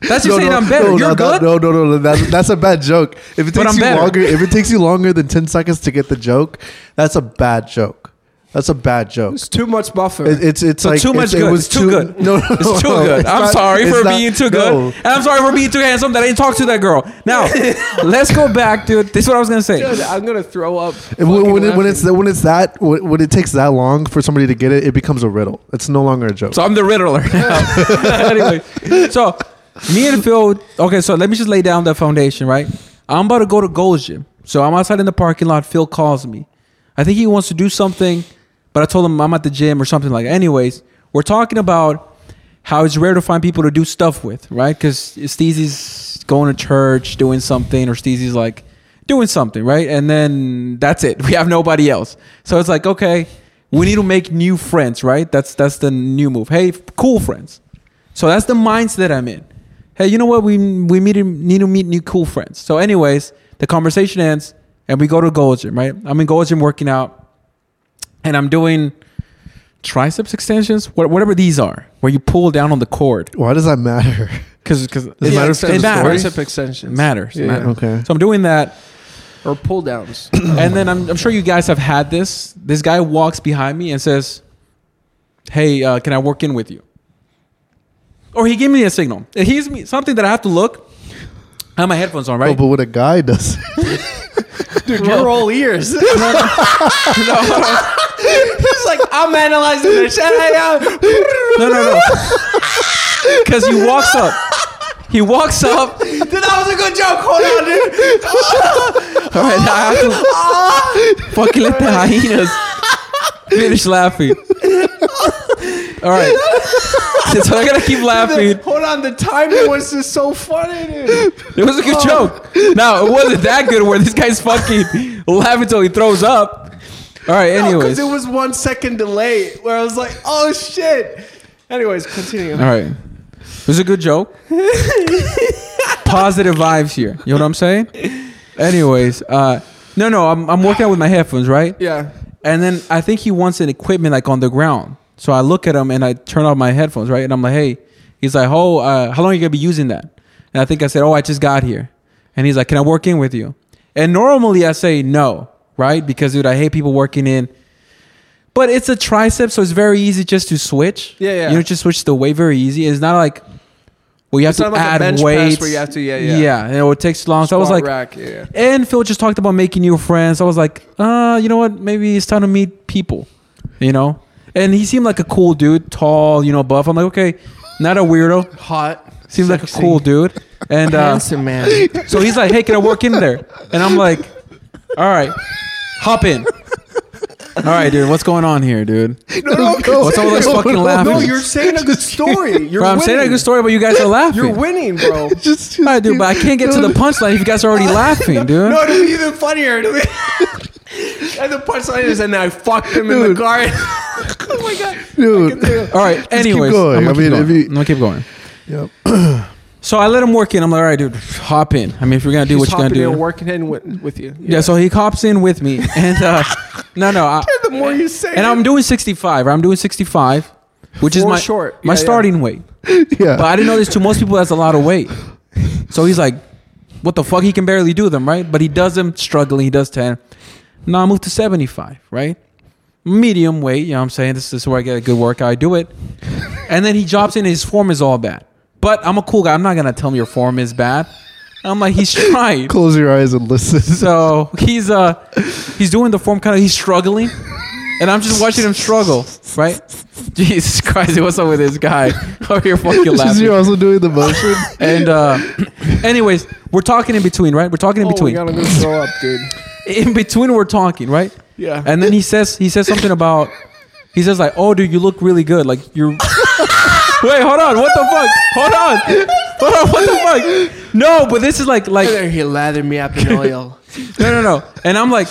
[SPEAKER 1] That's you saying I'm better.
[SPEAKER 3] No,
[SPEAKER 1] You're
[SPEAKER 3] no,
[SPEAKER 1] good.
[SPEAKER 3] No, no, no, no. That's, that's a bad joke. If
[SPEAKER 1] But
[SPEAKER 3] it takes
[SPEAKER 1] I'm
[SPEAKER 3] you
[SPEAKER 1] better.
[SPEAKER 3] longer, if it takes you longer than ten seconds to get the joke, that's a bad joke. That's a bad joke.
[SPEAKER 2] It's too much buffer.
[SPEAKER 3] It, it's it's
[SPEAKER 1] So
[SPEAKER 3] like
[SPEAKER 1] too
[SPEAKER 3] it's-
[SPEAKER 1] much
[SPEAKER 3] It
[SPEAKER 1] good.
[SPEAKER 3] was
[SPEAKER 1] It's too good.
[SPEAKER 3] No, no,
[SPEAKER 1] It's too
[SPEAKER 3] no,
[SPEAKER 1] good.
[SPEAKER 3] it's
[SPEAKER 1] I'm
[SPEAKER 3] not-
[SPEAKER 1] sorry
[SPEAKER 3] it's
[SPEAKER 1] for
[SPEAKER 3] not-
[SPEAKER 1] being too good.
[SPEAKER 3] no.
[SPEAKER 1] And I'm sorry for being too handsome that I didn't talk to that girl. Now, let's go back, dude. This is what I was going to say.
[SPEAKER 2] Dude, I'm gonna throw up.
[SPEAKER 3] And when,
[SPEAKER 2] fucking
[SPEAKER 3] when it, when
[SPEAKER 2] laughing.
[SPEAKER 3] it's when it's that when, when it takes that long for somebody to get it, it becomes a riddle. It's no longer a joke.
[SPEAKER 1] So I'm the riddler now. anyway, so me and Phil. Okay, so let me just lay down the foundation, right? I'm about to go to Gold's Gym, so I'm outside in the parking lot. Phil calls me. I think he wants to do something, but I told him I'm at the gym or something like. Anyways, we're talking about how it's rare to find people to do stuff with, right? Because Steezy's going to church, doing something, or Steezy's like doing something, right? And then that's it. We have nobody else. So it's like, okay, we need to make new friends, right? That's that's the new move. Hey, f- cool friends. So that's the mindset I'm in. Hey, you know what? We we meet, need to meet new cool friends. So, anyways, the conversation ends, and we go to Gold's Gym, right? I'm in Gold's Gym working out, and I'm doing triceps extensions, wha- whatever these are, where you pull down on the cord.
[SPEAKER 3] Why does that matter?
[SPEAKER 1] Because because
[SPEAKER 3] Does it matter if
[SPEAKER 1] it
[SPEAKER 3] there's a
[SPEAKER 1] matters.
[SPEAKER 2] Tricep extensions.
[SPEAKER 1] matters.
[SPEAKER 2] Yeah.
[SPEAKER 1] matters.
[SPEAKER 3] Okay.
[SPEAKER 1] So I'm doing that,
[SPEAKER 2] or pull downs.
[SPEAKER 1] and then I'm, I'm sure you guys have had this. This guy walks behind me and says, "Hey, uh, can I work in with you?" Or he gave me a signal. He gives me something that I have to look. I have my headphones on, right?
[SPEAKER 3] Oh, but what a guy does.
[SPEAKER 2] Dude, you're all ears. it's like I'm analyzing the shit I am.
[SPEAKER 1] No, no, no. Because he walks up. He walks up.
[SPEAKER 2] Dude, that was a good joke. Hold on, dude.
[SPEAKER 1] All right, I have to fucking let the hyenas finish laughing. All right. So I gotta keep laughing.
[SPEAKER 2] Hold on, the timing was just so funny, dude.
[SPEAKER 1] It was a good joke. Now it wasn't that good where this guy's fucking laughing till he throws up. All right. Anyways.
[SPEAKER 2] Because it was one second delay where I was like, oh shit. Anyways, continue.
[SPEAKER 1] All right. It was a good joke. Positive vibes here. You know what I'm saying? Anyways, uh, no, no, I'm, I'm working out with my headphones, right?
[SPEAKER 2] Yeah.
[SPEAKER 1] And then I think he wants an equipment like on the ground. So I look at him and I turn off my headphones, right? And I'm like, hey, he's like, oh, uh, how long are you gonna be using that? And I think I said, oh, I just got here. And he's like, can I work in with you? And normally I say no, right? Because dude, I hate people working in. But it's a tricep, so it's very easy just to switch.
[SPEAKER 2] Yeah, yeah.
[SPEAKER 1] You know, just switch the weight very easy. It's not like well, you have
[SPEAKER 2] It's
[SPEAKER 1] to
[SPEAKER 2] not like a
[SPEAKER 1] add
[SPEAKER 2] bench press
[SPEAKER 1] weights.
[SPEAKER 2] where you have to- yeah, yeah.
[SPEAKER 1] Yeah, and it takes long. so I was
[SPEAKER 2] Squat
[SPEAKER 1] like,
[SPEAKER 2] rack, yeah, yeah.
[SPEAKER 1] and Phil just talked about making new friends. I was like, uh, you know what? Maybe it's time to meet people, you know? And he seemed like a cool dude, tall, you know, buff. I'm like, okay, not a weirdo.
[SPEAKER 2] Hot.
[SPEAKER 1] Seems like a
[SPEAKER 2] sexy,
[SPEAKER 1] cool dude. And uh,
[SPEAKER 2] handsome man.
[SPEAKER 1] so he's like, hey, can I work in there? And I'm like, all right, hop in. All right, dude, what's going on here, dude?
[SPEAKER 2] No, no,
[SPEAKER 1] What's all this
[SPEAKER 2] continue.
[SPEAKER 1] fucking laughing?
[SPEAKER 2] No, you're saying a good story. You're
[SPEAKER 1] Bro, I'm
[SPEAKER 2] winning.
[SPEAKER 1] saying a good story, but you guys are laughing.
[SPEAKER 2] You're winning, bro.
[SPEAKER 3] just,
[SPEAKER 1] All right, dude, but I can't get to the punchline if you guys are already laughing, dude.
[SPEAKER 2] No, it'll be even funnier. It'll be- and the punchline is, and I fucked him in the
[SPEAKER 3] Dude.
[SPEAKER 2] car. oh my god,
[SPEAKER 3] dude.
[SPEAKER 1] All right, anyways,
[SPEAKER 3] going.
[SPEAKER 1] I'm
[SPEAKER 3] I
[SPEAKER 1] gonna keep
[SPEAKER 3] mean, if
[SPEAKER 1] going.
[SPEAKER 3] you-
[SPEAKER 1] I'm gonna keep going.
[SPEAKER 3] Yep.
[SPEAKER 1] So I let him work in. I'm like, all right, dude, hop in. I mean, if you're gonna do what
[SPEAKER 2] He's
[SPEAKER 1] you're gonna
[SPEAKER 2] hopping
[SPEAKER 1] do,
[SPEAKER 2] in, working in with, with you.
[SPEAKER 1] yeah. So he hops in with me, and uh, no, no, I,
[SPEAKER 2] the more you say,
[SPEAKER 1] and
[SPEAKER 2] it,
[SPEAKER 1] I'm doing 65. I'm doing 65, which is
[SPEAKER 2] Four
[SPEAKER 1] my
[SPEAKER 2] short.
[SPEAKER 1] my
[SPEAKER 2] Yeah, yeah.
[SPEAKER 1] starting weight.
[SPEAKER 3] Yeah.
[SPEAKER 1] But I didn't know this to most people. That's a lot of weight. So he's like, what the fuck? He can barely do them, right? But he does them struggling. He does 10. Now I move to 75, right? Medium weight. You know what I'm saying? This, is where I get a good workout. I do it. And then he drops in and his form is all bad. But I'm a cool guy. I'm not going to tell him your form is bad. I'm like, he's trying.
[SPEAKER 3] Close your eyes and listen.
[SPEAKER 1] So he's uh he's doing the form kind of he's struggling, and I'm just watching him struggle. Right? Jesus Christ! What's up with this guy? Oh, you're fucking
[SPEAKER 3] Just you're
[SPEAKER 1] laughing.
[SPEAKER 3] also doing the motion.
[SPEAKER 1] And uh, anyways, we're talking in between, right? We're talking in
[SPEAKER 2] oh my
[SPEAKER 1] between.
[SPEAKER 2] god, I'm gonna throw up, dude.
[SPEAKER 1] In between, we're talking, right?
[SPEAKER 2] Yeah.
[SPEAKER 1] And then he says he says something about he says like, "Oh, dude, you look really good. Like you're." Wait, hold on. What the fuck? Hold on. Hold on. What the fuck? No, but this is like like
[SPEAKER 2] there he lathered me up in oil.
[SPEAKER 1] no no no. And I'm like,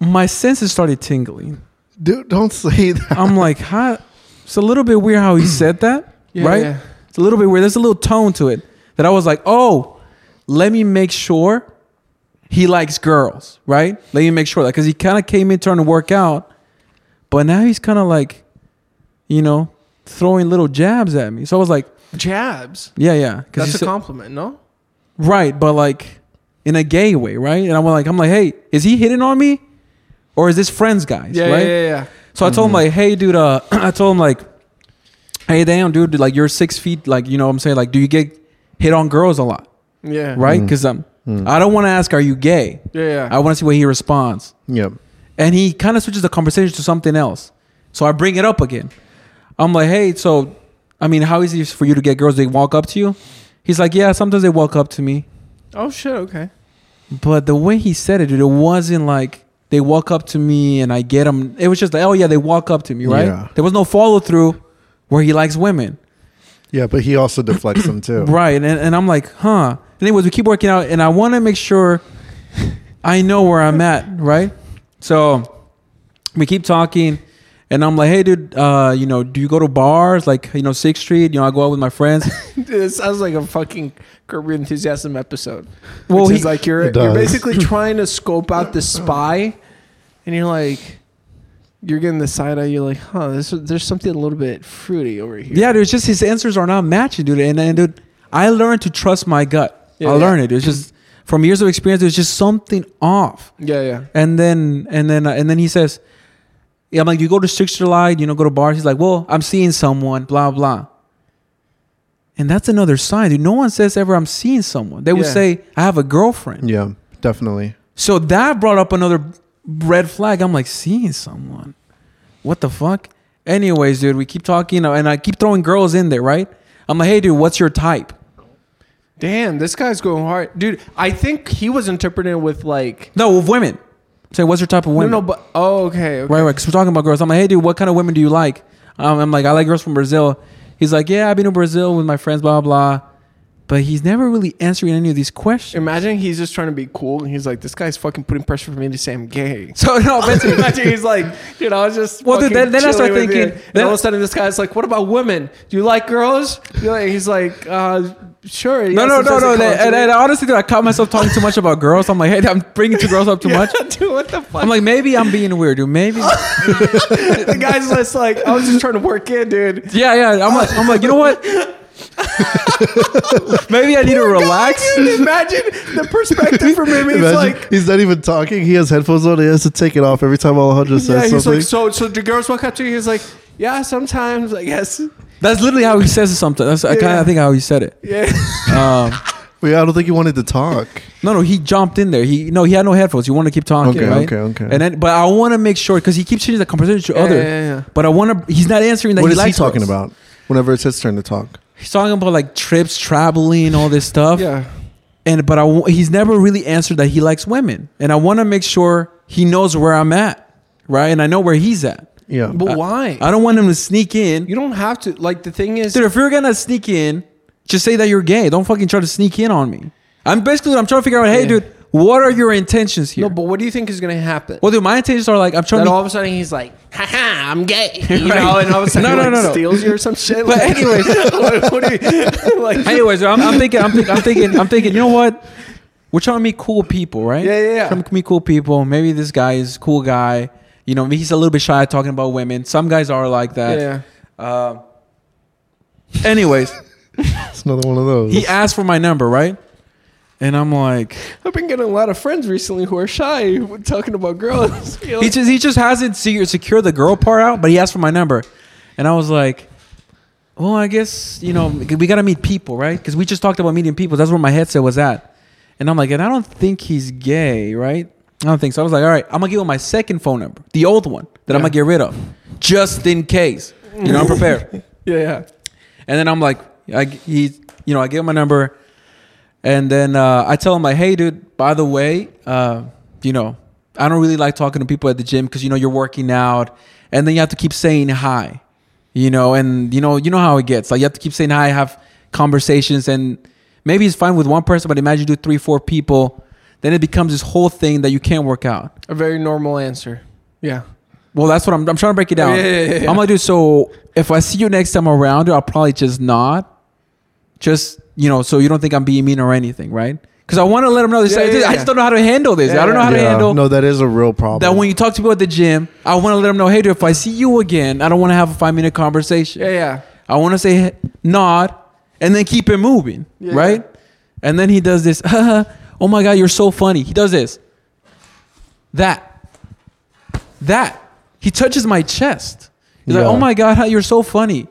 [SPEAKER 1] my senses started tingling.
[SPEAKER 3] Dude, don't say that.
[SPEAKER 1] I'm like, huh? It's a little bit weird how he said that,
[SPEAKER 2] Yeah,
[SPEAKER 1] right?
[SPEAKER 2] yeah.
[SPEAKER 1] It's a little bit weird. There's a little tone to it that I was like, oh, let me make sure he likes girls, right? Let me make sure that because he kind of came in trying to work out, but now he's kind of like, you know, throwing little jabs at me. So I was like,
[SPEAKER 2] Jabs.
[SPEAKER 1] yeah, yeah, because
[SPEAKER 2] That's a compliment, no?
[SPEAKER 1] right, but like in a gay way, right? And I'm like, I'm like, hey, is he hitting on me, or is this friends guys? right?
[SPEAKER 2] yeah,
[SPEAKER 1] So I told him like, hey, dude. Uh, I told him like, hey, damn, dude. Like you're six feet. Like you know what I'm saying. Like, do you get hit on girls a lot?
[SPEAKER 2] yeah. Yeah.
[SPEAKER 1] Right? Because um, I don't want to ask, are you gay?
[SPEAKER 2] Yeah, yeah.
[SPEAKER 1] I want to see what he responds.
[SPEAKER 3] Yep.
[SPEAKER 1] And he kind of switches the conversation to something else. So I bring it up again. I'm like, hey, so I mean, how easy is it for you to get girls? They walk up to you. He's like, yeah, sometimes they walk up to me.
[SPEAKER 2] oh shit, okay.
[SPEAKER 1] But the way he said it, dude, it wasn't like they walk up to me and I get them. It was just like, oh yeah, they walk up to me, right?
[SPEAKER 3] Yeah.
[SPEAKER 1] There was no follow through where he likes women,
[SPEAKER 3] Yeah, but he also deflects them too.
[SPEAKER 1] right? And, and I'm like, huh. Anyways, we keep working out, and I want to make sure I know where I'm at, right? So we keep talking, and I'm like, hey, dude, uh, you know, do you go to bars like you know Sixth Street? You know, I go out with my friends.
[SPEAKER 2] Dude, it sounds like a fucking Curb Your Enthusiasm episode.
[SPEAKER 1] Well,
[SPEAKER 2] Well,
[SPEAKER 1] he-
[SPEAKER 2] he's like you're
[SPEAKER 3] It
[SPEAKER 2] you're
[SPEAKER 3] does.
[SPEAKER 2] basically trying to scope out the spy, and you're like, you're getting the side eye. You're like, huh, this, there's something a little bit fruity over here.
[SPEAKER 1] Yeah, dude, it's just his answers are not matching, dude. And, and dude, I learned to trust my gut.
[SPEAKER 2] Yeah,
[SPEAKER 1] I
[SPEAKER 2] yeah.
[SPEAKER 1] learned it. It's just from years of experience. There's just something off.
[SPEAKER 2] yeah, yeah.
[SPEAKER 1] And then and then uh, and then he says, "Yeah, I'm like, you go to Six July, you know, go to bars." He's like, "Well, I'm seeing someone." Blah blah. And that's another sign, dude. No one says ever I'm seeing someone. They would
[SPEAKER 2] Yeah.
[SPEAKER 1] say I have a girlfriend.
[SPEAKER 3] Yeah, definitely.
[SPEAKER 1] So that brought up another red flag. I'm like, seeing someone. What the fuck? Anyways, dude, we keep talking and I keep throwing girls in there, right? I'm like, hey, dude, what's your type?
[SPEAKER 2] Damn, this guy's going hard, dude. I think he was interpreting it with like,
[SPEAKER 1] No, of women. Say, what's your type of
[SPEAKER 2] no,
[SPEAKER 1] women?
[SPEAKER 2] no, but oh, okay, okay.
[SPEAKER 1] Right, right. Because we're talking about girls. I'm like, hey, dude, what kind of women do you like? Um, I'm like, I like girls from Brazil. He's like, yeah, I've been to Brazil with my friends, blah, blah. but he's never really answering any of these questions.
[SPEAKER 2] Imagine he's just trying to be cool and he's like, this guy's fucking putting pressure for me to say I'm gay.
[SPEAKER 1] So no,
[SPEAKER 2] Imagine,
[SPEAKER 1] basically,
[SPEAKER 2] imagine he's like, dude, I was just.
[SPEAKER 1] Well, dude,
[SPEAKER 2] fucking
[SPEAKER 1] then- then I start
[SPEAKER 2] chilling with
[SPEAKER 1] thinking-
[SPEAKER 2] you." And
[SPEAKER 1] then-
[SPEAKER 2] all of a sudden, this guy's like, what about women? Do you like girls? You like- He's like, uh, sure.
[SPEAKER 1] no, no, no, no. that- and, and honestly, dude, I caught myself talking too much about girls. I'm like, hey, I'm bringing two girls up too much.
[SPEAKER 2] dude, what the fuck?
[SPEAKER 1] I'm like, maybe I'm being weird, dude. Maybe, yeah,
[SPEAKER 2] the guy's just like, I was just trying to work in, dude.
[SPEAKER 1] yeah. I'm like, I'm like, you know what? maybe I need to relax.
[SPEAKER 2] Dude, imagine the perspective from him. He's
[SPEAKER 3] Imagine
[SPEAKER 2] like,
[SPEAKER 3] he's not even talking. He has headphones on. He has to take it off every time Alejandro
[SPEAKER 2] yeah,
[SPEAKER 3] says
[SPEAKER 2] he's
[SPEAKER 3] something.
[SPEAKER 2] like, so, so do girls walk up to you? He's like, yeah, sometimes, I guess.
[SPEAKER 1] That's literally how he says it. Sometimes that's I kind
[SPEAKER 2] Yeah.
[SPEAKER 1] of think how he said it.
[SPEAKER 2] Yeah.
[SPEAKER 1] Um,
[SPEAKER 3] Wait, I don't think he wanted to talk.
[SPEAKER 1] no, no, he jumped in there. He no, he had no headphones. He wanted to keep talking,
[SPEAKER 3] Okay,
[SPEAKER 1] right?
[SPEAKER 3] okay, okay.
[SPEAKER 1] And then, but I want to make sure because he keeps changing the conversation to
[SPEAKER 2] Yeah,
[SPEAKER 1] other.
[SPEAKER 2] yeah, yeah.
[SPEAKER 1] But I want to. He's not answering that.
[SPEAKER 3] what
[SPEAKER 1] he
[SPEAKER 3] is he
[SPEAKER 1] likes
[SPEAKER 3] talking
[SPEAKER 1] girls.
[SPEAKER 3] about? Whenever it's his turn to talk.
[SPEAKER 1] He's talking about like trips, traveling, all this stuff.
[SPEAKER 2] Yeah.
[SPEAKER 1] and but I w- he's never really answered that he likes women, and I want to make sure he knows where I'm at, right? And I know where he's at.
[SPEAKER 3] Yeah.
[SPEAKER 2] But why?
[SPEAKER 1] I don't want him to sneak in.
[SPEAKER 2] you don't have to. Like, the thing is,
[SPEAKER 1] Dude, if you're gonna sneak in, just say that you're gay. Don't fucking try to sneak in on me. I'm basically I'm trying to figure out, hey,
[SPEAKER 2] Yeah.
[SPEAKER 1] dude, what are your intentions here?
[SPEAKER 2] no, but what do you think is going to happen?
[SPEAKER 1] well, dude, my intentions are like I'm trying
[SPEAKER 2] Then
[SPEAKER 1] to.
[SPEAKER 2] all of a sudden he's like, haha, I'm gay. You
[SPEAKER 1] Right.
[SPEAKER 2] know, and all of a sudden
[SPEAKER 1] No, no,
[SPEAKER 2] he like
[SPEAKER 1] no, no.
[SPEAKER 2] steals you or some shit.
[SPEAKER 1] But
[SPEAKER 2] like,
[SPEAKER 1] anyways.
[SPEAKER 2] what, what do you, like,
[SPEAKER 1] be, anyways, I'm, I'm thinking, I'm, think, I'm thinking, I'm thinking. You know what? We're trying to meet cool people, right?
[SPEAKER 2] Yeah, yeah, yeah.
[SPEAKER 1] Trying to meet cool people. Maybe this guy is a cool guy. You know, he's a little bit shy at talking about women. Some guys are like that.
[SPEAKER 2] yeah.
[SPEAKER 1] Um, anyways,
[SPEAKER 3] It's another one of those.
[SPEAKER 1] he asked for my number, right? And I'm like,
[SPEAKER 2] I've been getting a lot of friends recently who are shy when talking about girls. You know,
[SPEAKER 1] he just he just hasn't se- secured the girl part out, but he asked for my number, and I was like, well, I guess you know we gotta meet people, right? Because we just talked about meeting people. That's where my headset was at, and I'm like, and I don't think he's gay, right? I don't think so. I was like, all right, I'm gonna give him my second phone number, the old one that I'm gonna get rid of, just in case. You know, I'm prepared.
[SPEAKER 2] yeah, yeah.
[SPEAKER 1] And then I'm like, I he, you know, I give him my number, and then uh, I tell him like, hey, dude, by the way, uh, you know, I don't really like talking to people at the gym because you know you're working out, and then you have to keep saying hi, you know, and you know, you know how it gets. Like you have to keep saying hi, have conversations, and maybe it's fine with one person, but imagine you do three, four people, then it becomes this whole thing that you can't work out.
[SPEAKER 2] A very normal answer. Yeah.
[SPEAKER 1] Well, that's what I'm. I'm trying to break it down.
[SPEAKER 2] Yeah, yeah, yeah, yeah.
[SPEAKER 1] I'm like, dude. So if I see you next time around, I'll probably just not. Just you know, so you don't think I'm being mean or anything, right? Because I want to let them know this.
[SPEAKER 2] Yeah,
[SPEAKER 1] I,
[SPEAKER 2] yeah,
[SPEAKER 1] I
[SPEAKER 2] yeah.
[SPEAKER 1] just don't know how to handle this.
[SPEAKER 2] Yeah,
[SPEAKER 1] I don't know how to
[SPEAKER 3] Yeah.
[SPEAKER 1] handle
[SPEAKER 3] No, that is a real problem.
[SPEAKER 1] that. When you talk to people at the gym, I want to let them know, hey, dude, if I see you again, I don't want to have a five minute conversation.
[SPEAKER 2] Yeah, yeah.
[SPEAKER 1] I want to say "Hey," nod and then keep it moving,
[SPEAKER 2] Yeah.
[SPEAKER 1] right? And then he does this. oh my god, you're so funny. He does this. That. That. He touches my chest. He's
[SPEAKER 3] Yeah.
[SPEAKER 1] like, "Oh my god, how you're so funny."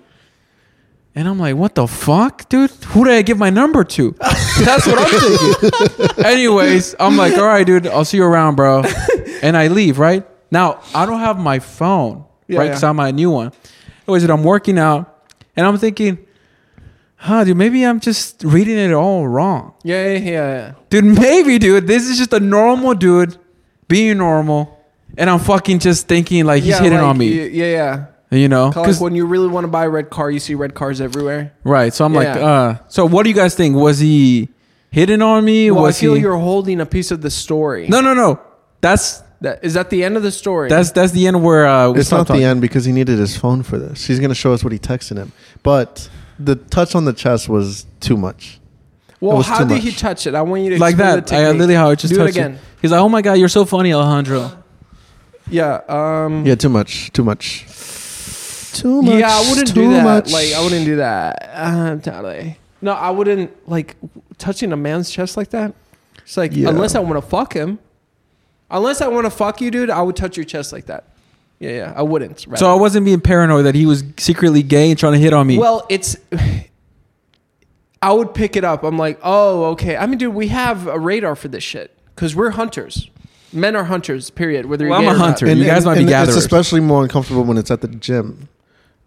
[SPEAKER 1] And I'm like, "What the fuck, dude? Who did I give my number to?" That's what I'm thinking. Anyways, I'm like, "All right, dude, I'll see you around, bro." And I leave, right? Now, I don't have my phone,
[SPEAKER 2] Yeah,
[SPEAKER 1] right?
[SPEAKER 2] yeah.
[SPEAKER 1] Cuz I'm on a new one. Anyways, dude, I'm working out and I'm thinking, "Huh, dude, maybe I'm just reading it all wrong."
[SPEAKER 2] Yeah, yeah, yeah. yeah.
[SPEAKER 1] Dude, maybe, dude, this is just a normal dude being normal, and I'm fucking just thinking like he's
[SPEAKER 2] yeah,
[SPEAKER 1] hitting
[SPEAKER 2] like,
[SPEAKER 1] on me,
[SPEAKER 2] y- Yeah, yeah.
[SPEAKER 1] you know?
[SPEAKER 2] Kinda
[SPEAKER 1] 'Cause-
[SPEAKER 2] Like when you really want to buy a red car, you see red cars everywhere.
[SPEAKER 1] right. So I'm like,
[SPEAKER 2] Yeah.
[SPEAKER 1] uh, so what do you guys think? Was he hitting on me?
[SPEAKER 2] Well,
[SPEAKER 1] was
[SPEAKER 2] I feel
[SPEAKER 1] he?
[SPEAKER 2] you're holding a piece of the story.
[SPEAKER 1] no, no, no. That's
[SPEAKER 2] That, is that the end of the story?
[SPEAKER 1] that's that's the end where uh, we
[SPEAKER 3] it's
[SPEAKER 1] stopped
[SPEAKER 3] not the
[SPEAKER 1] talking.
[SPEAKER 3] end because he needed his phone for this. He's going to show us what he texted him. But the touch on the chest was too much.
[SPEAKER 2] well,
[SPEAKER 3] was
[SPEAKER 2] how
[SPEAKER 3] too
[SPEAKER 2] did he
[SPEAKER 3] much.
[SPEAKER 2] touch it? I want you to
[SPEAKER 1] Like
[SPEAKER 2] explain
[SPEAKER 1] that,
[SPEAKER 2] the
[SPEAKER 1] I
[SPEAKER 2] technique.
[SPEAKER 1] literally how it just
[SPEAKER 2] do it
[SPEAKER 1] touched
[SPEAKER 2] again.
[SPEAKER 1] You. He's like, "Oh my god, you're so funny, Alejandro."
[SPEAKER 2] Yeah. Um,
[SPEAKER 3] Yeah, too much. Too much. Too much.
[SPEAKER 2] Yeah, I wouldn't
[SPEAKER 3] too
[SPEAKER 2] do that.
[SPEAKER 3] much.
[SPEAKER 2] Like, I wouldn't do that. Uh, totally. No, I wouldn't like w- touching a man's chest like that. It's like
[SPEAKER 3] Yeah.
[SPEAKER 2] unless I want to fuck him, unless I want to fuck you, dude, I would touch your chest like that. Yeah, yeah, I wouldn't. rather.
[SPEAKER 1] So I wasn't being paranoid that he was secretly gay and trying to hit on me.
[SPEAKER 2] well, it's. I would pick it up. I'm like, oh, okay. I mean, dude, we have a radar for this shit because we're hunters. Men are hunters. Period. Whether
[SPEAKER 1] Well,
[SPEAKER 2] you're
[SPEAKER 1] I'm
[SPEAKER 2] gay
[SPEAKER 1] a
[SPEAKER 2] or not.
[SPEAKER 1] hunter. You guys might be gatherers.
[SPEAKER 3] It's especially more uncomfortable when it's at the gym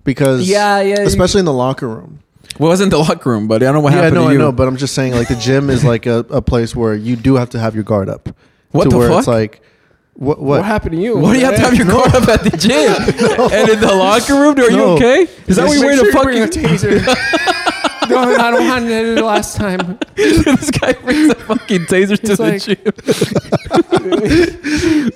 [SPEAKER 3] because
[SPEAKER 2] Yeah, yeah, you-
[SPEAKER 3] especially in the locker room.
[SPEAKER 1] well, it was in the locker room, but I don't know what
[SPEAKER 3] yeah,
[SPEAKER 1] happened
[SPEAKER 3] no,
[SPEAKER 1] to you.
[SPEAKER 3] I know, but I'm just saying like the gym is like a, a place where you do have to have your guard up.
[SPEAKER 1] What
[SPEAKER 3] to
[SPEAKER 1] the
[SPEAKER 3] where It's
[SPEAKER 1] fuck?
[SPEAKER 3] like what what
[SPEAKER 2] What happened to you?
[SPEAKER 1] Why do you have to have your guard up at the gym and in the locker room? Are you
[SPEAKER 3] No.
[SPEAKER 1] okay? Is that
[SPEAKER 3] Just
[SPEAKER 1] what you're
[SPEAKER 2] Make
[SPEAKER 1] wearing?
[SPEAKER 2] sure
[SPEAKER 1] a
[SPEAKER 2] you bring
[SPEAKER 1] fucking
[SPEAKER 2] a taser. No, I don't want it last time.
[SPEAKER 1] this guy brings a fucking taser to
[SPEAKER 2] It's
[SPEAKER 1] the
[SPEAKER 2] like-
[SPEAKER 1] gym.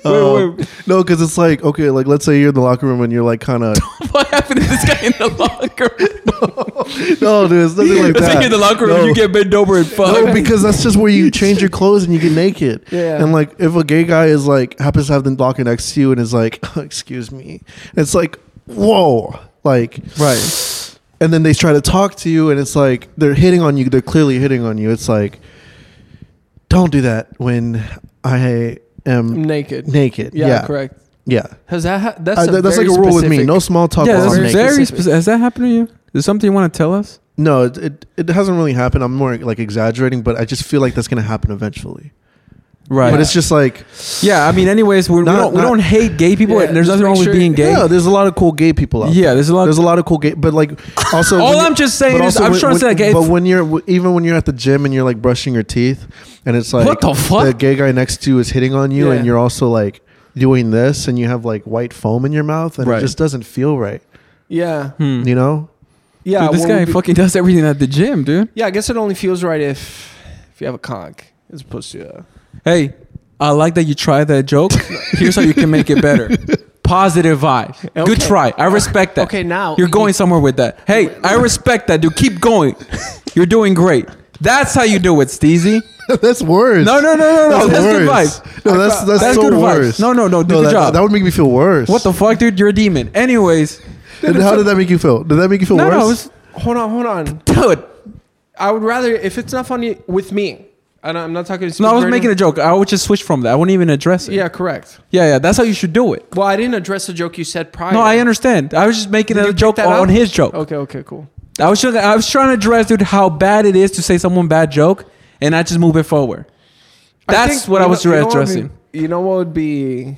[SPEAKER 3] Um, No, because it's like okay, like let's say you're in the locker room and you're like kind of
[SPEAKER 1] What happened to this guy in the locker room?
[SPEAKER 3] no, dude, it's nothing like
[SPEAKER 1] It's
[SPEAKER 3] that.
[SPEAKER 1] like in the locker room,
[SPEAKER 3] No.
[SPEAKER 1] you get bent over and fucked.
[SPEAKER 3] No, because that's just where you change your clothes and you get naked.
[SPEAKER 2] Yeah.
[SPEAKER 3] And like, if a gay guy is like happens to have the locker next to you and is like, "Excuse me," it's like, whoa, like,
[SPEAKER 1] right.
[SPEAKER 3] and then they try to talk to you and it's like they're hitting on you. They're clearly hitting on you. It's like, don't do that when I am
[SPEAKER 2] I'm naked.
[SPEAKER 3] naked.
[SPEAKER 2] Mm. Yeah,
[SPEAKER 3] Yeah,
[SPEAKER 2] correct.
[SPEAKER 3] Yeah,
[SPEAKER 2] Has that? Ha- that's
[SPEAKER 3] I-
[SPEAKER 2] a
[SPEAKER 3] that- that's like
[SPEAKER 2] very
[SPEAKER 3] a rule with me.
[SPEAKER 2] specific-
[SPEAKER 3] No small talk.
[SPEAKER 1] yeah,
[SPEAKER 3] while
[SPEAKER 1] that's
[SPEAKER 3] I'm
[SPEAKER 1] very
[SPEAKER 3] naked.
[SPEAKER 1] specific.
[SPEAKER 2] specific.
[SPEAKER 1] Has that happened to you? Is something you want to tell us?
[SPEAKER 3] No, it, it it hasn't really happened. I'm more like exaggerating, but I just feel like that's gonna happen eventually.
[SPEAKER 1] Right.
[SPEAKER 3] But it's just like
[SPEAKER 1] yeah. I mean, anyways, we,
[SPEAKER 3] Not-
[SPEAKER 1] we don't we
[SPEAKER 3] not-
[SPEAKER 1] don't hate gay people.
[SPEAKER 2] Yeah,
[SPEAKER 1] and there's
[SPEAKER 2] just
[SPEAKER 1] nothing
[SPEAKER 2] make
[SPEAKER 1] wrong
[SPEAKER 2] sure
[SPEAKER 1] with being
[SPEAKER 2] you-
[SPEAKER 1] gay.
[SPEAKER 3] yeah, there's a lot of cool gay people out.
[SPEAKER 1] Yeah, there's a lot.
[SPEAKER 3] there. there's a lot of cool gay, but like also
[SPEAKER 1] All
[SPEAKER 3] when
[SPEAKER 1] I'm
[SPEAKER 3] you-
[SPEAKER 1] just saying
[SPEAKER 3] but
[SPEAKER 1] is-
[SPEAKER 3] also
[SPEAKER 1] I'm
[SPEAKER 3] when-
[SPEAKER 1] trying to say,
[SPEAKER 3] when-
[SPEAKER 1] like, hey,
[SPEAKER 3] But
[SPEAKER 1] if-
[SPEAKER 3] when you're w- even when you're at the gym and you're like brushing your teeth, and it's like
[SPEAKER 1] What the fuck?
[SPEAKER 3] gay guy next to you is hitting on you,
[SPEAKER 2] Yeah.
[SPEAKER 3] and you're also like doing this, and you have like white foam in your mouth, and
[SPEAKER 1] Right.
[SPEAKER 3] it just doesn't feel right.
[SPEAKER 2] Yeah,
[SPEAKER 1] Hmm.
[SPEAKER 3] You know?
[SPEAKER 2] yeah.
[SPEAKER 1] Dude, this
[SPEAKER 2] what
[SPEAKER 1] guy
[SPEAKER 2] would be-
[SPEAKER 1] fucking does everything at the gym, dude.
[SPEAKER 2] Yeah, I guess it only feels right if if you have a cock as opposed to. Uh,
[SPEAKER 1] Hey, I like that you tried that joke. Here's how you can make it better. Positive vibe. Good
[SPEAKER 2] Okay.
[SPEAKER 1] try. I respect that.
[SPEAKER 2] Okay, now-
[SPEAKER 1] you're going somewhere with that. Hey, I respect that, dude. Keep going. You're doing great. That's how you do it, Steezy.
[SPEAKER 3] that's worse.
[SPEAKER 1] No, no, no, no, no. That's, good
[SPEAKER 3] worse.
[SPEAKER 1] vibes.
[SPEAKER 3] No, that's that's,
[SPEAKER 1] That's
[SPEAKER 3] so
[SPEAKER 1] good vibes.
[SPEAKER 3] worse.
[SPEAKER 1] No, no, no, do good
[SPEAKER 3] that,
[SPEAKER 1] job.
[SPEAKER 3] That would make me feel worse.
[SPEAKER 1] What the fuck, dude? You're a demon. Anyways,
[SPEAKER 3] And how did that make you feel? Did that make you feel
[SPEAKER 1] no,
[SPEAKER 3] worse?
[SPEAKER 1] no, it's,
[SPEAKER 2] hold on, hold on.
[SPEAKER 1] dude.
[SPEAKER 2] I would rather if it's not funny with me. I don't, I'm not talking.
[SPEAKER 1] No, I was making a joke. I would just switch from that. I wouldn't even address it.
[SPEAKER 2] Yeah, correct.
[SPEAKER 1] yeah, yeah. That's how you should do it.
[SPEAKER 2] Well, I didn't address the joke you said prior.
[SPEAKER 1] No, I understand. I was just making
[SPEAKER 2] Oh, Did you
[SPEAKER 1] a
[SPEAKER 2] pick
[SPEAKER 1] joke
[SPEAKER 2] that
[SPEAKER 1] on,
[SPEAKER 2] up?
[SPEAKER 1] his joke.
[SPEAKER 2] Okay, okay, cool.
[SPEAKER 1] I was trying. I was trying to address, dude, how bad it is to say someone bad joke, and I just move it forward.
[SPEAKER 2] I
[SPEAKER 1] That's
[SPEAKER 2] think-
[SPEAKER 1] what I
[SPEAKER 2] you
[SPEAKER 1] was
[SPEAKER 2] know- you know what would be-
[SPEAKER 1] addressing.
[SPEAKER 2] you know what would be?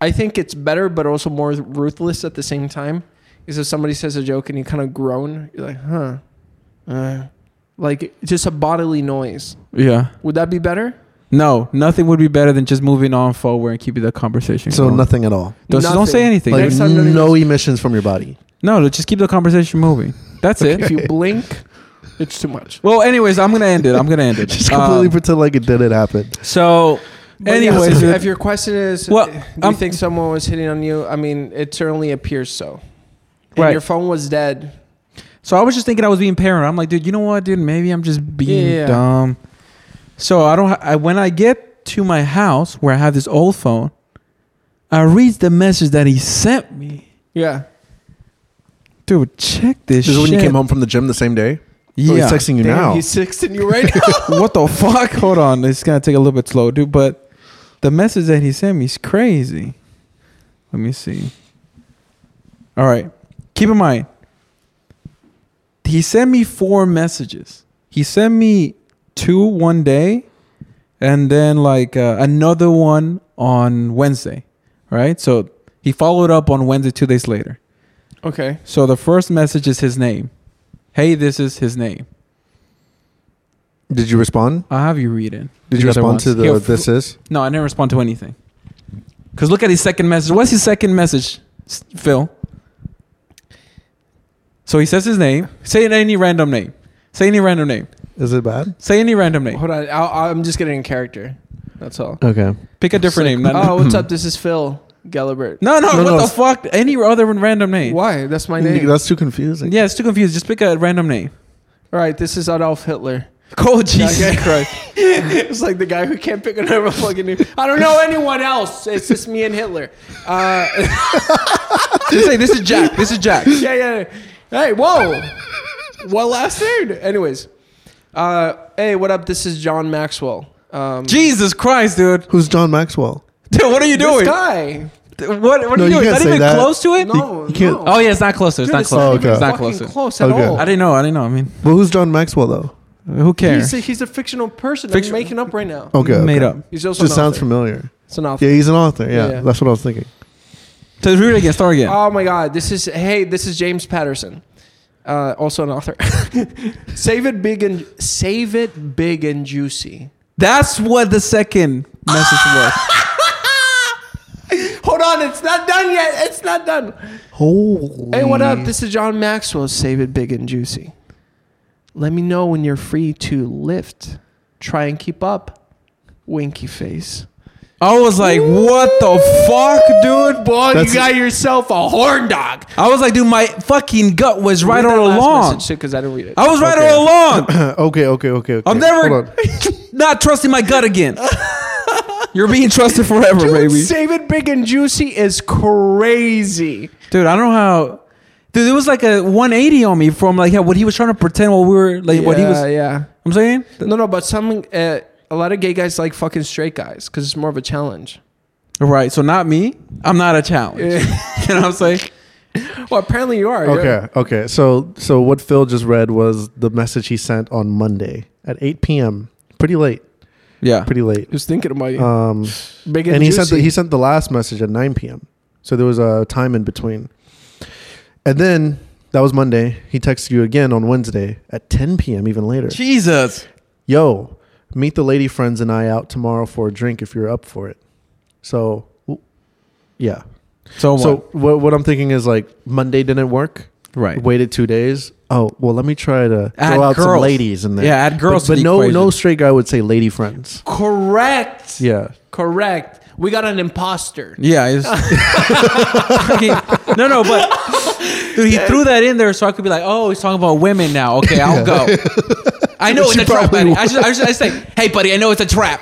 [SPEAKER 2] I think it's better, but also more ruthless at the same time. Is if somebody says a joke and you kind of groan, you're like, huh, uh, like just a bodily noise.
[SPEAKER 1] yeah.
[SPEAKER 2] Would that be better?
[SPEAKER 1] No, nothing would be better than just moving on forward and keeping the conversation.
[SPEAKER 3] so
[SPEAKER 1] going.
[SPEAKER 3] nothing at all.
[SPEAKER 1] Don't, so don't say
[SPEAKER 2] Nothing.
[SPEAKER 1] anything.
[SPEAKER 3] Like
[SPEAKER 2] Next
[SPEAKER 1] dude.
[SPEAKER 2] time, don't
[SPEAKER 3] no emissions from your body.
[SPEAKER 1] no, just keep the conversation moving. That's
[SPEAKER 2] If
[SPEAKER 1] it.
[SPEAKER 2] you blink, it's too much.
[SPEAKER 1] Well, anyways, I'm gonna end it. I'm gonna end it.
[SPEAKER 3] Just completely
[SPEAKER 1] Um,
[SPEAKER 3] pretend like it didn't happen.
[SPEAKER 1] so,
[SPEAKER 2] But yeah,
[SPEAKER 1] anyways,
[SPEAKER 2] if,
[SPEAKER 1] dude,
[SPEAKER 2] if your question is,
[SPEAKER 1] Well,
[SPEAKER 2] do you
[SPEAKER 1] I'm-
[SPEAKER 2] think someone was hitting on you? I mean, it certainly appears so. And
[SPEAKER 1] Right.
[SPEAKER 2] Your phone was dead.
[SPEAKER 1] so I was just thinking I was being paranoid. I'm like, dude, you know what, dude? Maybe I'm just being
[SPEAKER 2] Yeah, yeah, yeah.
[SPEAKER 1] dumb. So I don't. ha- I when I get to my house where I have this old phone, I read the message that he sent me.
[SPEAKER 2] Yeah.
[SPEAKER 1] Dude, check this.
[SPEAKER 3] This is
[SPEAKER 1] shit.
[SPEAKER 3] when you came home from the gym the same day.
[SPEAKER 1] Yeah.
[SPEAKER 3] Oh, he's texting you
[SPEAKER 2] Damn,
[SPEAKER 3] now.
[SPEAKER 2] he's texting you right now.
[SPEAKER 1] what the fuck? Hold on. It's gonna take a little bit slow, dude. But the message that he sent me is crazy. Let me see. All right. Keep in mind, he sent me four messages. He sent me two one day, and then like uh, another one on Wednesday. Right. So he followed up on Wednesday two days later.
[SPEAKER 2] okay.
[SPEAKER 1] So the first message is his name. Hey, this is his name.
[SPEAKER 3] Did you respond?
[SPEAKER 1] I'll have you read it.
[SPEAKER 3] Did you
[SPEAKER 1] other
[SPEAKER 3] respond
[SPEAKER 1] ones.
[SPEAKER 3] to the
[SPEAKER 1] Here,
[SPEAKER 3] this is?
[SPEAKER 1] No, I didn't respond to anything. Cause look at his second message. What's his second message, S- Phil? So he says his name. Say any random name. Say any random name.
[SPEAKER 3] Is it bad?
[SPEAKER 1] Say any random name.
[SPEAKER 2] Hold on. I'll, I'm just getting in character. That's all.
[SPEAKER 3] Okay.
[SPEAKER 1] Pick a different
[SPEAKER 2] It's
[SPEAKER 1] name.
[SPEAKER 2] like,
[SPEAKER 1] Uh, not-
[SPEAKER 2] oh, what's up? This is Phil Gellibert.
[SPEAKER 1] no, no,
[SPEAKER 3] No,
[SPEAKER 1] What
[SPEAKER 3] no,
[SPEAKER 1] the
[SPEAKER 3] s-
[SPEAKER 1] fuck? Any other random name?
[SPEAKER 2] Why? That's my name.
[SPEAKER 3] That's too confusing.
[SPEAKER 1] Yeah, it's too confused. Just pick a random name.
[SPEAKER 2] all right. This is Adolf Hitler.
[SPEAKER 1] Oh Jesus
[SPEAKER 2] Okay.
[SPEAKER 1] Christ!
[SPEAKER 2] it's like the guy who can't pick another fucking name. I don't know anyone else. It's just me and Hitler. Uh,
[SPEAKER 1] Just say this is Jack. This is Jack.
[SPEAKER 2] yeah, yeah. yeah. Hey, whoa. what last name? Anyways. Uh, hey, what up? This is John Maxwell. Um,
[SPEAKER 1] Jesus Christ, dude.
[SPEAKER 3] Who's John Maxwell?
[SPEAKER 1] Dude, what are you
[SPEAKER 2] this
[SPEAKER 1] doing?
[SPEAKER 2] guy.
[SPEAKER 1] What? What are
[SPEAKER 3] No,
[SPEAKER 1] you
[SPEAKER 3] you
[SPEAKER 1] doing? Is
[SPEAKER 3] can't
[SPEAKER 1] that
[SPEAKER 3] say
[SPEAKER 1] even
[SPEAKER 3] that. Oh,
[SPEAKER 1] close to it?
[SPEAKER 2] No,
[SPEAKER 3] you can't-
[SPEAKER 2] no.
[SPEAKER 1] Oh yeah, it's not close. to it. It's
[SPEAKER 2] Dude,
[SPEAKER 1] not
[SPEAKER 2] it's
[SPEAKER 1] close.
[SPEAKER 3] not even
[SPEAKER 1] It's not
[SPEAKER 2] fucking
[SPEAKER 1] close. to it.
[SPEAKER 2] close at
[SPEAKER 3] Okay.
[SPEAKER 2] all.
[SPEAKER 1] I didn't know. I didn't know. I mean,
[SPEAKER 3] Well, who's John Maxwell though?
[SPEAKER 1] who cares?
[SPEAKER 2] He's a, he's a fictional person.
[SPEAKER 1] Fiction-
[SPEAKER 2] I'm making up right now.
[SPEAKER 3] Okay.
[SPEAKER 1] Made
[SPEAKER 3] okay.
[SPEAKER 1] up.
[SPEAKER 2] He's also
[SPEAKER 3] Oh, Just
[SPEAKER 2] an
[SPEAKER 3] sounds
[SPEAKER 2] author.
[SPEAKER 3] familiar.
[SPEAKER 2] It's an author.
[SPEAKER 3] Yeah, he's an author. Yeah,
[SPEAKER 2] Yeah.
[SPEAKER 3] that's what I was thinking.
[SPEAKER 1] So read it again. Start again.
[SPEAKER 2] Oh my God! This is hey, this is James Patterson, uh, also an author. save it big and save it big and juicy.
[SPEAKER 1] That's what the second message was.
[SPEAKER 2] Hold on, it's not done yet. It's not done.
[SPEAKER 3] Holy.
[SPEAKER 2] Mm. Hey, what up? This is John Maxwell. Save it big and juicy. Let me know when you're free to lift. Try and keep up. Winky face.
[SPEAKER 1] I was like, what the fuck, dude?
[SPEAKER 2] Boy,
[SPEAKER 3] That's-
[SPEAKER 2] you got yourself a horn dog.
[SPEAKER 1] I was like, dude, my fucking gut was right all along.
[SPEAKER 2] Because I didn't read it.
[SPEAKER 1] I was right
[SPEAKER 3] Okay.
[SPEAKER 1] all along.
[SPEAKER 3] okay, okay, okay, okay.
[SPEAKER 1] I'm
[SPEAKER 3] Hold
[SPEAKER 1] never
[SPEAKER 3] on.
[SPEAKER 1] not trusting my gut again. You're being trusted forever,
[SPEAKER 2] Dude,
[SPEAKER 1] baby.
[SPEAKER 2] save it big and juicy is crazy.
[SPEAKER 1] Dude, I don't know how. Dude, it was like a 180 on me from like how what he was trying to pretend while we were like what he was.
[SPEAKER 2] Yeah, yeah.
[SPEAKER 1] I'm saying.
[SPEAKER 2] No, no, but some uh, a lot of gay guys like fucking straight guys because it's more of a challenge.
[SPEAKER 1] Right. So not me. I'm not a challenge. you know what I'm saying?
[SPEAKER 2] Well, apparently you are. You're-
[SPEAKER 3] Okay, okay. So, so what Phil just read was the message he sent on Monday at 8 p.m. Pretty late.
[SPEAKER 1] Yeah.
[SPEAKER 3] Pretty late.
[SPEAKER 2] Who's thinking about you?
[SPEAKER 3] Um,
[SPEAKER 2] big and,
[SPEAKER 3] and he sent the,
[SPEAKER 2] juicy.
[SPEAKER 3] he sent the last message at 9 p.m. So there was a time in between. And then that was Monday. He texted you again on Wednesday at 10 p.m. Even later.
[SPEAKER 1] Jesus.
[SPEAKER 3] Yo, meet the lady friends and I out tomorrow for a drink if you're up for it. So, w- yeah.
[SPEAKER 1] So,
[SPEAKER 3] so
[SPEAKER 1] so
[SPEAKER 3] what what I'm thinking is like Monday didn't work.
[SPEAKER 1] right.
[SPEAKER 3] Waited two days. Oh well, let me try to
[SPEAKER 1] Add
[SPEAKER 3] throw out some
[SPEAKER 1] girls.
[SPEAKER 3] ladies in there.
[SPEAKER 1] Yeah, add girls to
[SPEAKER 3] But, but
[SPEAKER 1] the
[SPEAKER 3] no, no
[SPEAKER 1] equation.
[SPEAKER 3] straight guy would say lady friends.
[SPEAKER 2] correct.
[SPEAKER 3] Yeah,
[SPEAKER 2] Correct. We got an imposter.
[SPEAKER 1] Yeah. It's, Fucking- no, no, but dude, he threw that in there so I could be like, oh, he's talking about women now. Okay, I'll go. I know it's
[SPEAKER 3] She
[SPEAKER 1] a trap,
[SPEAKER 3] probably
[SPEAKER 1] buddy. I should, I should I say, hey, buddy, I know it's a trap.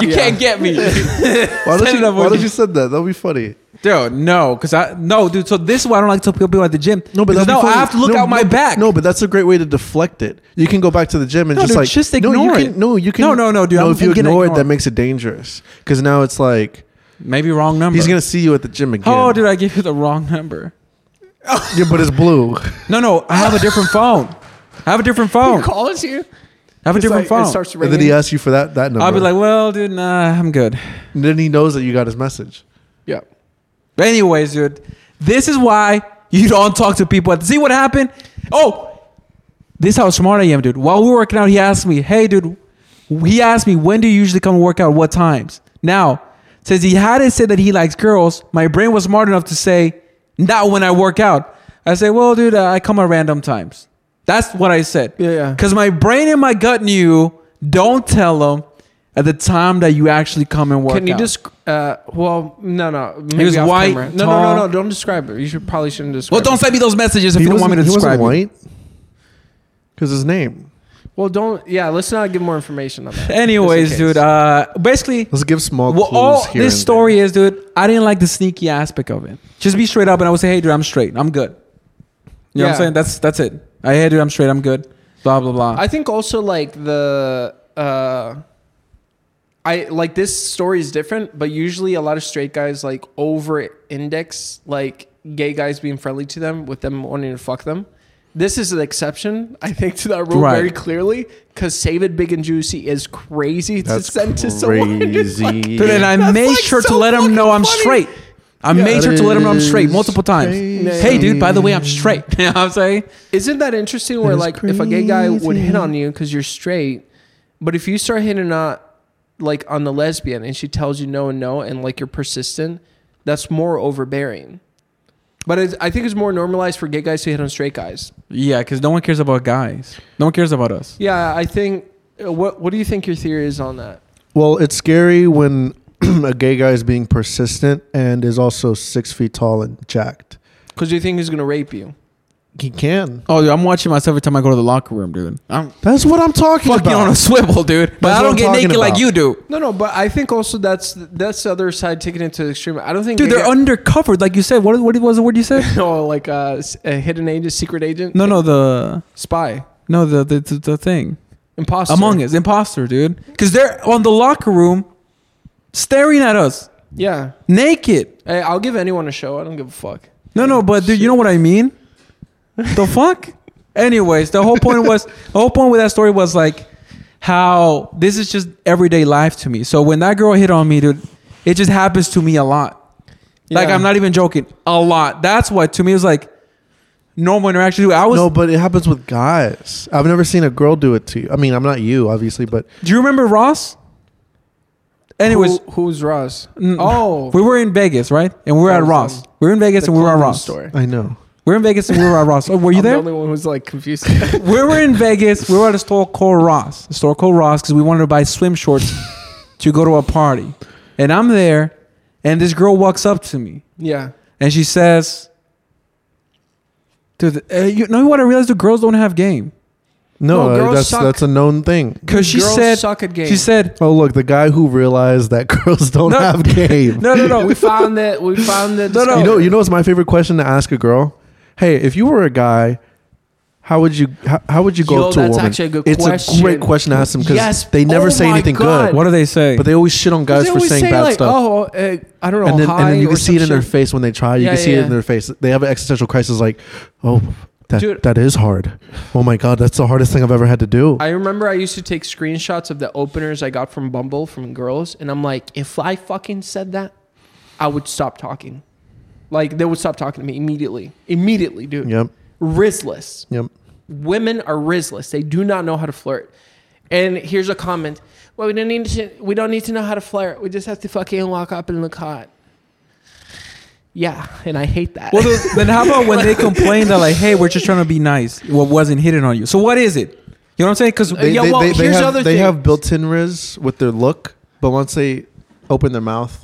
[SPEAKER 1] You can't get me,
[SPEAKER 3] why
[SPEAKER 1] Send
[SPEAKER 3] did
[SPEAKER 1] it
[SPEAKER 3] you
[SPEAKER 1] up
[SPEAKER 3] why
[SPEAKER 1] with
[SPEAKER 3] did
[SPEAKER 1] you.
[SPEAKER 3] you said that? That'd be funny.
[SPEAKER 1] dude. No, because I no, dude. So this is why I don't like to tell people at the gym.
[SPEAKER 3] No, but
[SPEAKER 1] Because
[SPEAKER 3] that'd be
[SPEAKER 1] now I
[SPEAKER 3] funny.
[SPEAKER 1] have to look
[SPEAKER 3] No,
[SPEAKER 1] out my
[SPEAKER 3] no,
[SPEAKER 1] back.
[SPEAKER 3] No, but that's a great way to deflect it. You can go back to the gym and
[SPEAKER 1] No,
[SPEAKER 3] just
[SPEAKER 1] dude,
[SPEAKER 3] like
[SPEAKER 1] just
[SPEAKER 3] no, you
[SPEAKER 1] ignore
[SPEAKER 3] can,
[SPEAKER 1] it.
[SPEAKER 3] No, you can.
[SPEAKER 1] No, no, no, dude,
[SPEAKER 3] No,
[SPEAKER 1] I'm-
[SPEAKER 3] if you
[SPEAKER 1] I'm gonna
[SPEAKER 3] ignore it,
[SPEAKER 1] ignore
[SPEAKER 3] that
[SPEAKER 1] it.
[SPEAKER 3] makes it dangerous because now it's like
[SPEAKER 1] maybe wrong number.
[SPEAKER 3] he's gonna see you at the gym again.
[SPEAKER 1] Oh, dude, I gave you the wrong number.
[SPEAKER 3] yeah, but it's blue.
[SPEAKER 1] No, no, I have a different phone. I have a different phone.
[SPEAKER 2] He calls you.
[SPEAKER 1] I have a
[SPEAKER 2] It's
[SPEAKER 1] different
[SPEAKER 2] like- It
[SPEAKER 1] phone.
[SPEAKER 2] starts
[SPEAKER 3] and then he
[SPEAKER 2] ringing.
[SPEAKER 3] asks you for that that number.
[SPEAKER 1] I'll be like, well, dude, nah, I'm good.
[SPEAKER 3] and then he knows that you got his message.
[SPEAKER 2] yeah.
[SPEAKER 1] But anyways, dude, this is why you don't talk to people. See what happened? Oh, this is how smart I am, dude. While we were working out, he asked me, hey, dude, he asked me, when do you usually come work out? What times? Now, since he hadn't said that he likes girls, my brain was smart enough to say, not when I work out. I say, well, dude, uh, I come at random times. That's what I said.
[SPEAKER 2] Yeah, yeah.
[SPEAKER 1] Because my brain and my gut knew, don't tell them at the time that you actually come and work
[SPEAKER 2] Can you
[SPEAKER 1] out.
[SPEAKER 2] just? Uh, well, no, no. Maybe
[SPEAKER 1] was
[SPEAKER 2] off
[SPEAKER 1] white,
[SPEAKER 2] camera. No, no, no,
[SPEAKER 1] tall.
[SPEAKER 2] no. Don't describe it. You should probably shouldn't describe.
[SPEAKER 1] Well, don't
[SPEAKER 2] It.
[SPEAKER 1] send me those messages if
[SPEAKER 3] he
[SPEAKER 1] you don't want me to
[SPEAKER 3] wasn't- he
[SPEAKER 1] describe. it.
[SPEAKER 3] wasn't white because his name.
[SPEAKER 2] Well, don't. Yeah, let's not give more information on that.
[SPEAKER 1] Anyways,
[SPEAKER 2] just in case.
[SPEAKER 1] dude. Uh, basically,
[SPEAKER 3] Let's give small
[SPEAKER 1] well,
[SPEAKER 3] clues
[SPEAKER 1] all
[SPEAKER 3] here.
[SPEAKER 1] this
[SPEAKER 3] and
[SPEAKER 1] story is, dude. I didn't like the sneaky aspect of it. Just be straight up, and I would say, "Hey, dude, I'm straight. I'm good." You know what
[SPEAKER 2] Yeah.
[SPEAKER 1] I'm saying? That's that's it. I hey, dude, I'm straight. I'm good. Blah blah blah.
[SPEAKER 2] I think also like the uh I like this story is different, but usually a lot of straight guys like over index like gay guys being friendly to them with them wanting to fuck them. This is an exception, I think, to that rule
[SPEAKER 1] Right.
[SPEAKER 2] very clearly because Save It Big and Juicy is crazy to
[SPEAKER 3] That's
[SPEAKER 2] send to someone. It's like-
[SPEAKER 3] crazy.
[SPEAKER 1] dude, and I
[SPEAKER 2] That's,
[SPEAKER 1] made
[SPEAKER 2] like,
[SPEAKER 1] sure to
[SPEAKER 2] so
[SPEAKER 1] let him know I'm
[SPEAKER 2] fucking funny.
[SPEAKER 1] straight. I
[SPEAKER 2] Yeah.
[SPEAKER 1] made
[SPEAKER 3] That
[SPEAKER 1] sure to let him know I'm
[SPEAKER 3] is
[SPEAKER 1] straight multiple times.
[SPEAKER 3] crazy.
[SPEAKER 1] Hey, dude, by the way, I'm straight. You know what I'm saying?
[SPEAKER 2] Isn't that interesting? Where
[SPEAKER 3] That's
[SPEAKER 2] like if a gay guy would hit
[SPEAKER 3] crazy.
[SPEAKER 2] on you because you're straight, but if you start hitting on like on the lesbian and she tells you no and no and like you're persistent, that's more overbearing. But it's, I think it's more normalized for gay guys to hit on straight guys.
[SPEAKER 1] Yeah, because no one cares about guys. No one cares about us.
[SPEAKER 2] Yeah, I think. uh, What What do you think your theory is on that?
[SPEAKER 3] Well, it's scary when a gay guy is being persistent and is also six feet tall and jacked.
[SPEAKER 2] Because you think he's gonna rape you.
[SPEAKER 3] He can.
[SPEAKER 1] Oh, dude, I'm watching myself every time I go to the locker room, dude. I'm
[SPEAKER 3] That's what I'm talking
[SPEAKER 1] fucking
[SPEAKER 3] about.
[SPEAKER 1] on a swivel, dude. But
[SPEAKER 3] That's
[SPEAKER 1] I
[SPEAKER 3] what
[SPEAKER 1] don't
[SPEAKER 3] I'm
[SPEAKER 1] get
[SPEAKER 3] talking
[SPEAKER 1] naked like
[SPEAKER 3] about.
[SPEAKER 1] you do.
[SPEAKER 2] No, no, but I think also that's that's the other side taking it to the extreme. I don't think
[SPEAKER 1] Dude,
[SPEAKER 2] gay
[SPEAKER 1] they're
[SPEAKER 2] guy-
[SPEAKER 1] undercovered, like you said. What, what was the word you said?
[SPEAKER 2] no like uh, s- a hidden agent, secret agent.
[SPEAKER 1] No, no, the
[SPEAKER 2] spy,
[SPEAKER 1] no, the the, the, the thing
[SPEAKER 2] imposter,
[SPEAKER 1] Among Us, imposter, dude. Because they're on the locker room, staring at us
[SPEAKER 2] Yeah,
[SPEAKER 1] naked.
[SPEAKER 2] Hey, I'll give anyone a show. I don't give a fuck.
[SPEAKER 1] No, no, but dude, you know what I mean? The fuck. Anyways, the whole point was the whole point with that story was like how this is just everyday life to me. So when that girl hit on me, dude, it just happens to me a lot. Like
[SPEAKER 2] Yeah.
[SPEAKER 1] I'm not even joking, a lot. That's what to me it was like normal interaction. Dude, I was
[SPEAKER 3] no, but it happens with guys. I've never seen a girl do it to you. I mean, I'm not you, obviously, but
[SPEAKER 1] Do you remember Ross? Anyways,
[SPEAKER 2] Who- who's Ross?
[SPEAKER 1] n-
[SPEAKER 2] oh,
[SPEAKER 1] we were in Vegas, right? And we were
[SPEAKER 2] That
[SPEAKER 1] at
[SPEAKER 2] was,
[SPEAKER 1] Ross.
[SPEAKER 2] um,
[SPEAKER 1] We were in Vegas
[SPEAKER 2] the
[SPEAKER 1] and we were at
[SPEAKER 2] clothing
[SPEAKER 1] Ross.
[SPEAKER 2] store.
[SPEAKER 3] I know.
[SPEAKER 1] We're in Vegas and we were at Ross. Oh, were you
[SPEAKER 2] I'm
[SPEAKER 1] there?
[SPEAKER 2] The only one who's like confused.
[SPEAKER 1] we were in Vegas. We were at a store called Ross. A store called Ross because we wanted to buy swim shorts to go to a party. And I'm there, and this girl walks up to me
[SPEAKER 2] yeah.
[SPEAKER 1] and she says, "Dude, uh, you know what? I realized the girls don't have game
[SPEAKER 3] No,
[SPEAKER 2] No,
[SPEAKER 3] uh,
[SPEAKER 2] girls
[SPEAKER 3] that's
[SPEAKER 2] suck.
[SPEAKER 3] that's a known thing.
[SPEAKER 1] because she
[SPEAKER 2] Girls
[SPEAKER 1] said
[SPEAKER 2] suck at game.
[SPEAKER 1] she said
[SPEAKER 3] Oh look, the guy who realized that girls don't
[SPEAKER 1] No.
[SPEAKER 3] have game.
[SPEAKER 1] no no no
[SPEAKER 2] we found it. We found it.
[SPEAKER 1] No, no.
[SPEAKER 3] You know, you know, what's my favorite question to ask a girl. Hey, if you were a guy, how would you how, how would you go
[SPEAKER 2] Yo,
[SPEAKER 3] up to
[SPEAKER 2] that's
[SPEAKER 3] a woman?
[SPEAKER 2] actually a good
[SPEAKER 3] it's
[SPEAKER 2] question.
[SPEAKER 3] a great question to ask them because
[SPEAKER 2] Yes.
[SPEAKER 3] they never
[SPEAKER 2] Oh
[SPEAKER 3] say
[SPEAKER 2] my
[SPEAKER 3] anything
[SPEAKER 2] God.
[SPEAKER 3] good,
[SPEAKER 1] what do they say?
[SPEAKER 3] but they always shit on guys
[SPEAKER 2] They
[SPEAKER 3] for
[SPEAKER 2] always
[SPEAKER 3] saying
[SPEAKER 2] say,
[SPEAKER 3] bad
[SPEAKER 2] like,
[SPEAKER 3] stuff.
[SPEAKER 2] Oh, uh, I don't know.
[SPEAKER 3] and then,
[SPEAKER 2] hi
[SPEAKER 3] and then you
[SPEAKER 2] or
[SPEAKER 3] can see it
[SPEAKER 2] some
[SPEAKER 3] in their
[SPEAKER 2] shit.
[SPEAKER 3] face when they try. You
[SPEAKER 2] Yeah,
[SPEAKER 3] can
[SPEAKER 2] yeah,
[SPEAKER 3] see it
[SPEAKER 2] yeah.
[SPEAKER 3] in their face. They have an existential crisis, like, oh, that
[SPEAKER 2] Dude.
[SPEAKER 3] that is hard. Oh my god, that's the hardest thing I've ever had to do.
[SPEAKER 2] I remember I used to take screenshots of the openers I got from Bumble from girls, and I'm like, if I fucking said that, I would stop talking. Like they would stop talking to me immediately. Immediately, dude.
[SPEAKER 3] yep,
[SPEAKER 2] Risless.
[SPEAKER 3] yep.
[SPEAKER 2] Women are risless. They do not know how to flirt. And here's a comment. Well, we don't need to. We don't need to know how to flirt. We just have to fucking walk up and look hot. Yeah, and I hate that.
[SPEAKER 1] well, th- then how about when they complain that like, hey, we're just trying to be nice. What wasn't hidden on you? So what is it? You know what I'm saying? Because
[SPEAKER 2] They- Yeah, well, here's
[SPEAKER 3] have,
[SPEAKER 2] the other
[SPEAKER 3] they
[SPEAKER 2] thing.
[SPEAKER 3] have built-in riz with their look, but once they open their mouth,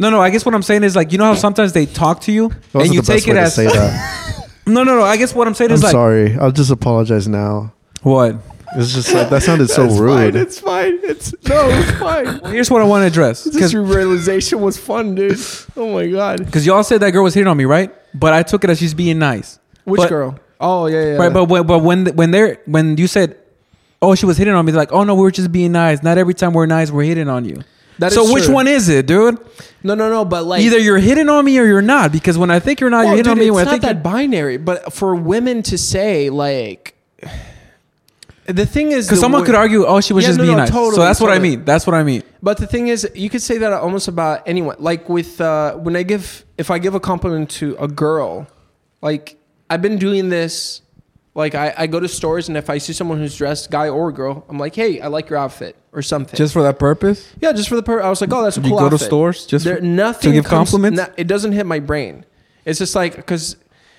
[SPEAKER 1] no, no. I guess what I'm saying is like, you know how sometimes they talk to you
[SPEAKER 3] that wasn't
[SPEAKER 1] and you
[SPEAKER 3] the best
[SPEAKER 1] take
[SPEAKER 3] way
[SPEAKER 1] it
[SPEAKER 3] to
[SPEAKER 1] as
[SPEAKER 3] say that.
[SPEAKER 1] no, no, no. I guess what I'm saying
[SPEAKER 3] I'm
[SPEAKER 1] is like
[SPEAKER 3] sorry. I'll just apologize now.
[SPEAKER 1] what.
[SPEAKER 3] It's just like that sounded so
[SPEAKER 2] It's
[SPEAKER 3] rude.
[SPEAKER 2] Fine, it's fine. It's no, it's fine.
[SPEAKER 1] Here's what I want to address
[SPEAKER 2] This
[SPEAKER 1] because
[SPEAKER 2] realization was fun, dude. Oh my god.
[SPEAKER 1] y'all said that girl was hitting on me, right? But I took it as she's being nice.
[SPEAKER 2] Which
[SPEAKER 1] But-
[SPEAKER 2] girl? Oh yeah, yeah.
[SPEAKER 1] Right, but when, but when when they're when you said, oh, she was hitting on me, they're like, oh no, we were just being nice. Not every time we're nice, we're hitting on you.
[SPEAKER 2] That
[SPEAKER 1] so
[SPEAKER 2] is
[SPEAKER 1] which
[SPEAKER 2] true.
[SPEAKER 1] one is it, dude?
[SPEAKER 2] no, no, no. But like
[SPEAKER 1] Either you're hitting on me or you're not. Because when I think you're not,
[SPEAKER 2] Well,
[SPEAKER 1] you're hitting on
[SPEAKER 2] dude,
[SPEAKER 1] me.
[SPEAKER 2] It's
[SPEAKER 1] When I
[SPEAKER 2] not
[SPEAKER 1] think
[SPEAKER 2] that
[SPEAKER 1] you're-
[SPEAKER 2] binary, but for women to say like, the thing is,
[SPEAKER 1] Because
[SPEAKER 2] the
[SPEAKER 1] someone
[SPEAKER 2] wo-
[SPEAKER 1] could argue, oh, she was
[SPEAKER 2] Yeah,
[SPEAKER 1] just
[SPEAKER 2] no,
[SPEAKER 1] being
[SPEAKER 2] no,
[SPEAKER 1] nice. so
[SPEAKER 2] totally,
[SPEAKER 1] that's what I
[SPEAKER 2] totally.
[SPEAKER 1] mean. That's what I mean.
[SPEAKER 2] But the thing is, you could say that almost about anyone. Like with uh, when I give, if I give a compliment to a girl, like I've been doing this. Like I, I go to stores and if I see someone who's dressed, guy or girl, I'm like, hey, I like your outfit or something.
[SPEAKER 1] for that purpose?
[SPEAKER 2] Yeah, just for the purpose. I was like, oh, that's a
[SPEAKER 1] You
[SPEAKER 2] cool.
[SPEAKER 1] go to
[SPEAKER 2] outfit.
[SPEAKER 1] stores just
[SPEAKER 2] there,
[SPEAKER 1] for-
[SPEAKER 2] nothing
[SPEAKER 1] to give
[SPEAKER 2] comes-
[SPEAKER 1] compliments?
[SPEAKER 2] no- it doesn't hit my brain. It's just like because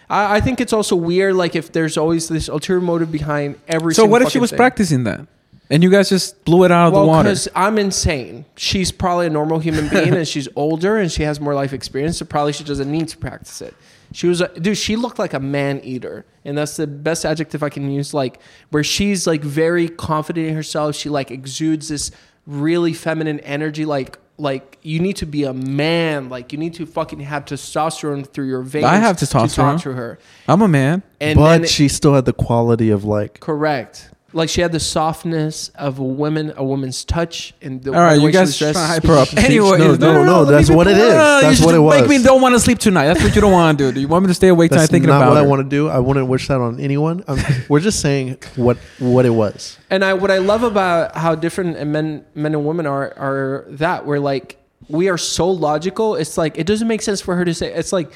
[SPEAKER 2] I, I think it's also weird. Like if there's always this ulterior motive behind every.
[SPEAKER 1] So
[SPEAKER 2] single
[SPEAKER 1] what if she
[SPEAKER 2] fucking
[SPEAKER 1] was
[SPEAKER 2] thing.
[SPEAKER 1] practicing that, and you guys just blew it out of the
[SPEAKER 2] Well,
[SPEAKER 1] water?
[SPEAKER 2] because I'm insane. She's probably a normal human being, and she's older, and she has more life experience. So probably she doesn't need to practice it. She was, a, dude. She looked like a man eater, and that's the best adjective I can use. Like where she's like very confident in herself. She like exudes this really feminine energy. Like like you need to be a man. Like you need to fucking have testosterone through your veins.
[SPEAKER 1] I have
[SPEAKER 2] to
[SPEAKER 1] testosterone.
[SPEAKER 2] talk to her.
[SPEAKER 1] I'm a man.
[SPEAKER 2] And
[SPEAKER 3] but
[SPEAKER 2] then-
[SPEAKER 3] she still had the quality of like
[SPEAKER 2] Correct. Like she had the softness of a woman, a woman's touch, and the,
[SPEAKER 1] All right,
[SPEAKER 2] the
[SPEAKER 1] you
[SPEAKER 2] way
[SPEAKER 1] guys
[SPEAKER 2] she
[SPEAKER 1] trying
[SPEAKER 2] was
[SPEAKER 1] to hype
[SPEAKER 2] dressed.
[SPEAKER 1] her up.
[SPEAKER 3] No,
[SPEAKER 1] Anyway,
[SPEAKER 3] no, no, no,
[SPEAKER 1] let me
[SPEAKER 3] that's
[SPEAKER 1] be-
[SPEAKER 3] what it
[SPEAKER 1] no, no,
[SPEAKER 3] is.
[SPEAKER 1] no, you
[SPEAKER 3] That's
[SPEAKER 1] should
[SPEAKER 3] what it
[SPEAKER 1] Make
[SPEAKER 3] was.
[SPEAKER 1] me don't want to sleep tonight. That's what you don't want to do. dude. You want me to stay awake tonight
[SPEAKER 3] that's
[SPEAKER 1] thinking
[SPEAKER 3] not
[SPEAKER 1] about
[SPEAKER 3] what I
[SPEAKER 1] her.
[SPEAKER 3] want to do. I wouldn't wish that on anyone. I'm, we're just saying what what it was.
[SPEAKER 2] And I, what I love about how different men, men and women are, are that we're like we are so logical. It's like it doesn't make sense for her to say. It's like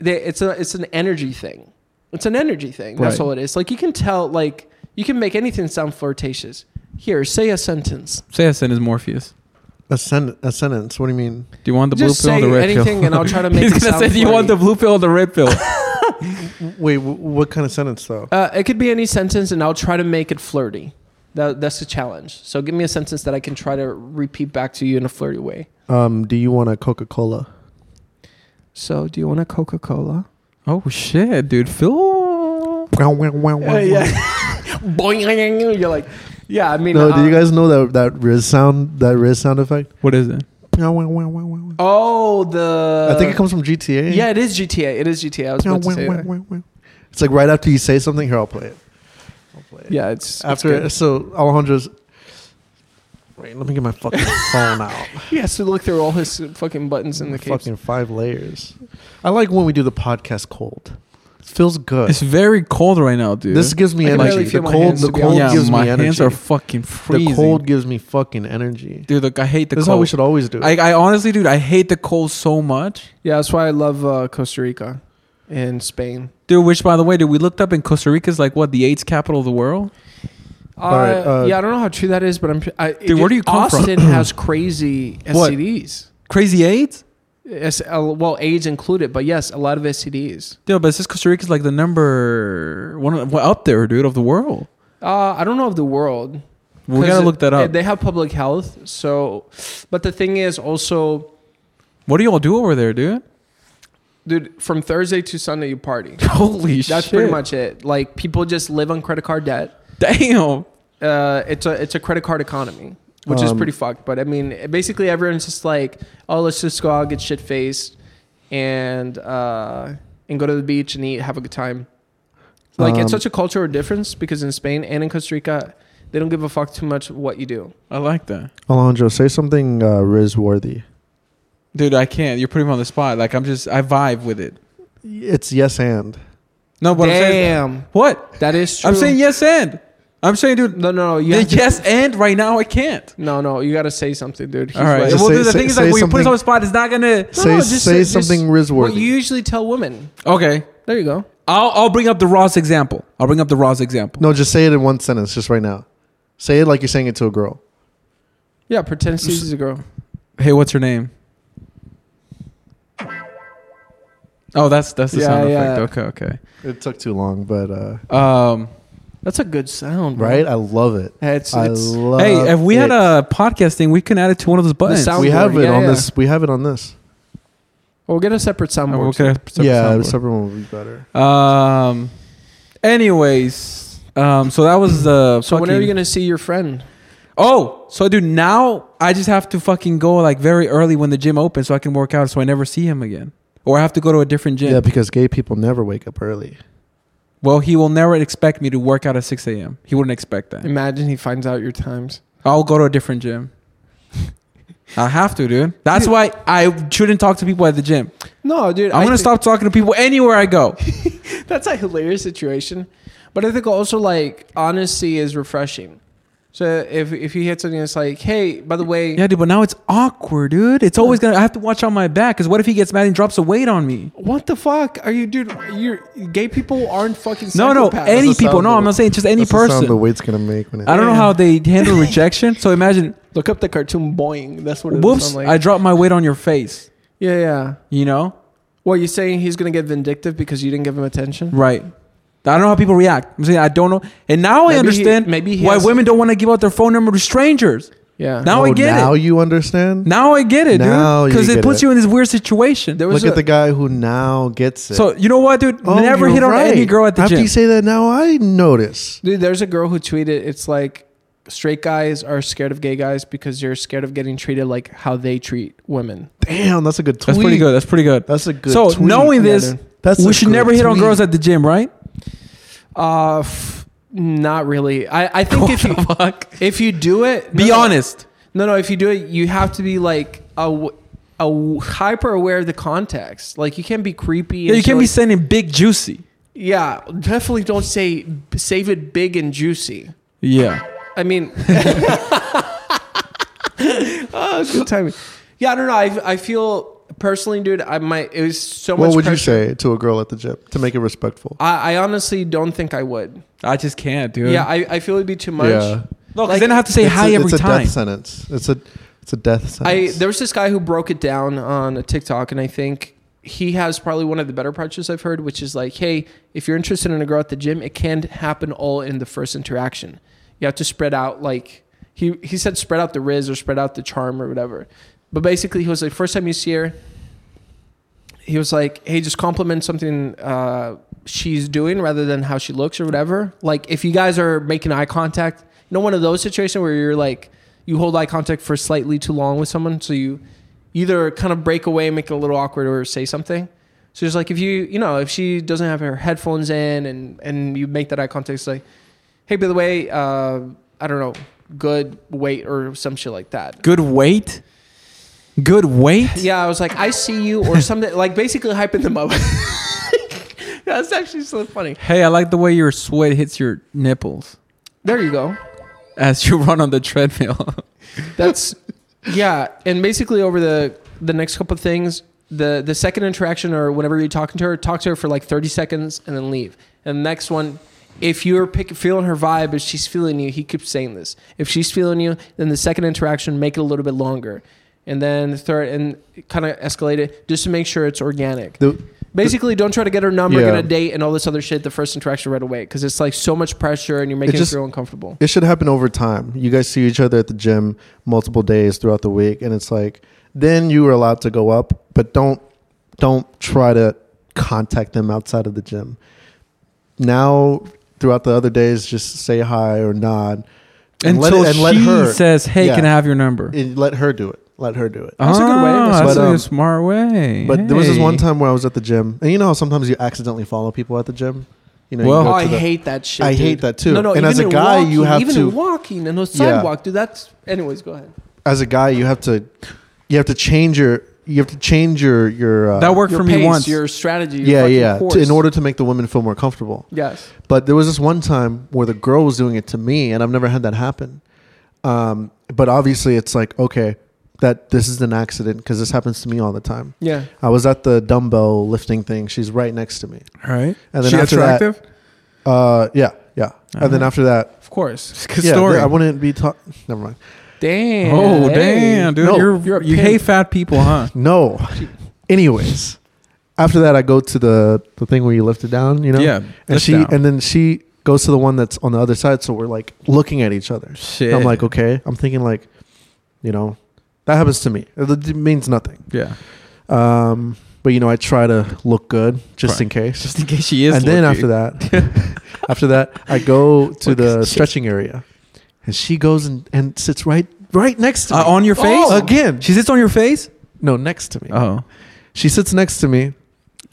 [SPEAKER 2] they, it's a, it's an energy thing. It's an energy thing. That's
[SPEAKER 3] Right.
[SPEAKER 2] all it is. Like you can tell. Like you can make anything sound flirtatious. Here, say a sentence.
[SPEAKER 1] Say a sentence, Morpheus.
[SPEAKER 3] A, sen- a sentence. What do you mean?
[SPEAKER 1] Do you want the
[SPEAKER 2] Just
[SPEAKER 1] blue pill
[SPEAKER 2] say
[SPEAKER 1] or the red
[SPEAKER 2] anything,
[SPEAKER 1] pill?
[SPEAKER 2] and I'll try to make
[SPEAKER 1] He's
[SPEAKER 2] it
[SPEAKER 1] gonna
[SPEAKER 2] sound
[SPEAKER 1] say, "Do you want the
[SPEAKER 2] flirty."
[SPEAKER 1] blue pill or the red pill?"
[SPEAKER 3] Wait, w- what kind of sentence though?
[SPEAKER 2] Uh, it could be any sentence, and I'll try to make it flirty. That, that's the challenge. So give me a sentence that I can try to repeat back to you in a flirty way.
[SPEAKER 3] Um, do you want a Coca Cola?
[SPEAKER 2] So, do you want a Coca Cola?
[SPEAKER 1] oh shit, dude, Phil.
[SPEAKER 2] Uh, yeah. Boing. You're like, yeah. I mean,
[SPEAKER 3] No,
[SPEAKER 2] uh,
[SPEAKER 3] do you guys know that that Riz sound that Riz sound effect?
[SPEAKER 1] What is it?
[SPEAKER 3] I
[SPEAKER 2] Oh, the.
[SPEAKER 3] think it comes from GTA.
[SPEAKER 2] Yeah, it is GTA. It is GTA. I was about to say that.
[SPEAKER 3] It's like right after you say something. Here, I'll play it. I'll play it.
[SPEAKER 2] Yeah, it's It's
[SPEAKER 3] After
[SPEAKER 2] good.
[SPEAKER 3] so Alejandro's. Wait, let me get my fucking phone out.
[SPEAKER 2] he has to look through all his fucking buttons in the case.
[SPEAKER 3] fucking five layers. I like when we do the podcast cold. It feels good.
[SPEAKER 1] It's very cold right now, dude.
[SPEAKER 3] this gives me
[SPEAKER 2] I can
[SPEAKER 3] energy.
[SPEAKER 2] barely
[SPEAKER 3] The
[SPEAKER 2] feel my
[SPEAKER 3] cold,
[SPEAKER 2] hands,
[SPEAKER 3] the
[SPEAKER 2] to be
[SPEAKER 3] cold
[SPEAKER 1] yeah,
[SPEAKER 3] gives
[SPEAKER 1] my
[SPEAKER 3] me energy.
[SPEAKER 1] hands are fucking freezing.
[SPEAKER 3] the cold gives me fucking energy.
[SPEAKER 1] dude. Look, I hate the
[SPEAKER 3] this is
[SPEAKER 1] cold.
[SPEAKER 3] how we should always do it.
[SPEAKER 1] I, I honestly, dude, I hate the cold so much,
[SPEAKER 2] Yeah, that's why I love uh, Costa Rica and Spain.
[SPEAKER 1] dude. Which, by the way, dude, we looked up in Costa Rica's like what the eighth capital of the world.
[SPEAKER 2] Uh,
[SPEAKER 3] All right, uh,
[SPEAKER 2] yeah, I don't know how true that is, but I'm. I,
[SPEAKER 1] Dude, where do you come from?
[SPEAKER 2] Austin has crazy
[SPEAKER 1] What?
[SPEAKER 2] STDs.
[SPEAKER 1] Crazy eight?
[SPEAKER 2] Yes, uh, well, AIDS included, but yes, a lot of STDs.
[SPEAKER 1] Dude, but it says Costa Rica's like the number one of- well, up there, dude, of the world.
[SPEAKER 2] Uh, I don't know of the world.
[SPEAKER 1] We
[SPEAKER 2] 'Cause
[SPEAKER 1] gotta look that
[SPEAKER 2] they-
[SPEAKER 1] up.
[SPEAKER 2] They have public health, so. But the thing is, also,
[SPEAKER 1] what do y'all do over there, dude?
[SPEAKER 2] dude, from Thursday to Sunday, you party.
[SPEAKER 1] Holy shit!
[SPEAKER 2] That's pretty much it. Like people just live on credit card debt.
[SPEAKER 1] Damn.
[SPEAKER 2] Uh, it's a it's a credit card economy, which is
[SPEAKER 3] Um,
[SPEAKER 2] pretty fucked. But I mean, basically everyone's just like, oh, let's just go out, get shit faced, and uh, and go to the beach and eat, have a good time. Like
[SPEAKER 3] Um,
[SPEAKER 2] it's such a cultural difference because in Spain and in Costa Rica, they don't give a fuck too much what you do.
[SPEAKER 1] I like that,
[SPEAKER 3] Alejandro, say something uh, Riz worthy.
[SPEAKER 1] dude. I can't. You're putting me on the spot. Like I'm just, I vibe with it.
[SPEAKER 3] It's yes and.
[SPEAKER 1] No, but I'm saying
[SPEAKER 2] Damn,
[SPEAKER 1] what?
[SPEAKER 2] that is true.
[SPEAKER 1] I'm saying yes and. I'm saying, dude.
[SPEAKER 2] no, no, no. You
[SPEAKER 1] the
[SPEAKER 2] have to-
[SPEAKER 1] yes and right now I can't.
[SPEAKER 2] no, no. You gotta say something, dude. He's
[SPEAKER 1] All right.
[SPEAKER 2] right.
[SPEAKER 3] Just
[SPEAKER 1] well,
[SPEAKER 3] say-
[SPEAKER 1] dude, the
[SPEAKER 3] say-
[SPEAKER 1] thing is,
[SPEAKER 3] say
[SPEAKER 1] like, when you put us
[SPEAKER 3] something-
[SPEAKER 1] on the spot, it's not gonna.
[SPEAKER 3] Say say something Riz
[SPEAKER 2] What
[SPEAKER 3] worthy.
[SPEAKER 2] you usually tell women.
[SPEAKER 1] Okay,
[SPEAKER 2] There you go.
[SPEAKER 1] I'll I'll bring up the Ross example. I'll bring up the Ross example.
[SPEAKER 3] no, just say it in one sentence, just right now. Say it like you're saying it to a girl.
[SPEAKER 2] Yeah, pretend Susie's a girl.
[SPEAKER 1] Hey, what's her name? Oh, that's that's the
[SPEAKER 2] Yeah,
[SPEAKER 1] sound
[SPEAKER 2] yeah.
[SPEAKER 1] effect. Okay, okay.
[SPEAKER 3] It took too long, but uh,
[SPEAKER 1] Um,
[SPEAKER 2] That's a good sound, bro.
[SPEAKER 3] right, I love it.
[SPEAKER 2] It's,
[SPEAKER 3] I
[SPEAKER 2] it's
[SPEAKER 3] love.
[SPEAKER 1] hey, if we had a
[SPEAKER 3] it.
[SPEAKER 1] podcast thing, we can add it to one of those buttons.
[SPEAKER 2] sound-
[SPEAKER 3] we have
[SPEAKER 2] soundboard,
[SPEAKER 3] it
[SPEAKER 2] yeah,
[SPEAKER 3] on
[SPEAKER 2] yeah.
[SPEAKER 3] this. We have it on this.
[SPEAKER 2] well, we'll get a separate
[SPEAKER 1] Oh,
[SPEAKER 2] soundboard.
[SPEAKER 1] okay. Separate
[SPEAKER 3] yeah,
[SPEAKER 1] soundboard.
[SPEAKER 3] separate one would be better.
[SPEAKER 1] Um. Anyways, um. So that was the.
[SPEAKER 2] So when are you
[SPEAKER 1] fucking-
[SPEAKER 2] gonna see your friend?
[SPEAKER 1] Oh, so dude, now I just have to fucking go like very early when the gym opens so I can work out, so I never see him again, or I have to go to a different gym.
[SPEAKER 3] Yeah, because gay people never wake up early.
[SPEAKER 1] Well, he will never expect me to work out at six a.m. He wouldn't expect that.
[SPEAKER 2] Imagine he finds out your times.
[SPEAKER 1] I'll go to a different gym. I have to, dude. That's why I shouldn't talk to people at the gym.
[SPEAKER 2] No, dude,
[SPEAKER 1] I'm
[SPEAKER 2] I
[SPEAKER 1] gonna
[SPEAKER 2] thi-
[SPEAKER 1] stop talking to people anywhere I go.
[SPEAKER 2] That's a hilarious situation, but I think also like honesty is refreshing. So if if he hits something, it's like, hey, by the way,
[SPEAKER 1] Yeah, dude, but now it's awkward, dude. It's always gonna. I have to watch out my back because what if he gets mad and drops a weight on me?
[SPEAKER 2] what the fuck are you, dude? You're gay people aren't fucking
[SPEAKER 1] No, no,
[SPEAKER 2] psychopaths.
[SPEAKER 1] any
[SPEAKER 3] That's the
[SPEAKER 1] people.
[SPEAKER 3] sound
[SPEAKER 1] No,
[SPEAKER 3] of-
[SPEAKER 1] I'm not saying just any
[SPEAKER 3] That's The sound the
[SPEAKER 1] person.
[SPEAKER 3] weight's gonna make when it.
[SPEAKER 1] I don't know how they handle rejection. So imagine,
[SPEAKER 2] Look up the cartoon Boing. That's what it
[SPEAKER 1] whoops,
[SPEAKER 2] sounds like.
[SPEAKER 1] I dropped my weight on your face.
[SPEAKER 2] yeah, yeah.
[SPEAKER 1] You know,
[SPEAKER 2] Well, you're saying he's gonna get vindictive because you didn't give him attention.
[SPEAKER 1] right? I don't know how people react. I'm saying I don't know, and now I
[SPEAKER 2] Maybe he-
[SPEAKER 1] understand
[SPEAKER 2] maybe he
[SPEAKER 1] why
[SPEAKER 2] has-
[SPEAKER 1] women don't want to give out their phone number to strangers.
[SPEAKER 2] Yeah.
[SPEAKER 1] Now I
[SPEAKER 3] Oh,
[SPEAKER 1] get
[SPEAKER 3] now
[SPEAKER 1] it.
[SPEAKER 3] you understand.
[SPEAKER 1] Now I get it,
[SPEAKER 3] Now
[SPEAKER 1] dude.
[SPEAKER 3] you
[SPEAKER 1] Because it
[SPEAKER 3] get
[SPEAKER 1] puts
[SPEAKER 3] it.
[SPEAKER 1] you in this weird situation.
[SPEAKER 2] There was
[SPEAKER 3] Look
[SPEAKER 2] a-
[SPEAKER 3] at the guy who now gets it.
[SPEAKER 1] So you know what, dude?
[SPEAKER 3] Oh,
[SPEAKER 1] Never
[SPEAKER 3] you're
[SPEAKER 1] hit on any
[SPEAKER 3] right.
[SPEAKER 1] girl at the
[SPEAKER 3] After
[SPEAKER 1] gym.
[SPEAKER 3] you say that, now I notice.
[SPEAKER 2] Dude, there's a girl who tweeted, it's like straight guys are scared of gay guys because you're scared of getting treated like how they treat women.
[SPEAKER 3] Damn, that's a good tweet.
[SPEAKER 1] That's pretty good. That's pretty good.
[SPEAKER 3] That's a good.
[SPEAKER 1] so
[SPEAKER 3] tweet.
[SPEAKER 1] knowing
[SPEAKER 2] Yeah,
[SPEAKER 1] this,
[SPEAKER 2] dude.
[SPEAKER 3] That's
[SPEAKER 1] we
[SPEAKER 3] a
[SPEAKER 1] should
[SPEAKER 3] good
[SPEAKER 1] never hit on
[SPEAKER 3] tweet.
[SPEAKER 1] girls at the gym, right?
[SPEAKER 2] Uh, f- not really. I, I think if you if you do it,
[SPEAKER 1] Be
[SPEAKER 2] no, no.
[SPEAKER 1] honest.
[SPEAKER 2] No, no. If you do it, you have to be like a, w- a w- hyper aware of the context. Like you can't be creepy.
[SPEAKER 1] Yeah,
[SPEAKER 2] and
[SPEAKER 1] you can't be
[SPEAKER 2] shit
[SPEAKER 1] sending big juicy.
[SPEAKER 2] like- yeah, definitely don't say save it big and juicy.
[SPEAKER 1] Yeah.
[SPEAKER 2] I mean, oh, good timing. Yeah, I don't know. I, I feel personally, dude. I might. It was so much.
[SPEAKER 3] What would you
[SPEAKER 2] pressure.
[SPEAKER 3] say to a girl at the gym to make it respectful?
[SPEAKER 2] I, I honestly don't think I would.
[SPEAKER 1] I just can't, dude.
[SPEAKER 2] Yeah, I, I feel it'd be too much.
[SPEAKER 3] Yeah.
[SPEAKER 1] No, 'cause
[SPEAKER 2] Like,
[SPEAKER 1] then I have to say
[SPEAKER 3] It's
[SPEAKER 1] hi
[SPEAKER 3] a,
[SPEAKER 1] every
[SPEAKER 3] it's a
[SPEAKER 1] time.
[SPEAKER 3] death sentence. It's a it's a death
[SPEAKER 2] I
[SPEAKER 3] sentence.
[SPEAKER 2] there was this guy who broke it down on a TikTok, and I think he has probably one of the better approaches I've heard, which is like, hey, if you're interested in a girl at the gym, it can happen all in the first interaction. You have to spread out like he he said, spread out the riz or spread out the charm or whatever. But basically, he was like, first time you see her, he was like, hey, just compliment something uh, she's doing rather than how she looks or whatever. Like, if you guys are making eye contact, you know, one of those situations where you're like, you hold eye contact for slightly too long with someone. So you either kind of break away and make it a little awkward or say something. So it's like, if you, you know, if she doesn't have her headphones in and, and you make that eye contact, it's like, hey, by the way, uh, I don't know, good weight or some shit like that.
[SPEAKER 1] Good weight. Good weight.
[SPEAKER 2] Yeah, I was like, I see you, or something like basically hyping them up. That's actually so funny.
[SPEAKER 1] Hey, I like the way your sweat hits your nipples
[SPEAKER 2] There you go.
[SPEAKER 1] as you run on the treadmill.
[SPEAKER 2] That's yeah, and basically over the the next couple of things, the the second interaction or whenever you're talking to her, talk to her for like 30 seconds and then leave. And the next one, if you're pick, feeling her vibe, if she's feeling you, he keeps saying this. If she's feeling you, then the second interaction make it a little bit longer. and then third, and kind of escalate it just to make sure it's organic.
[SPEAKER 3] The-
[SPEAKER 2] Basically, don't try to get her number,
[SPEAKER 3] Yeah.
[SPEAKER 2] get a date, and all this other shit the first interaction right away because it's like so much pressure and you're making
[SPEAKER 3] just-
[SPEAKER 2] her feel uncomfortable.
[SPEAKER 3] it should happen over time. You guys see each other at the gym multiple days throughout the week, and it's like then you are allowed to go up, but don't don't try to contact them outside of the gym. Now, throughout the other days, just say hi or nod, and let
[SPEAKER 1] Until
[SPEAKER 3] it- and let
[SPEAKER 1] she
[SPEAKER 3] her-
[SPEAKER 1] says, "Hey,
[SPEAKER 3] Yeah.
[SPEAKER 1] can I have your number?"
[SPEAKER 3] and let her do it. Let her do it.
[SPEAKER 2] That's a good way.
[SPEAKER 1] Ah,
[SPEAKER 2] That's-
[SPEAKER 1] That's
[SPEAKER 3] but,
[SPEAKER 1] a
[SPEAKER 3] um,
[SPEAKER 1] smart way.
[SPEAKER 3] But there was this one
[SPEAKER 1] Hey.
[SPEAKER 3] time where I was at the gym, and you know how sometimes you accidentally follow people at the gym. You know, you
[SPEAKER 1] Well-
[SPEAKER 3] go
[SPEAKER 2] Oh,
[SPEAKER 3] to
[SPEAKER 2] I
[SPEAKER 3] the-
[SPEAKER 2] hate that shit.
[SPEAKER 3] I
[SPEAKER 2] dude.
[SPEAKER 3] hate that too.
[SPEAKER 2] No, no.
[SPEAKER 3] and
[SPEAKER 2] even
[SPEAKER 3] as a
[SPEAKER 2] in
[SPEAKER 3] guy, you
[SPEAKER 2] walking-
[SPEAKER 3] have
[SPEAKER 2] even
[SPEAKER 3] to
[SPEAKER 2] in walking and on sidewalk, dude. That's anyways. Go ahead.
[SPEAKER 3] as a guy you have to you have to change your you have to change your your uh,
[SPEAKER 1] that worked
[SPEAKER 2] Your
[SPEAKER 1] for
[SPEAKER 2] pace,
[SPEAKER 1] me once.
[SPEAKER 2] your strategy.
[SPEAKER 3] yeah
[SPEAKER 2] Your
[SPEAKER 3] yeah
[SPEAKER 2] Course.
[SPEAKER 3] to, in order to make the women feel more comfortable
[SPEAKER 2] Yes.
[SPEAKER 3] but there was this one time where the girl was doing it to me and i've never had that happen um, but obviously it's like okay that this is an accident because this happens to me all the time
[SPEAKER 2] Yeah.
[SPEAKER 3] i was at the dumbbell lifting thing she's right next to me
[SPEAKER 1] All right.
[SPEAKER 3] and then after that uh, yeah yeah and then
[SPEAKER 1] Uh-huh.
[SPEAKER 3] after that
[SPEAKER 2] Of course.
[SPEAKER 1] Good
[SPEAKER 3] yeah,
[SPEAKER 1] story.
[SPEAKER 3] i wouldn't be talking never mind
[SPEAKER 2] Damn.
[SPEAKER 1] oh
[SPEAKER 2] Hey.
[SPEAKER 1] damn, dude,
[SPEAKER 3] No,
[SPEAKER 1] you're,
[SPEAKER 2] you're a
[SPEAKER 1] you
[SPEAKER 2] pimp.
[SPEAKER 1] hate fat people, huh?
[SPEAKER 3] No. Anyways, after that, I go to the the thing where you lift it down. You know.
[SPEAKER 1] Yeah,
[SPEAKER 3] And
[SPEAKER 1] lift
[SPEAKER 3] she
[SPEAKER 1] down.
[SPEAKER 3] and then she goes to the one that's on the other side. So we're like looking at each other.
[SPEAKER 1] Shit.
[SPEAKER 3] And I'm like, okay. I'm thinking like, you know, that happens to me. It, it means nothing.
[SPEAKER 1] yeah,
[SPEAKER 3] Um, but you know, I try to look good just in case.
[SPEAKER 1] just in case she is.
[SPEAKER 3] and then after
[SPEAKER 1] looking.
[SPEAKER 3] that, after that, I go to
[SPEAKER 1] Look,
[SPEAKER 3] the
[SPEAKER 1] shit.
[SPEAKER 3] stretching area, and she goes and, and sits right right next to me
[SPEAKER 1] uh, on your face
[SPEAKER 2] Oh.
[SPEAKER 3] again.
[SPEAKER 1] She sits on your face.
[SPEAKER 3] no, next to me.
[SPEAKER 1] Oh,
[SPEAKER 3] She sits next to me,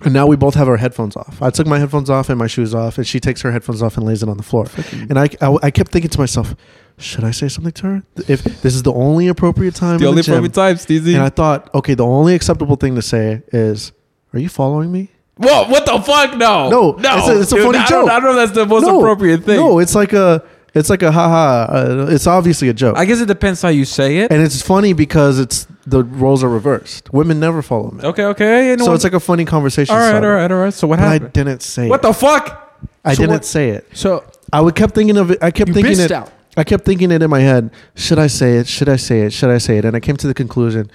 [SPEAKER 3] and now we both have our headphones off. I took my headphones off and my shoes off, and she takes her headphones off and lays it on the floor. And I, I, I kept thinking to myself, should I say something to her? If this is the only appropriate time,
[SPEAKER 1] the
[SPEAKER 3] in
[SPEAKER 1] only
[SPEAKER 3] the gym.
[SPEAKER 1] appropriate time, Steezy.
[SPEAKER 3] And I thought, okay, the only acceptable thing to say is, "Are you following me?"
[SPEAKER 1] Whoa, what the fuck? No,
[SPEAKER 3] No,
[SPEAKER 1] no,
[SPEAKER 3] it's a- it's a funny
[SPEAKER 1] I don't,
[SPEAKER 3] joke.
[SPEAKER 1] I don't know if that's the most appropriate thing.
[SPEAKER 3] No, it's like a, it's like a haha. Uh, it's obviously a joke,
[SPEAKER 1] I guess it depends how you say it.
[SPEAKER 3] and it's funny because it's the roles are reversed. Women never follow men,
[SPEAKER 1] okay, okay. You know
[SPEAKER 3] so
[SPEAKER 1] what?
[SPEAKER 3] it's like a funny conversation.
[SPEAKER 1] all right,
[SPEAKER 3] starter.
[SPEAKER 1] all right, all right. So what
[SPEAKER 3] But I
[SPEAKER 1] happened?
[SPEAKER 3] didn't say.
[SPEAKER 1] What
[SPEAKER 3] it.
[SPEAKER 1] the fuck?
[SPEAKER 3] I
[SPEAKER 2] So
[SPEAKER 3] didn't
[SPEAKER 2] what-
[SPEAKER 3] say it.
[SPEAKER 2] So
[SPEAKER 3] I would kept thinking of it. I kept
[SPEAKER 2] you
[SPEAKER 3] thinking
[SPEAKER 2] missed
[SPEAKER 3] it.
[SPEAKER 2] out.
[SPEAKER 3] I kept thinking it in my head. Should I say it? Should I say it? Should I say it? And I came to the conclusion,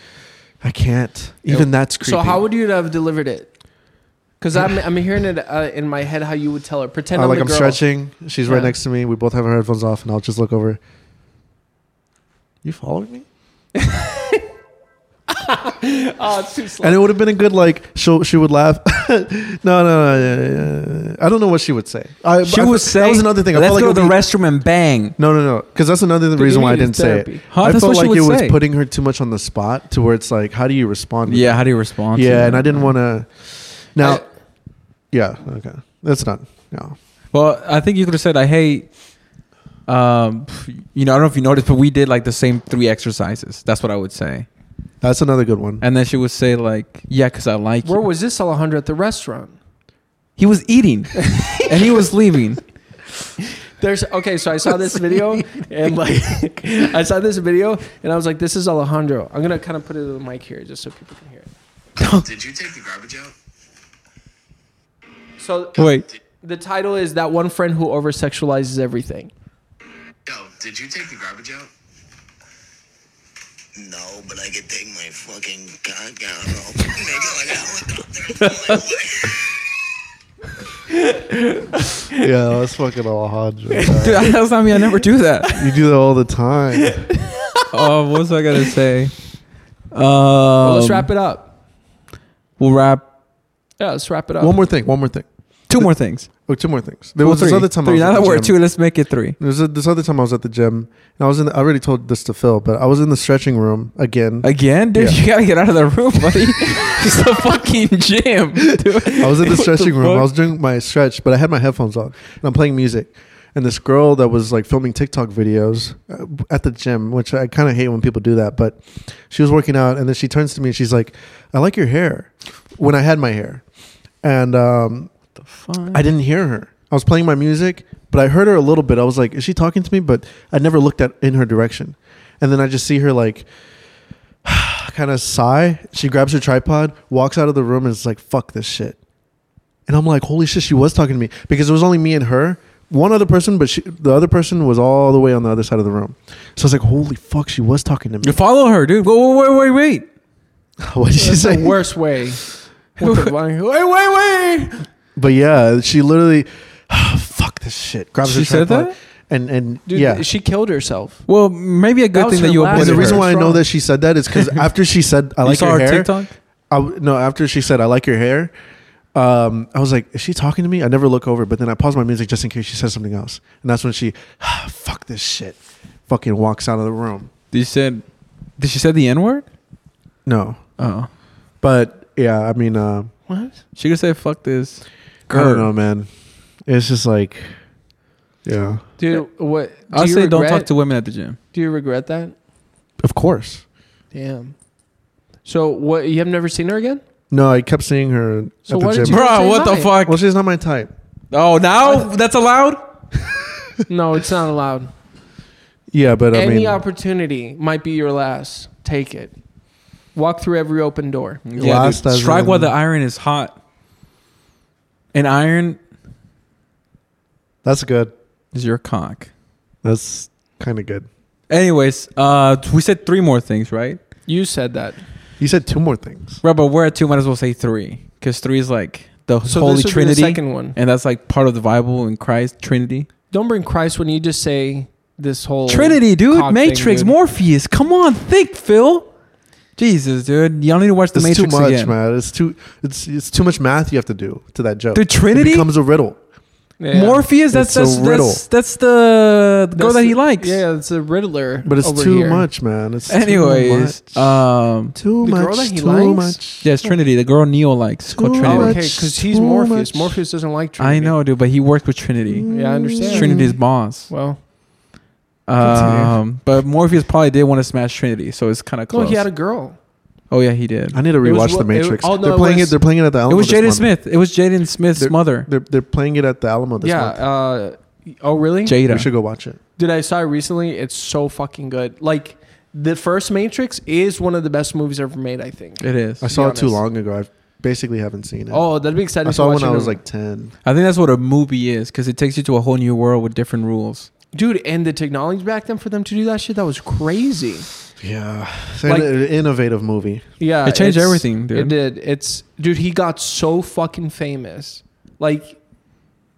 [SPEAKER 3] I can't. Even that's creepy.
[SPEAKER 2] So how would you have delivered it? Because I'm I'm hearing it uh, in my head how you would tell her. Pretend
[SPEAKER 3] Uh,
[SPEAKER 2] I'm
[SPEAKER 3] like
[SPEAKER 2] the
[SPEAKER 3] I'm
[SPEAKER 2] girl.
[SPEAKER 3] stretching. She's
[SPEAKER 2] Yeah.
[SPEAKER 3] right next to me. We both have our headphones off, and I'll just look over. You following me?
[SPEAKER 2] Oh, it's too slow.
[SPEAKER 3] And it would have been a good like. She she would laugh. no no no. yeah, yeah, yeah. I don't know what she would say. I,
[SPEAKER 1] She
[SPEAKER 3] I-
[SPEAKER 1] would say
[SPEAKER 3] that was another thing. I
[SPEAKER 1] Let's
[SPEAKER 3] felt like
[SPEAKER 1] go
[SPEAKER 3] it
[SPEAKER 1] to the
[SPEAKER 3] would be-
[SPEAKER 1] restroom and bang.
[SPEAKER 3] No, no, no. Because that's another
[SPEAKER 2] you
[SPEAKER 3] reason why I
[SPEAKER 2] need
[SPEAKER 3] didn't say
[SPEAKER 2] therapy.
[SPEAKER 3] it.
[SPEAKER 1] Huh?
[SPEAKER 3] I
[SPEAKER 1] That's
[SPEAKER 3] felt
[SPEAKER 1] what she
[SPEAKER 3] like
[SPEAKER 1] would
[SPEAKER 3] it
[SPEAKER 1] say.
[SPEAKER 3] was putting her too much on the spot to where it's like, how do you respond? to
[SPEAKER 1] Yeah, how do you respond? to
[SPEAKER 3] Yeah,
[SPEAKER 1] that?
[SPEAKER 3] and I didn't want to. Now,
[SPEAKER 2] I-
[SPEAKER 3] yeah, okay, that's not no.
[SPEAKER 1] Well, I think you could have said, "I hate." Um, you know, I don't know if you noticed, but we did like the same three exercises. That's what I would say.
[SPEAKER 3] That's another good one.
[SPEAKER 1] And then she would say, "Like, yeah, because I like
[SPEAKER 2] Where
[SPEAKER 1] you."
[SPEAKER 2] was this Alejandro at the restaurant?
[SPEAKER 1] he was eating, and he was leaving.
[SPEAKER 2] There's okay, so I saw this video and like I saw this video and I was like, this is Alejandro. I'm gonna kind of put it in the mic here just so people can hear it.
[SPEAKER 4] Did you take the garbage out?
[SPEAKER 2] So
[SPEAKER 1] Wait,
[SPEAKER 2] the title is that one friend who over sexualizes everything.
[SPEAKER 4] Yo, did you take the garbage out? No, but I could take my fucking cock out.
[SPEAKER 3] yeah, that's fucking Alejandro. you
[SPEAKER 1] dude, that's not me. I never do that.
[SPEAKER 3] do that all the time.
[SPEAKER 1] Oh, what was I gonna say? Um,
[SPEAKER 2] Well, let's wrap it up.
[SPEAKER 1] We'll wrap
[SPEAKER 2] Yeah, let's wrap it up.
[SPEAKER 3] One more thing. One more thing.
[SPEAKER 1] two more things.
[SPEAKER 3] Oh, two more things. There
[SPEAKER 1] Well,
[SPEAKER 3] was
[SPEAKER 1] three.
[SPEAKER 3] this other time.
[SPEAKER 1] Three. Now
[SPEAKER 3] I was
[SPEAKER 1] that
[SPEAKER 3] at
[SPEAKER 1] we're
[SPEAKER 3] the
[SPEAKER 1] at two,
[SPEAKER 3] gym.
[SPEAKER 1] let's make it three.
[SPEAKER 3] There was a, this other time I was at the gym, and I was in. The, I already told this to Phil, but I was in the stretching room again.
[SPEAKER 1] Again, dude,
[SPEAKER 3] Yeah.
[SPEAKER 1] you gotta get out of the room, buddy. it's the fucking gym. Dude.
[SPEAKER 3] I was in the
[SPEAKER 1] What
[SPEAKER 3] stretching room. I
[SPEAKER 1] fuck?
[SPEAKER 3] was doing my stretch, but I had my headphones on and I'm playing music. And this girl that was like filming TikTok videos uh, at the gym, which I kind of hate when people do that, but she was working out and then she turns to me and she's like, I like your hair when I had my hair. And um,
[SPEAKER 1] Fine.
[SPEAKER 3] I didn't hear her. I was playing my music, but I heard her a little bit. I was like, is she talking to me? But I never looked at in her direction. And then I just see her like kind of sigh. She grabs her tripod, walks out of the room, and is like, fuck this shit. And I'm like, holy shit, she was talking to me because it was only me and her. one other person, but she, the other person was all the way on the other side of the room. So I was like, holy fuck, she was talking to me.
[SPEAKER 1] You follow her, dude. Whoa, whoa, wait, wait, wait.
[SPEAKER 3] what did she
[SPEAKER 2] It's the
[SPEAKER 3] say?
[SPEAKER 2] worst way. What the- wait, wait, wait.
[SPEAKER 3] But yeah, she literally, fuck this shit. Grabs her
[SPEAKER 1] She said
[SPEAKER 3] tripod
[SPEAKER 1] that?
[SPEAKER 3] And and
[SPEAKER 2] Dude,
[SPEAKER 3] yeah,
[SPEAKER 2] she killed herself.
[SPEAKER 1] Well, maybe a good
[SPEAKER 2] That was
[SPEAKER 1] thing that
[SPEAKER 2] her
[SPEAKER 1] you
[SPEAKER 2] last-
[SPEAKER 1] avoided
[SPEAKER 3] the
[SPEAKER 2] Is
[SPEAKER 3] reason
[SPEAKER 1] her.
[SPEAKER 3] why I know
[SPEAKER 2] Strong.
[SPEAKER 3] that she said that is because after she said, "I
[SPEAKER 1] you
[SPEAKER 3] like
[SPEAKER 1] saw
[SPEAKER 3] your
[SPEAKER 1] her
[SPEAKER 3] hair,"
[SPEAKER 1] TikTok.
[SPEAKER 3] I w- no, after she said, "I like your hair," um, I was like, "Is she talking to me?" I never look over, but then I pause my music just in case she says something else, and that's when she, fuck this shit, fucking walks out of the room.
[SPEAKER 1] Did you said? Did she say the N word?
[SPEAKER 3] No,
[SPEAKER 1] Oh,
[SPEAKER 3] but yeah, I mean, uh,
[SPEAKER 2] What?
[SPEAKER 1] she could say "fuck this."
[SPEAKER 3] I don't
[SPEAKER 1] Girl.
[SPEAKER 3] know, man. It's just like, yeah,
[SPEAKER 2] Dude, what? Do
[SPEAKER 1] I'll
[SPEAKER 2] you
[SPEAKER 1] say don't
[SPEAKER 2] regret-
[SPEAKER 1] talk to women at the gym.
[SPEAKER 2] Do you regret that?
[SPEAKER 3] of course.
[SPEAKER 2] Damn. So what? You have never seen her again?
[SPEAKER 3] No, I kept seeing her
[SPEAKER 2] So
[SPEAKER 3] at
[SPEAKER 2] why
[SPEAKER 3] the
[SPEAKER 2] did
[SPEAKER 3] gym.
[SPEAKER 2] you-
[SPEAKER 1] Bro,
[SPEAKER 2] say
[SPEAKER 1] what the
[SPEAKER 2] hi.
[SPEAKER 1] fuck?
[SPEAKER 3] Well, she's not my type.
[SPEAKER 1] Oh, now that's allowed.
[SPEAKER 2] No, it's not allowed.
[SPEAKER 3] Yeah, but I
[SPEAKER 2] Any
[SPEAKER 3] mean,
[SPEAKER 2] opportunity might be your last. Take it. Walk through every open door.
[SPEAKER 1] Yeah,
[SPEAKER 3] Last
[SPEAKER 1] dude.
[SPEAKER 3] as
[SPEAKER 1] Strike
[SPEAKER 3] in-
[SPEAKER 1] while the iron is hot. And iron
[SPEAKER 3] that's good.
[SPEAKER 1] is your cock.
[SPEAKER 3] That's kind of good.
[SPEAKER 1] Anyways, uh, we said three more things, right?
[SPEAKER 2] You said that.
[SPEAKER 3] You said two more things.
[SPEAKER 1] Right, but we're at two. Might as well say three, because three is like the
[SPEAKER 2] So
[SPEAKER 1] Holy
[SPEAKER 2] this would be the
[SPEAKER 1] Trinity,
[SPEAKER 2] second one.
[SPEAKER 1] and that's like part of the Bible and Christ Trinity.
[SPEAKER 2] Don't bring Christ when you just say this whole
[SPEAKER 1] Trinity, dude.
[SPEAKER 2] cock thing,
[SPEAKER 1] Matrix,
[SPEAKER 2] dude.
[SPEAKER 1] Morpheus. Come on, think, Phil. Jesus, dude. Y'all need to watch the
[SPEAKER 3] It's
[SPEAKER 1] Matrix
[SPEAKER 3] too much,
[SPEAKER 1] again.
[SPEAKER 3] man. It's too it's it's too much math you have to do to that joke.
[SPEAKER 1] The Trinity?
[SPEAKER 3] it becomes a riddle.
[SPEAKER 2] Yeah.
[SPEAKER 1] Morpheus, that's
[SPEAKER 3] It's a
[SPEAKER 1] that's,
[SPEAKER 3] riddle.
[SPEAKER 1] that's that's the girl
[SPEAKER 2] That's
[SPEAKER 1] that
[SPEAKER 2] the-
[SPEAKER 1] he likes.
[SPEAKER 2] Yeah, it's a Riddler.
[SPEAKER 3] But it's
[SPEAKER 2] over
[SPEAKER 3] too
[SPEAKER 2] here.
[SPEAKER 3] much, man. It's
[SPEAKER 1] Anyways, um,
[SPEAKER 3] too
[SPEAKER 2] The
[SPEAKER 3] much.
[SPEAKER 2] girl
[SPEAKER 3] Too much.
[SPEAKER 2] that he
[SPEAKER 3] too
[SPEAKER 2] likes?
[SPEAKER 3] much.
[SPEAKER 1] yes, Trinity, the girl Neo likes, it's called
[SPEAKER 3] Too
[SPEAKER 1] Trinity.
[SPEAKER 2] Oh,
[SPEAKER 3] much.
[SPEAKER 2] okay, because he's
[SPEAKER 3] Too
[SPEAKER 2] Morpheus.
[SPEAKER 3] much.
[SPEAKER 2] Morpheus doesn't like Trinity.
[SPEAKER 1] I know, dude, but he worked with Trinity.
[SPEAKER 2] Mm, Yeah, I understand.
[SPEAKER 1] It's Trinity's boss.
[SPEAKER 2] Well,
[SPEAKER 1] Um, but Morpheus probably did want to smash Trinity, so it's kind of
[SPEAKER 2] no,
[SPEAKER 1] close.
[SPEAKER 2] he had a girl.
[SPEAKER 1] oh yeah, he did.
[SPEAKER 3] I need to
[SPEAKER 2] It was
[SPEAKER 3] rewatch The
[SPEAKER 2] what- it-
[SPEAKER 3] Matrix.
[SPEAKER 2] oh, no,
[SPEAKER 3] they're
[SPEAKER 2] it
[SPEAKER 3] playing it,
[SPEAKER 2] was-
[SPEAKER 3] They're playing it at the Alamo.
[SPEAKER 1] It was
[SPEAKER 3] this
[SPEAKER 1] Jaden
[SPEAKER 3] month.
[SPEAKER 1] Smith. It was Jaden Smith's mother.
[SPEAKER 3] They're they're playing it at the Alamo this
[SPEAKER 2] yeah.
[SPEAKER 3] month.
[SPEAKER 2] Uh, oh, really?
[SPEAKER 1] Jada.
[SPEAKER 3] We should go watch it.
[SPEAKER 2] Dude, I saw it recently. It's so fucking good. Like the first Matrix is one of the best movies ever made. I think.
[SPEAKER 1] It is.
[SPEAKER 3] I
[SPEAKER 1] I
[SPEAKER 3] saw it
[SPEAKER 2] honest.
[SPEAKER 3] too long ago. I basically haven't seen it.
[SPEAKER 2] Oh, that'd be exciting.
[SPEAKER 3] I
[SPEAKER 2] to
[SPEAKER 3] saw it
[SPEAKER 2] watch
[SPEAKER 3] when I
[SPEAKER 2] in a-
[SPEAKER 3] was like ten.
[SPEAKER 1] think that's what a movie is because it takes you to a whole new world with different rules.
[SPEAKER 2] dude, and the technology back then for them to do that shit, that was crazy.
[SPEAKER 3] Yeah,
[SPEAKER 2] Like-
[SPEAKER 3] an innovative movie.
[SPEAKER 2] Yeah,
[SPEAKER 1] It changed
[SPEAKER 2] Uh, it's-
[SPEAKER 1] everything, dude.
[SPEAKER 2] It did. It's dude. He got so fucking famous. Like,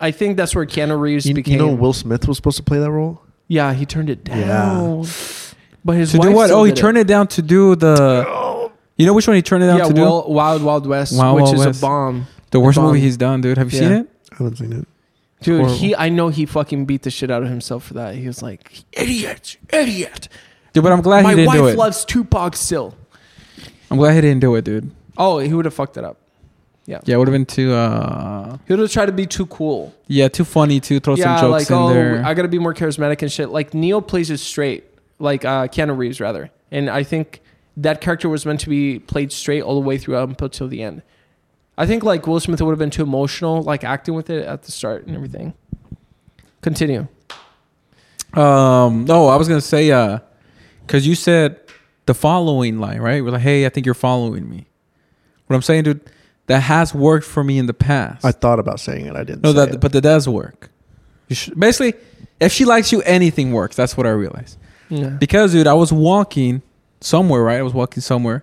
[SPEAKER 2] I think that's where Keanu Reeves
[SPEAKER 3] You,
[SPEAKER 2] became.
[SPEAKER 3] you know, Will Smith was supposed to play that role.
[SPEAKER 2] yeah, he turned it
[SPEAKER 3] Yeah.
[SPEAKER 2] down. But his
[SPEAKER 1] To
[SPEAKER 2] wife
[SPEAKER 1] do what?
[SPEAKER 2] still
[SPEAKER 1] Oh, he
[SPEAKER 2] did
[SPEAKER 1] turned it down to do the. You know which one he turned it down
[SPEAKER 2] Yeah,
[SPEAKER 1] to
[SPEAKER 2] Wil- Wild Wild West,
[SPEAKER 1] Wild
[SPEAKER 2] which
[SPEAKER 1] Wild
[SPEAKER 2] is
[SPEAKER 1] West.
[SPEAKER 2] a bomb.
[SPEAKER 1] do? The worst
[SPEAKER 2] Bomb.
[SPEAKER 1] movie he's done, dude. Have you seen
[SPEAKER 2] Yeah.
[SPEAKER 1] it?
[SPEAKER 3] I haven't seen it.
[SPEAKER 2] Dude,
[SPEAKER 1] horrible.
[SPEAKER 2] he I know he fucking beat the shit out of himself for that. He was like, idiot, idiot.
[SPEAKER 1] Dude, but I'm glad
[SPEAKER 2] My
[SPEAKER 1] he didn't do
[SPEAKER 2] wife
[SPEAKER 1] it.
[SPEAKER 2] loves Tupac still.
[SPEAKER 1] I'm glad he didn't do it, dude.
[SPEAKER 2] Oh, he would have fucked it up.
[SPEAKER 1] Yeah, it would have been too. uh
[SPEAKER 2] He would have tried to be too cool.
[SPEAKER 1] Yeah, too funny to throw
[SPEAKER 2] yeah,
[SPEAKER 1] some jokes
[SPEAKER 2] like
[SPEAKER 1] in
[SPEAKER 2] oh,
[SPEAKER 1] there.
[SPEAKER 2] I gotta be more charismatic and shit. Like Neo plays it straight, like uh, Keanu Reeves rather. And I think that character was meant to be played straight all the way through up until the end. I think like Will Smith would have been too emotional, like acting with it at the start and everything. Continue.
[SPEAKER 1] Um. No, I was gonna say, uh, cause you said the following line, right? We're like, hey, I think you're following me. What I'm saying, dude, that has worked for me in the past.
[SPEAKER 3] I thought about saying it. I didn't.
[SPEAKER 1] no,
[SPEAKER 3] say
[SPEAKER 1] that
[SPEAKER 3] it.
[SPEAKER 1] but that does work. You should, basically, if she likes you, anything works. That's what I realized.
[SPEAKER 2] Yeah.
[SPEAKER 1] Because, dude, I was walking somewhere, right? I was walking somewhere,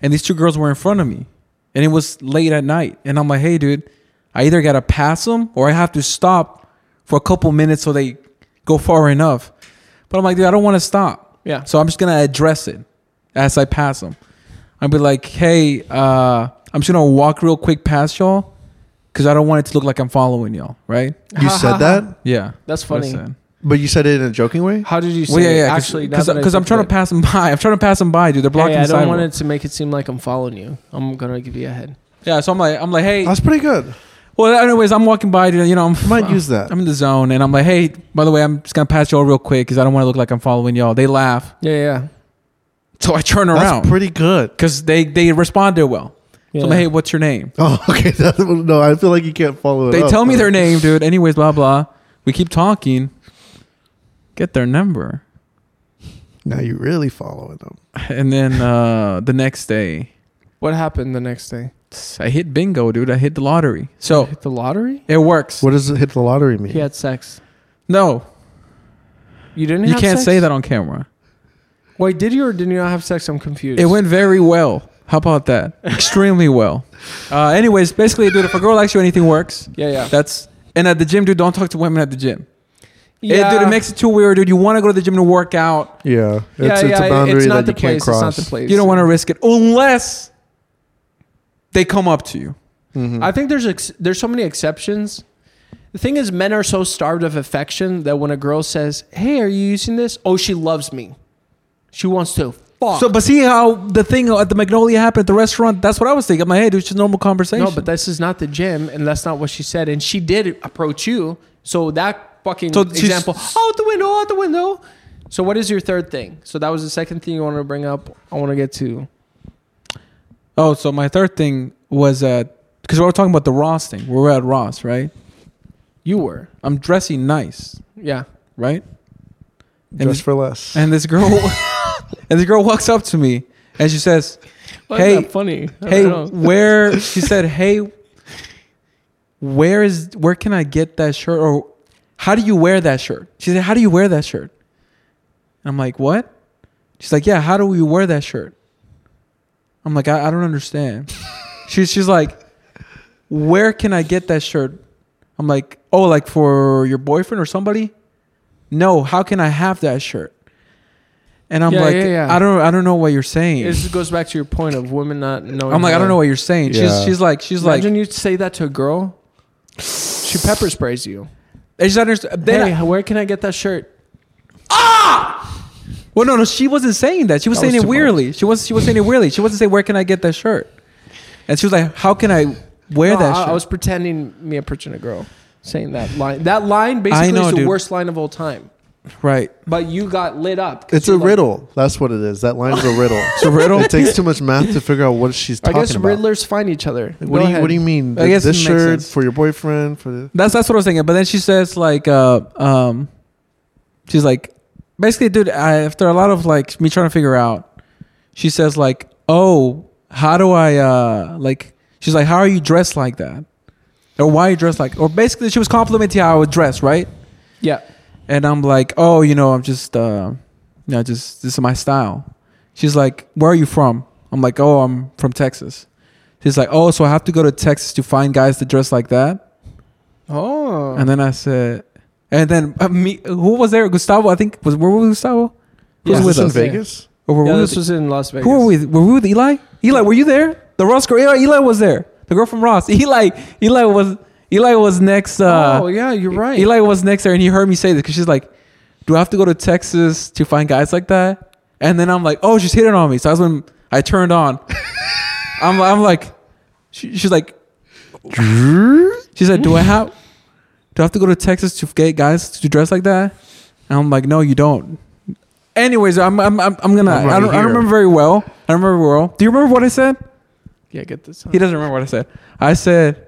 [SPEAKER 1] and these two girls were in front of me, and it was late at night. And I'm like, hey, dude, I either gotta pass them or I have to stop for a couple minutes so they go far enough. But I'm like, dude, I don't want to stop.
[SPEAKER 2] Yeah.
[SPEAKER 1] So I'm just gonna address it as I pass them. I'll be like, hey, uh, I'm just gonna walk real quick past y'all because I don't want it to look like I'm following y'all, right?
[SPEAKER 3] you said that,
[SPEAKER 1] Yeah.
[SPEAKER 2] That's
[SPEAKER 1] what I
[SPEAKER 2] funny.
[SPEAKER 1] said.
[SPEAKER 3] but you said it in a joking way.
[SPEAKER 2] How did you say?
[SPEAKER 1] Well, yeah, yeah.
[SPEAKER 2] it? Actually, now that I
[SPEAKER 1] because I'm
[SPEAKER 2] think
[SPEAKER 1] trying
[SPEAKER 2] of
[SPEAKER 1] to pass them by. I'm trying to pass them by, dude. They're
[SPEAKER 2] it-
[SPEAKER 1] blocking
[SPEAKER 2] Hey, I
[SPEAKER 1] the
[SPEAKER 2] don't
[SPEAKER 1] sidewalk.
[SPEAKER 2] want it to make it seem like I'm following you. I'm gonna give you a head.
[SPEAKER 1] Yeah, so I'm like, I'm like, hey.
[SPEAKER 3] That's pretty good.
[SPEAKER 1] Well, anyways, I'm walking by, dude. You know, I'm,
[SPEAKER 3] You might use that.
[SPEAKER 1] I'm in the zone, and I'm like, hey. By the way, I'm just gonna pass y'all real quick because I don't want to look like I'm following y'all. They laugh,
[SPEAKER 2] Yeah, yeah.
[SPEAKER 1] so I turn
[SPEAKER 3] That's
[SPEAKER 1] around
[SPEAKER 3] pretty good.
[SPEAKER 1] because they they responded well. So I'm
[SPEAKER 2] Yeah.
[SPEAKER 1] like, hey, what's your name?
[SPEAKER 3] Oh, okay. That, no, I feel like you can't follow it.
[SPEAKER 1] They
[SPEAKER 3] up,
[SPEAKER 1] tell me
[SPEAKER 3] but-
[SPEAKER 1] their name, dude. Anyways, blah blah. We keep talking. Get their number,
[SPEAKER 3] Now you really following them.
[SPEAKER 1] and then uh, the next day,
[SPEAKER 2] What happened the next day?
[SPEAKER 1] I hit bingo, dude. I hit the lottery. So
[SPEAKER 2] Hit the lottery?
[SPEAKER 1] it works.
[SPEAKER 3] What does it hit the lottery mean?
[SPEAKER 5] He had sex.
[SPEAKER 1] No,
[SPEAKER 2] You didn't.
[SPEAKER 1] you
[SPEAKER 2] have
[SPEAKER 1] can't
[SPEAKER 2] sex?
[SPEAKER 1] say that on camera.
[SPEAKER 2] Wait, did you or did you not have sex? I'm confused.
[SPEAKER 1] It went very well. How about that? Extremely well. Uh, anyways, basically, dude, if a girl likes you, anything works.
[SPEAKER 2] Yeah, yeah.
[SPEAKER 1] That's and at the gym, dude, don't talk to women at the gym. Yeah.
[SPEAKER 2] Yeah.
[SPEAKER 1] dude, it makes it too weird, dude. You want to go to the gym to work out.
[SPEAKER 3] Yeah, it's,
[SPEAKER 2] Yeah,
[SPEAKER 3] it's
[SPEAKER 2] yeah,
[SPEAKER 3] a boundary
[SPEAKER 2] it's not
[SPEAKER 3] that
[SPEAKER 2] the
[SPEAKER 3] you can't
[SPEAKER 2] place.
[SPEAKER 3] cross.
[SPEAKER 2] It's not the place.
[SPEAKER 1] You don't want to risk it unless they come up to you.
[SPEAKER 3] Mm-hmm.
[SPEAKER 2] I think there's ex- there's so many exceptions. The thing is, men are so starved of affection that when a girl says, "Hey, are you using this?" Oh, she loves me. She wants to fuck.
[SPEAKER 1] So, but see how the thing at the Magnolia happened at the restaurant. That's what I was thinking. I'm like, hey, dude, it's just normal conversation.
[SPEAKER 2] no, but this is not the gym, and that's not what she said. And she did approach you. So that fucking
[SPEAKER 1] So she's-
[SPEAKER 2] example out the window, out the window. So what is your third thing? So that was the second thing you wanted to bring up. I want to get to.
[SPEAKER 1] oh, so my third thing was because we were talking about the Ross thing. We were at Ross, right?
[SPEAKER 2] You were,
[SPEAKER 1] I'm dressing nice,
[SPEAKER 2] yeah.
[SPEAKER 1] right? And
[SPEAKER 3] Just for less.
[SPEAKER 1] And this girl, and this girl walks up to me and she says,
[SPEAKER 2] Why
[SPEAKER 1] "Hey,
[SPEAKER 2] is that funny? I
[SPEAKER 1] hey,
[SPEAKER 2] don't know.
[SPEAKER 1] where?" She said, "Hey, where is where can I get that shirt? Or how do you wear that shirt?" She said, "How do you wear that shirt?" And I'm like, "What?" She's like, "Yeah, how do we wear that shirt?" I'm like, "I, I don't understand." she's she's like, "Where can I get that shirt?" I'm like, "Oh, like for your boyfriend or somebody?" No, how can I have that shirt? And I'm
[SPEAKER 2] Yeah,
[SPEAKER 1] like,
[SPEAKER 2] yeah, yeah.
[SPEAKER 1] I don't, I don't know what you're saying.
[SPEAKER 2] it just goes back to your point of women not knowing.
[SPEAKER 1] I'm like, I
[SPEAKER 2] how-
[SPEAKER 1] don't know what you're saying. She's,
[SPEAKER 3] Yeah.
[SPEAKER 1] she's like, she's like,
[SPEAKER 2] Imagine you say that to a girl. She pepper sprays you.
[SPEAKER 1] I just understand. Then
[SPEAKER 2] Hey,
[SPEAKER 1] I-
[SPEAKER 2] where can I get that shirt?
[SPEAKER 1] well, no, no, she wasn't saying that. She was
[SPEAKER 2] That
[SPEAKER 1] saying it
[SPEAKER 2] was too much.
[SPEAKER 1] weirdly. She was, she was saying it weirdly. She wasn't saying, where can I get that shirt? And she was like, how can I wear
[SPEAKER 2] No,
[SPEAKER 1] that
[SPEAKER 2] Oh, I,
[SPEAKER 1] shirt?
[SPEAKER 2] I was pretending me approaching a girl, saying that line. That line basically
[SPEAKER 1] know,
[SPEAKER 2] is the
[SPEAKER 1] dude.
[SPEAKER 2] worst line of all time.
[SPEAKER 1] right.
[SPEAKER 2] But you got lit up. 'cause
[SPEAKER 3] It's a
[SPEAKER 2] you're like-
[SPEAKER 3] riddle. That's what it is. That line's a riddle. it's a
[SPEAKER 1] riddle?
[SPEAKER 3] It takes too much math to figure out what she's
[SPEAKER 2] I
[SPEAKER 3] talking
[SPEAKER 2] guess
[SPEAKER 3] about.
[SPEAKER 2] riddlers find each other.
[SPEAKER 3] What
[SPEAKER 2] Go
[SPEAKER 3] do you
[SPEAKER 2] ahead.
[SPEAKER 3] What do you mean?
[SPEAKER 1] I
[SPEAKER 3] Th-
[SPEAKER 1] guess
[SPEAKER 3] this
[SPEAKER 1] it makes
[SPEAKER 3] shirt
[SPEAKER 1] sense.
[SPEAKER 3] for your boyfriend for the.
[SPEAKER 1] That's, that's what I was thinking. But then she says like, uh, um, she's like, basically, dude, I, after a lot of like me trying to figure out, she says like, oh, how do I, uh, like, she's like, how are you dressed like that? Or why are you dressed like, or basically she was complimenting how I would dress, right?
[SPEAKER 2] Yeah.
[SPEAKER 1] And I'm like, oh, you know, I'm just, uh, you know, just this is my style. She's like, where are you from? I'm like, oh, I'm from Texas. She's like, oh, so I have to go to Texas to find guys that dress like that.
[SPEAKER 2] Oh.
[SPEAKER 1] And then I said, and then uh, me, who was there? Gustavo, I think was where was Gustavo? Who
[SPEAKER 2] Yeah,
[SPEAKER 1] was
[SPEAKER 3] Was
[SPEAKER 1] with
[SPEAKER 3] this in
[SPEAKER 1] us?
[SPEAKER 3] Vegas?
[SPEAKER 1] Or were
[SPEAKER 2] yeah,
[SPEAKER 1] we
[SPEAKER 2] this
[SPEAKER 1] with-
[SPEAKER 2] was in Las Vegas.
[SPEAKER 1] who were we? Were we with Eli? Eli, were you there? The Ross girl, Eli, Eli was there. The girl from Ross. Eli, Eli was, Eli was next. Uh,
[SPEAKER 2] oh yeah, you're right.
[SPEAKER 1] Eli was next to her and he heard me say this because she's like, Do I have to go to Texas to find guys like that? And then I'm like, Oh, she's hitting on me. So that's when I turned on. I'm, I'm like, she, She's like, She said, Do I have. Do I have to go to Texas to get guys to dress like that? And I'm like, no, you don't. Anyways, I'm I'm I'm, I'm gonna.
[SPEAKER 3] I'm right
[SPEAKER 1] I don't, I
[SPEAKER 3] here.
[SPEAKER 1] don't remember very well. I don't remember very well. Do you remember what I said?
[SPEAKER 2] yeah, get this.
[SPEAKER 1] He doesn't remember what I said. I said,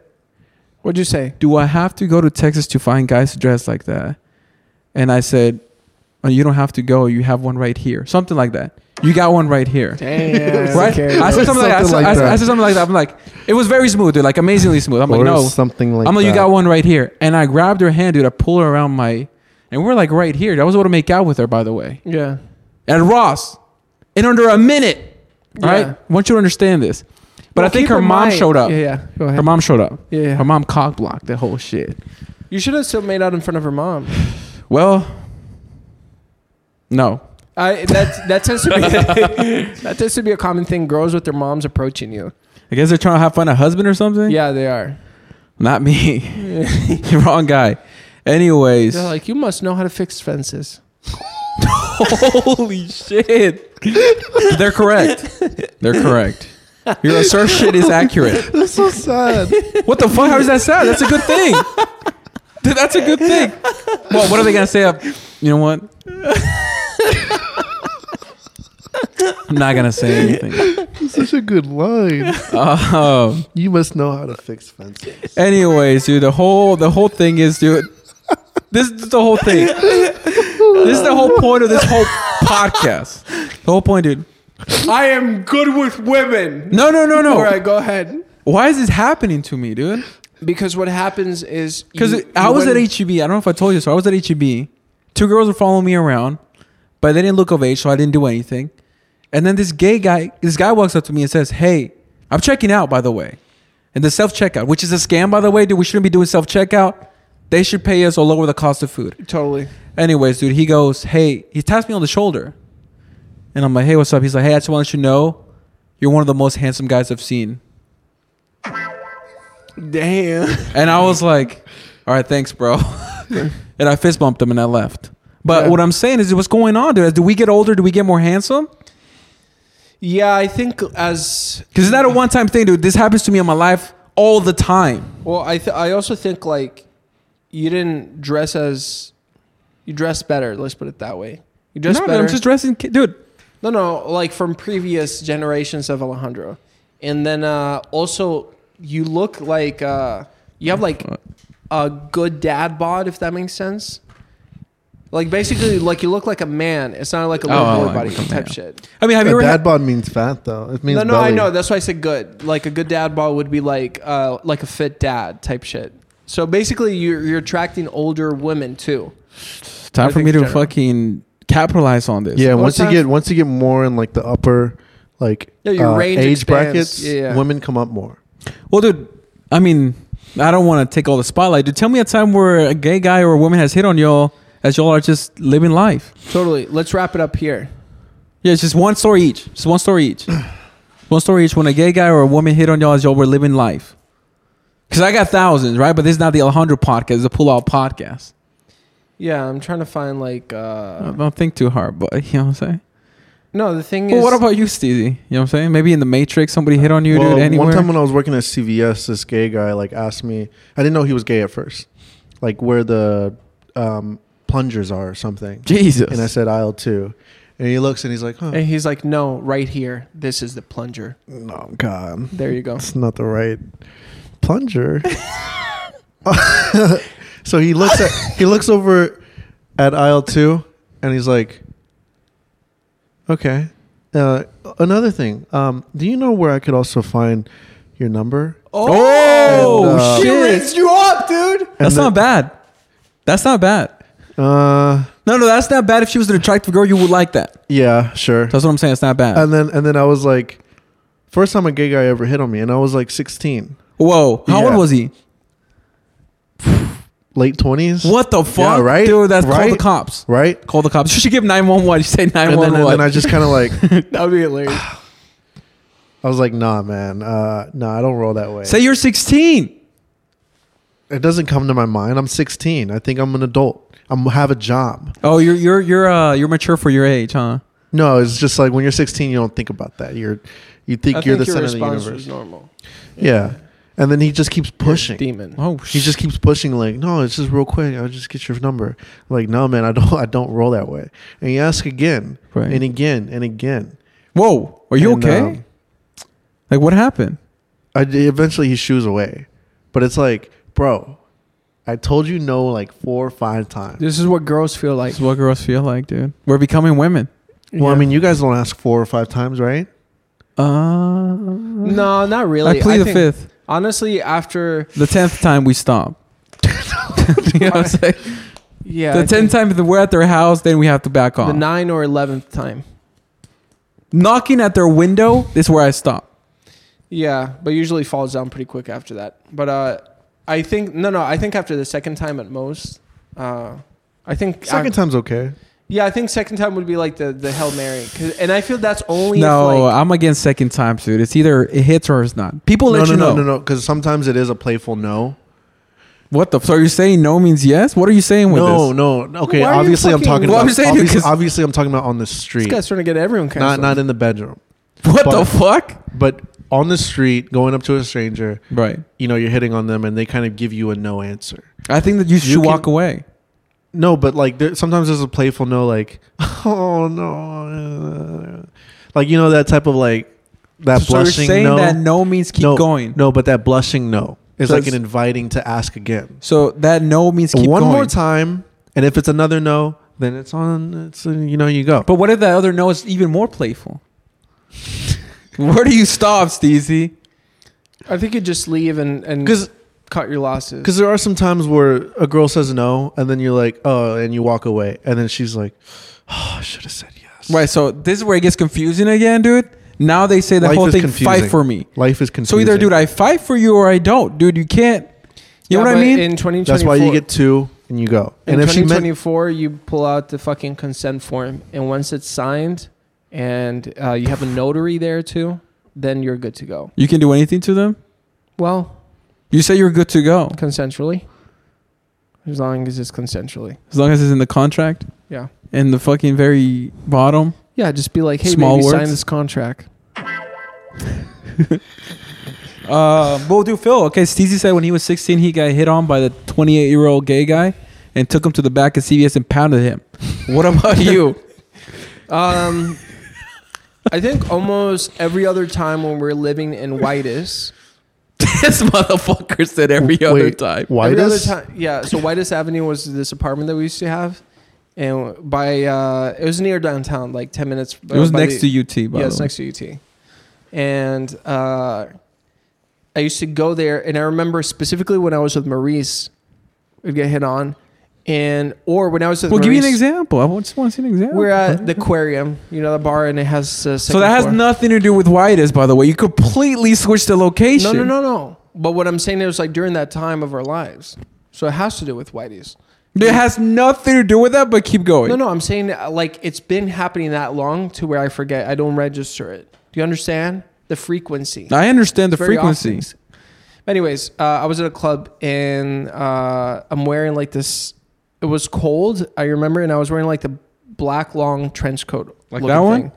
[SPEAKER 2] What'd you say?
[SPEAKER 1] do I have to go to Texas to find guys to dress like that? And I said, oh, you don't have to go. You have one right here. Something like that. You got one right here.
[SPEAKER 2] Damn.
[SPEAKER 1] Right?
[SPEAKER 2] okay.
[SPEAKER 1] I said something, like, I said,
[SPEAKER 3] Something like
[SPEAKER 1] I, said,
[SPEAKER 3] that.
[SPEAKER 1] I said something like that. I'm like, it was very smooth, dude. Like amazingly smooth. I'm like,
[SPEAKER 3] or
[SPEAKER 1] no.
[SPEAKER 3] something like.
[SPEAKER 1] I'm like,
[SPEAKER 3] that.
[SPEAKER 1] you got one right here. And I grabbed her hand, dude. I pulled her around my, and we're like right here. I was able to make out with her, by the way.
[SPEAKER 2] Yeah.
[SPEAKER 1] At Ross, in under a minute. All right?
[SPEAKER 2] Yeah.
[SPEAKER 1] I want you to understand this. But
[SPEAKER 2] Well,
[SPEAKER 1] I think
[SPEAKER 2] keep
[SPEAKER 1] her
[SPEAKER 2] in
[SPEAKER 1] mom
[SPEAKER 2] mind-
[SPEAKER 1] showed up.
[SPEAKER 2] Yeah, yeah. Go ahead.
[SPEAKER 1] Her mom showed up.
[SPEAKER 2] Yeah, yeah.
[SPEAKER 1] Her mom cock blocked the whole shit.
[SPEAKER 2] You should have still made out in front of her mom.
[SPEAKER 1] Well, no.
[SPEAKER 2] I that that tends to be that tends to be a common thing. Girls with their moms approaching you.
[SPEAKER 1] I guess they're trying to have fun a husband or something.
[SPEAKER 2] Yeah, they are.
[SPEAKER 1] not me. Wrong guy. Anyways,
[SPEAKER 2] They're like, you must know how to fix fences.
[SPEAKER 1] holy shit. they're correct. They're correct. Your assertion is accurate.
[SPEAKER 3] That's so sad.
[SPEAKER 1] What the fuck? How is that sad? That's a good thing. Dude, That's a good thing. Well, what are they gonna say? Up, you know what? I'm not gonna say anything.
[SPEAKER 3] That's such a good line.
[SPEAKER 1] Um,
[SPEAKER 3] You must know how to fix fences.
[SPEAKER 1] Anyways, dude, the whole the whole thing is, dude. This is the whole thing. This is the whole point of this whole podcast. The whole point, dude.
[SPEAKER 2] I am good with women.
[SPEAKER 1] No, no, no, no.
[SPEAKER 2] All right, go ahead.
[SPEAKER 1] Why is this happening to me, dude?
[SPEAKER 2] Because what happens is
[SPEAKER 1] Because
[SPEAKER 2] you-
[SPEAKER 1] I
[SPEAKER 2] you
[SPEAKER 1] was at
[SPEAKER 2] went-
[SPEAKER 1] HEB. I don't know if I told you. So I was at HEB. Two girls were following me around, but they didn't look of age, so I didn't do anything. And then this gay guy, this guy walks up to me and says, "Hey, I'm checking out, by the way." And the self checkout, which is a scam, by the way, dude. We shouldn't be doing self checkout. They should pay us or lower the cost of food.
[SPEAKER 2] totally.
[SPEAKER 1] Anyways, dude, he goes, "Hey," he taps me on the shoulder, and I'm like, "Hey, what's up?" He's like, "Hey, I just want to let you know, you're one of the most handsome guys I've seen."
[SPEAKER 2] Damn.
[SPEAKER 1] And I was like, all right, thanks, bro. and I fist bumped him and I left. But
[SPEAKER 2] Yeah.
[SPEAKER 1] what I'm saying is, what's going on, dude? Do we get older? Do we get more handsome?
[SPEAKER 2] Yeah, I think as
[SPEAKER 1] Because it's not a one time thing, dude. This happens to me in my life all the time.
[SPEAKER 2] well, I th- I also think like you didn't dress as you dressed better. Let's put it that way. You dressed
[SPEAKER 1] no, dude,
[SPEAKER 2] better.
[SPEAKER 1] I'm just dressing, ki- dude.
[SPEAKER 2] No, no, like from previous generations of Alejandro. And then uh, also, you look like uh, you have like a good dad bod, if that makes sense. Like basically, like you look like a man. It's not like a little
[SPEAKER 1] Oh,
[SPEAKER 2] boy
[SPEAKER 1] like
[SPEAKER 2] body
[SPEAKER 1] a man.
[SPEAKER 2] type shit.
[SPEAKER 1] I mean, have you
[SPEAKER 3] a
[SPEAKER 1] ever?
[SPEAKER 3] dad
[SPEAKER 1] Had,
[SPEAKER 3] bod means fat though. It means
[SPEAKER 2] No, no, I
[SPEAKER 3] belly.
[SPEAKER 2] know. That's why I said good. Like a good dad bod would be like uh, like a fit dad type shit. So basically, you're you're attracting older women too.
[SPEAKER 1] time
[SPEAKER 2] I
[SPEAKER 1] for me
[SPEAKER 2] think
[SPEAKER 1] to
[SPEAKER 2] in general.
[SPEAKER 1] fucking capitalize on this.
[SPEAKER 3] Yeah,
[SPEAKER 2] Well,
[SPEAKER 3] once you
[SPEAKER 2] time-
[SPEAKER 3] get once you get more in like the upper like uh,
[SPEAKER 2] Yeah, your range
[SPEAKER 3] age
[SPEAKER 2] expands.
[SPEAKER 3] brackets,
[SPEAKER 2] Yeah, yeah.
[SPEAKER 3] women come up more.
[SPEAKER 1] Well, dude, I mean, I don't want to take all the spotlight. Dude, tell me a time where a gay guy or a woman has hit on y'all as y'all are just living life.
[SPEAKER 2] Totally. Let's wrap it up here.
[SPEAKER 1] Yeah, it's just one story each. Just one story each. one story each. When a gay guy or a woman hit on y'all as y'all were living life. Because I got thousands, right? But this is not the Alejandro podcast. It's a pull-out podcast.
[SPEAKER 2] Yeah, I'm trying to find like. Uh,
[SPEAKER 1] I don't think too hard, but you know what I'm saying?
[SPEAKER 2] no, the thing
[SPEAKER 1] Well,
[SPEAKER 2] is.
[SPEAKER 1] what about you, Steezy? You know what I'm saying? Maybe in the Matrix, somebody hit on you,
[SPEAKER 3] Well,
[SPEAKER 1] dude, anywhere?
[SPEAKER 3] One time when I was working at CVS, this gay guy like asked me. I didn't know he was gay at first, like where the um, plungers are or something.
[SPEAKER 1] Jesus.
[SPEAKER 3] And I said aisle two, and he looks and he's like, "Huh?
[SPEAKER 2] And he's like, no, right here. This is the plunger.
[SPEAKER 3] No, God,
[SPEAKER 2] There you go.
[SPEAKER 3] that's not the right plunger." so he looks at he looks over at aisle two, and he's like, "Okay." Uh, another thing, um, do you know where I could also find your number?
[SPEAKER 1] oh,
[SPEAKER 3] And, uh,
[SPEAKER 2] She
[SPEAKER 1] shit.
[SPEAKER 2] raised you up, dude.
[SPEAKER 1] That's
[SPEAKER 3] And
[SPEAKER 1] not bad. That's not bad.
[SPEAKER 3] Uh,
[SPEAKER 1] No, no, that's not bad. If she was an attractive girl, you would like that.
[SPEAKER 3] yeah, sure.
[SPEAKER 1] That's what I'm saying. It's not bad.
[SPEAKER 3] And then and then I was like, first time a gay guy ever hit on me, and I was like 16,
[SPEAKER 1] Whoa. How old
[SPEAKER 3] Yeah.
[SPEAKER 1] was he?
[SPEAKER 3] late 20s.
[SPEAKER 1] What the fuck?
[SPEAKER 3] right?
[SPEAKER 1] Dude, that's call the
[SPEAKER 3] Right?
[SPEAKER 1] cops.
[SPEAKER 3] Right.
[SPEAKER 1] Call the cops. You should give 911. You say
[SPEAKER 3] And then,
[SPEAKER 1] 911.
[SPEAKER 3] and then I just kind of like,
[SPEAKER 2] That would be hilarious.
[SPEAKER 3] I was like, nah, man, uh, nah, I don't roll that way.
[SPEAKER 1] say you're 16.
[SPEAKER 3] it doesn't come to my mind. I'm 16. I think I'm an adult. I'm have a job.
[SPEAKER 1] Oh, you're you're you're uh you're mature for your age, huh?
[SPEAKER 3] No, it's just like when you're 16, you don't think about that. You're, you think
[SPEAKER 2] I
[SPEAKER 3] you're
[SPEAKER 2] think
[SPEAKER 3] the
[SPEAKER 2] your
[SPEAKER 3] center of the
[SPEAKER 2] response
[SPEAKER 3] universe.
[SPEAKER 2] was normal.
[SPEAKER 3] yeah. And then he just keeps pushing.
[SPEAKER 2] Demon.
[SPEAKER 1] Oh,
[SPEAKER 3] He just keeps pushing like, no, it's just real quick. I'll just get your number. I'm like, no, man, I don't, I don't roll that way. And you ask again
[SPEAKER 1] Right.
[SPEAKER 3] and again and again.
[SPEAKER 1] Whoa, are you
[SPEAKER 3] And,
[SPEAKER 1] okay?
[SPEAKER 3] um,
[SPEAKER 1] like what happened?
[SPEAKER 3] I d- eventually he shoes away, but it's like, bro, I told you no like four or five times.
[SPEAKER 2] This is what girls feel like.
[SPEAKER 1] This is what girls feel like, dude. We're becoming women.
[SPEAKER 3] Well, I mean, you guys don't ask four or five times, right?
[SPEAKER 1] Uh,
[SPEAKER 2] no, not really.
[SPEAKER 1] I plead the
[SPEAKER 2] think-
[SPEAKER 1] fifth.
[SPEAKER 2] Honestly, after
[SPEAKER 1] The tenth time we stop. you know what I'm saying?
[SPEAKER 2] yeah,
[SPEAKER 1] the
[SPEAKER 2] I
[SPEAKER 1] tenth
[SPEAKER 2] think
[SPEAKER 1] time that we're at their house, then we have to back off.
[SPEAKER 2] the nine or eleventh time.
[SPEAKER 1] Knocking at their window is where I stop.
[SPEAKER 2] Yeah, but usually falls down pretty quick after that. But uh, I think no, no. I think after the second time at most. Uh, I think
[SPEAKER 3] Second
[SPEAKER 2] I-
[SPEAKER 3] time's okay.
[SPEAKER 2] Yeah, I think second time would be like the the Hail Mary, 'Cause- and I feel that's only
[SPEAKER 1] No,
[SPEAKER 2] If, like,
[SPEAKER 1] I'm against second time, dude. It's either it hits or it's not. People
[SPEAKER 3] No,
[SPEAKER 1] let
[SPEAKER 3] no,
[SPEAKER 1] you
[SPEAKER 3] no,
[SPEAKER 1] know.
[SPEAKER 3] no, no, because sometimes it is a playful no.
[SPEAKER 1] What the? f- So are you saying no means yes? What are you saying with
[SPEAKER 3] No,
[SPEAKER 1] this?
[SPEAKER 3] no. Okay,
[SPEAKER 2] Why are you
[SPEAKER 3] obviously I'm
[SPEAKER 2] fucking-
[SPEAKER 3] talking
[SPEAKER 1] Well,
[SPEAKER 3] about.
[SPEAKER 1] I'm saying
[SPEAKER 3] obviously,
[SPEAKER 1] because-
[SPEAKER 3] obviously I'm talking about on the
[SPEAKER 2] this
[SPEAKER 3] street,
[SPEAKER 2] guy's trying to get everyone
[SPEAKER 3] not
[SPEAKER 2] canceled.
[SPEAKER 3] not in the bedroom,
[SPEAKER 1] What
[SPEAKER 3] But-
[SPEAKER 1] the fuck?
[SPEAKER 3] but on the street, going up to a stranger.
[SPEAKER 1] Right.
[SPEAKER 3] You know, you're hitting on them, and they kind of give you a no answer.
[SPEAKER 1] I think that you should
[SPEAKER 3] You can-
[SPEAKER 1] walk away.
[SPEAKER 3] No, but like there, sometimes there's a playful no, like oh no, uh," like you know that type of like that
[SPEAKER 1] so
[SPEAKER 3] blushing
[SPEAKER 1] you're saying
[SPEAKER 3] no.
[SPEAKER 1] that no means keep
[SPEAKER 3] no,
[SPEAKER 1] going.
[SPEAKER 3] No, but that blushing no is
[SPEAKER 1] So
[SPEAKER 3] like an
[SPEAKER 1] it's-
[SPEAKER 3] inviting to ask again.
[SPEAKER 1] So that no means keep
[SPEAKER 3] One
[SPEAKER 1] going.
[SPEAKER 3] more time, and if it's another no, then it's on. It's uh, you know you go.
[SPEAKER 1] But what if that other no is even more playful? Where do you stop, Steezy?
[SPEAKER 2] I think you just leave and and
[SPEAKER 3] Because
[SPEAKER 2] cut your losses.
[SPEAKER 3] Because there are some times where a girl says no, and then you're like, oh, and you walk away, and then she's like, oh, I should have said yes.
[SPEAKER 1] Right. So this is where it gets confusing again, dude. Now they say the
[SPEAKER 3] Life
[SPEAKER 1] whole
[SPEAKER 3] is
[SPEAKER 1] thing
[SPEAKER 3] confusing.
[SPEAKER 1] fight for me.
[SPEAKER 3] Life is
[SPEAKER 1] So
[SPEAKER 3] confusing.
[SPEAKER 1] either, dude, I fight for you or I don't, dude. You can't. You
[SPEAKER 2] Yeah,
[SPEAKER 1] know what I
[SPEAKER 2] but
[SPEAKER 1] mean?
[SPEAKER 2] In 2024,
[SPEAKER 3] That's why you get two and you go.
[SPEAKER 2] in
[SPEAKER 3] And if she meant,
[SPEAKER 2] 2024, you pull out the fucking consent form, and once it's signed, and uh, you have a notary there too, then you're good to go.
[SPEAKER 1] you can do anything to them.
[SPEAKER 2] Well,
[SPEAKER 1] You say you're good to go
[SPEAKER 2] consensually, as long as it's consensually.
[SPEAKER 1] as long as it's in the contract.
[SPEAKER 2] Yeah.
[SPEAKER 1] In the fucking very bottom.
[SPEAKER 2] Yeah, just be like, hey,
[SPEAKER 1] Small
[SPEAKER 2] baby, sign
[SPEAKER 1] words.
[SPEAKER 2] this contract.
[SPEAKER 1] Uh, well, dude, Phil. Okay, Steezy said when he was 16, he got hit on by the 28 year old gay guy and took him to the back of CVS and pounded him. What about you?
[SPEAKER 2] Um, I think almost every other time when we're living in Whitus,
[SPEAKER 1] this motherfucker said every other
[SPEAKER 3] wait,
[SPEAKER 1] time.
[SPEAKER 3] why
[SPEAKER 2] Every
[SPEAKER 3] does?
[SPEAKER 2] other time, yeah. So Whitus Avenue was this apartment that we used to have, and by uh, it was near downtown, like ten minutes. uh,
[SPEAKER 1] It was next to UT, by
[SPEAKER 2] Yeah,
[SPEAKER 1] the
[SPEAKER 2] it's
[SPEAKER 1] way.
[SPEAKER 2] next to UT, and uh, I used to go there, and I remember specifically when I was with Maurice, we'd get hit on, and or when I was with
[SPEAKER 1] Well, give me an
[SPEAKER 2] Maurice,
[SPEAKER 1] example. I just want to see an example.
[SPEAKER 2] We're at the aquarium, you know, the bar, and it has uh,
[SPEAKER 1] So that has
[SPEAKER 2] nothing.
[SPEAKER 1] nothing to do with Whitus, by the way. You completely switched the location.
[SPEAKER 2] No, no, no, no. But what I'm saying is like during that time of our lives. So it has to do with Whitey's.
[SPEAKER 1] It has nothing to do with that, but keep going.
[SPEAKER 2] No, no, I'm saying uh, like it's been happening that long to where I forget. I don't register it. Do you understand? The frequency.
[SPEAKER 1] I understand the
[SPEAKER 2] Very often.
[SPEAKER 1] frequency.
[SPEAKER 2] Anyways, uh, I was at a club and uh, I'm wearing like this. It was cold, I remember, and I was wearing like the black long trench coat.
[SPEAKER 1] Like
[SPEAKER 2] looking
[SPEAKER 1] that one?
[SPEAKER 2] thing.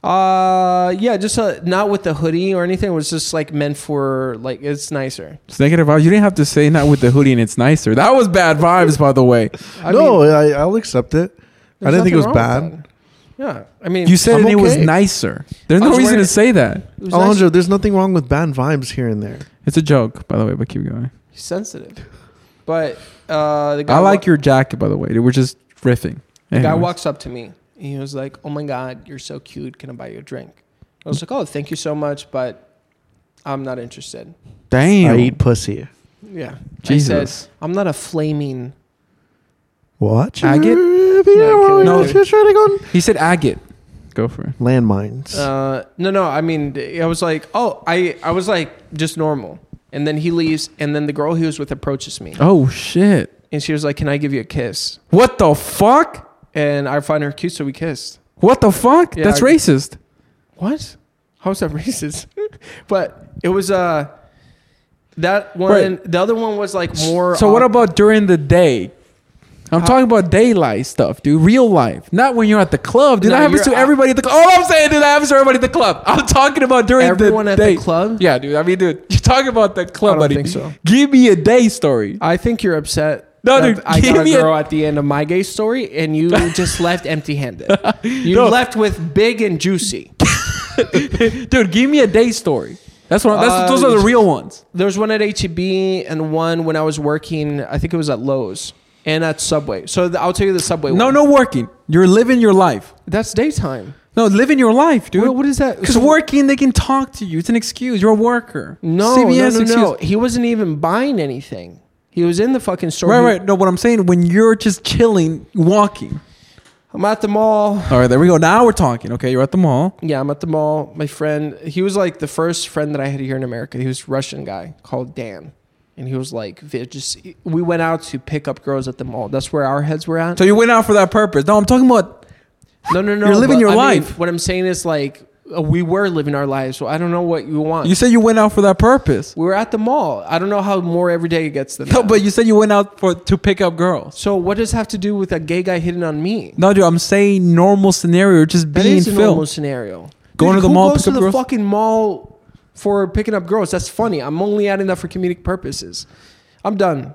[SPEAKER 2] Uh, yeah, just uh not with the hoodie or anything. It was just like meant for like it's nicer.
[SPEAKER 1] It's negative vibes. You didn't have to say not with the hoodie and it's nicer. That was bad vibes, by the way.
[SPEAKER 2] I
[SPEAKER 3] no,
[SPEAKER 2] mean,
[SPEAKER 3] I, I'll accept it. I
[SPEAKER 2] there's
[SPEAKER 3] didn't think it was
[SPEAKER 2] nothing
[SPEAKER 3] bad.
[SPEAKER 2] wrong with that. Yeah, I mean,
[SPEAKER 1] You said
[SPEAKER 3] I'm
[SPEAKER 1] it was
[SPEAKER 3] okay.
[SPEAKER 1] nicer. There's
[SPEAKER 2] I
[SPEAKER 1] no
[SPEAKER 2] was
[SPEAKER 1] reason
[SPEAKER 2] wearing
[SPEAKER 1] to
[SPEAKER 2] it-
[SPEAKER 1] say that.
[SPEAKER 2] it was
[SPEAKER 3] Alejandro,
[SPEAKER 2] nice-
[SPEAKER 3] there's nothing wrong with bad vibes here and there.
[SPEAKER 1] It's a joke, by the way, but keep going.
[SPEAKER 2] he's sensitive, but uh, the guy
[SPEAKER 1] I like
[SPEAKER 2] wa-
[SPEAKER 1] your jacket, by the way. We're just riffing.
[SPEAKER 2] the guy
[SPEAKER 1] Anyways.
[SPEAKER 2] walks up to me. And he was like, "Oh my god, you're so cute. Can I buy you a drink?" I was like, "Oh, thank you so much, but I'm not interested."
[SPEAKER 1] Damn.
[SPEAKER 3] I eat pussy.
[SPEAKER 2] Yeah, I
[SPEAKER 1] Jesus.
[SPEAKER 2] said, "I'm not a flaming."
[SPEAKER 3] What?
[SPEAKER 1] I get- No.
[SPEAKER 2] No,
[SPEAKER 3] no. Trying to go on-
[SPEAKER 1] He said agate. Go for it.
[SPEAKER 3] landmines.
[SPEAKER 2] Uh, no, no. I mean, I was like, "Oh, I, I was like just normal." And then he leaves, and then the girl he was with approaches me,
[SPEAKER 1] Oh, shit.
[SPEAKER 2] and she was like, "Can I give you a kiss?"
[SPEAKER 1] What the fuck?
[SPEAKER 2] And I find her cute, so we kissed.
[SPEAKER 1] What the fuck?
[SPEAKER 2] Yeah,
[SPEAKER 1] That's
[SPEAKER 2] I-
[SPEAKER 1] racist.
[SPEAKER 2] What? How is that racist? but it was uh that one.
[SPEAKER 1] Right.
[SPEAKER 2] The other one was like more.
[SPEAKER 1] So what
[SPEAKER 2] uh,
[SPEAKER 1] about during the day? I'm talking about daylight stuff, dude. Real life, not when you're at the club, dude.
[SPEAKER 2] No,
[SPEAKER 1] that happens
[SPEAKER 2] you're
[SPEAKER 1] to
[SPEAKER 2] out-
[SPEAKER 1] everybody at the club. All I'm saying, dude, that happens to everybody at the club. I'm talking about during
[SPEAKER 2] Everyone
[SPEAKER 1] the
[SPEAKER 2] at
[SPEAKER 1] day.
[SPEAKER 2] the club?
[SPEAKER 1] Yeah, dude. I mean, dude, you're talking about the club,
[SPEAKER 2] I don't
[SPEAKER 1] buddy.
[SPEAKER 2] think so.
[SPEAKER 1] Give me a day story.
[SPEAKER 2] I think you're upset.
[SPEAKER 1] No,
[SPEAKER 2] that
[SPEAKER 1] dude,
[SPEAKER 2] I
[SPEAKER 1] give
[SPEAKER 2] got a
[SPEAKER 1] me a-
[SPEAKER 2] girl at the end of my gay story, and you just left empty-handed. You
[SPEAKER 1] No.
[SPEAKER 2] left with big and juicy.
[SPEAKER 1] dude, give me a day story. That's what. That's,
[SPEAKER 2] Uh,
[SPEAKER 1] those are the real ones.
[SPEAKER 2] There was one at HEB and one when I was working. I think it was at Lowe's and at Subway. So the, I'll tell you the Subway.
[SPEAKER 1] No,
[SPEAKER 2] one.
[SPEAKER 1] no working. You're living your life.
[SPEAKER 2] that's daytime.
[SPEAKER 1] No, living your life, dude.
[SPEAKER 2] What- what is that?
[SPEAKER 1] Because
[SPEAKER 2] So-
[SPEAKER 1] working, they can talk to you. It's an excuse. You're a worker.
[SPEAKER 2] No,
[SPEAKER 1] CVS
[SPEAKER 2] no, no, no.
[SPEAKER 1] excuse.
[SPEAKER 2] He wasn't even buying anything. He was in the fucking store.
[SPEAKER 1] Right,
[SPEAKER 2] He-
[SPEAKER 1] right. No, what I'm saying when you're just chilling, walking.
[SPEAKER 2] I'm at the mall.
[SPEAKER 1] All right, there we go. Now we're talking. Okay, you're at the mall.
[SPEAKER 2] Yeah, I'm at the mall. My friend, he was like the first friend that I had here in America. He was Russian guy called Dan, and he was like vi- just. We went out to pick up girls at the mall. That's where our heads were at.
[SPEAKER 1] So you went out for that purpose. No, I'm talking about.
[SPEAKER 2] No, no, no.
[SPEAKER 1] You're living
[SPEAKER 2] but
[SPEAKER 1] your
[SPEAKER 2] I mean,
[SPEAKER 1] life.
[SPEAKER 2] what I'm saying is like uh, we were living our lives. So I don't know what you want.
[SPEAKER 1] You said you went out for that purpose.
[SPEAKER 2] we were at the mall. I don't know how more every day it gets than
[SPEAKER 1] No,
[SPEAKER 2] that.
[SPEAKER 1] but you said you went out for to pick up girls.
[SPEAKER 2] so what does it have to do with a gay guy hitting on me?
[SPEAKER 1] No, dude, I'm saying normal scenario, just
[SPEAKER 2] That
[SPEAKER 1] being
[SPEAKER 2] is a normal
[SPEAKER 1] filmed.
[SPEAKER 2] scenario.
[SPEAKER 1] Going to the
[SPEAKER 2] who
[SPEAKER 1] mall,
[SPEAKER 2] goes
[SPEAKER 1] pick
[SPEAKER 2] to
[SPEAKER 1] up
[SPEAKER 2] the
[SPEAKER 1] girls?
[SPEAKER 2] fucking mall for picking up girls. That's funny. I'm only adding that for comedic purposes. I'm done.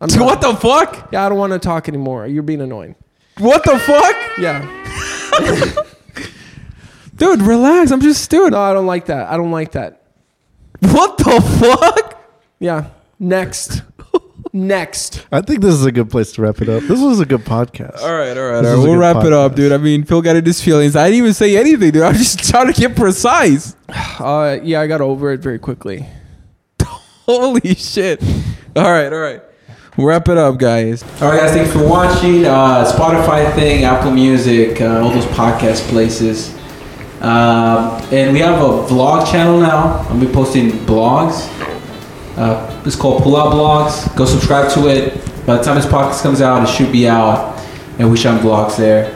[SPEAKER 2] I'm
[SPEAKER 1] Dude,
[SPEAKER 2] done.
[SPEAKER 1] what the fuck?
[SPEAKER 2] Yeah, I don't want to talk anymore. You're being annoying.
[SPEAKER 1] What the fuck?
[SPEAKER 2] Yeah.
[SPEAKER 1] Dude, relax. I'm just dude.
[SPEAKER 2] No, I don't like that. I don't like that.
[SPEAKER 1] What the fuck?
[SPEAKER 2] Yeah. Next. Next.
[SPEAKER 3] I think this is a good place to wrap it up. This was a good podcast.
[SPEAKER 6] All right, all right, all
[SPEAKER 3] This
[SPEAKER 6] right.
[SPEAKER 3] is a
[SPEAKER 6] We'll
[SPEAKER 3] good
[SPEAKER 6] wrap it up,
[SPEAKER 3] podcast.
[SPEAKER 6] dude. I mean, Phil got in his feelings. I didn't even say anything, dude. I'm just trying to get precise.
[SPEAKER 2] Uh, yeah, I got over it very quickly.
[SPEAKER 6] Holy shit. All right, all right. Wrap it up, guys. All right, guys. Thanks for watching. Uh, Spotify thing, Apple Music, uh, all those podcast places. Um, and we have a vlog channel now. I'll be posting blogs. Uh, it's called Pull Out Blogs. Go subscribe to it. By the time this podcast comes out, it should be out. And we shall have blogs there.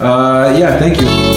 [SPEAKER 6] Uh, yeah, thank you.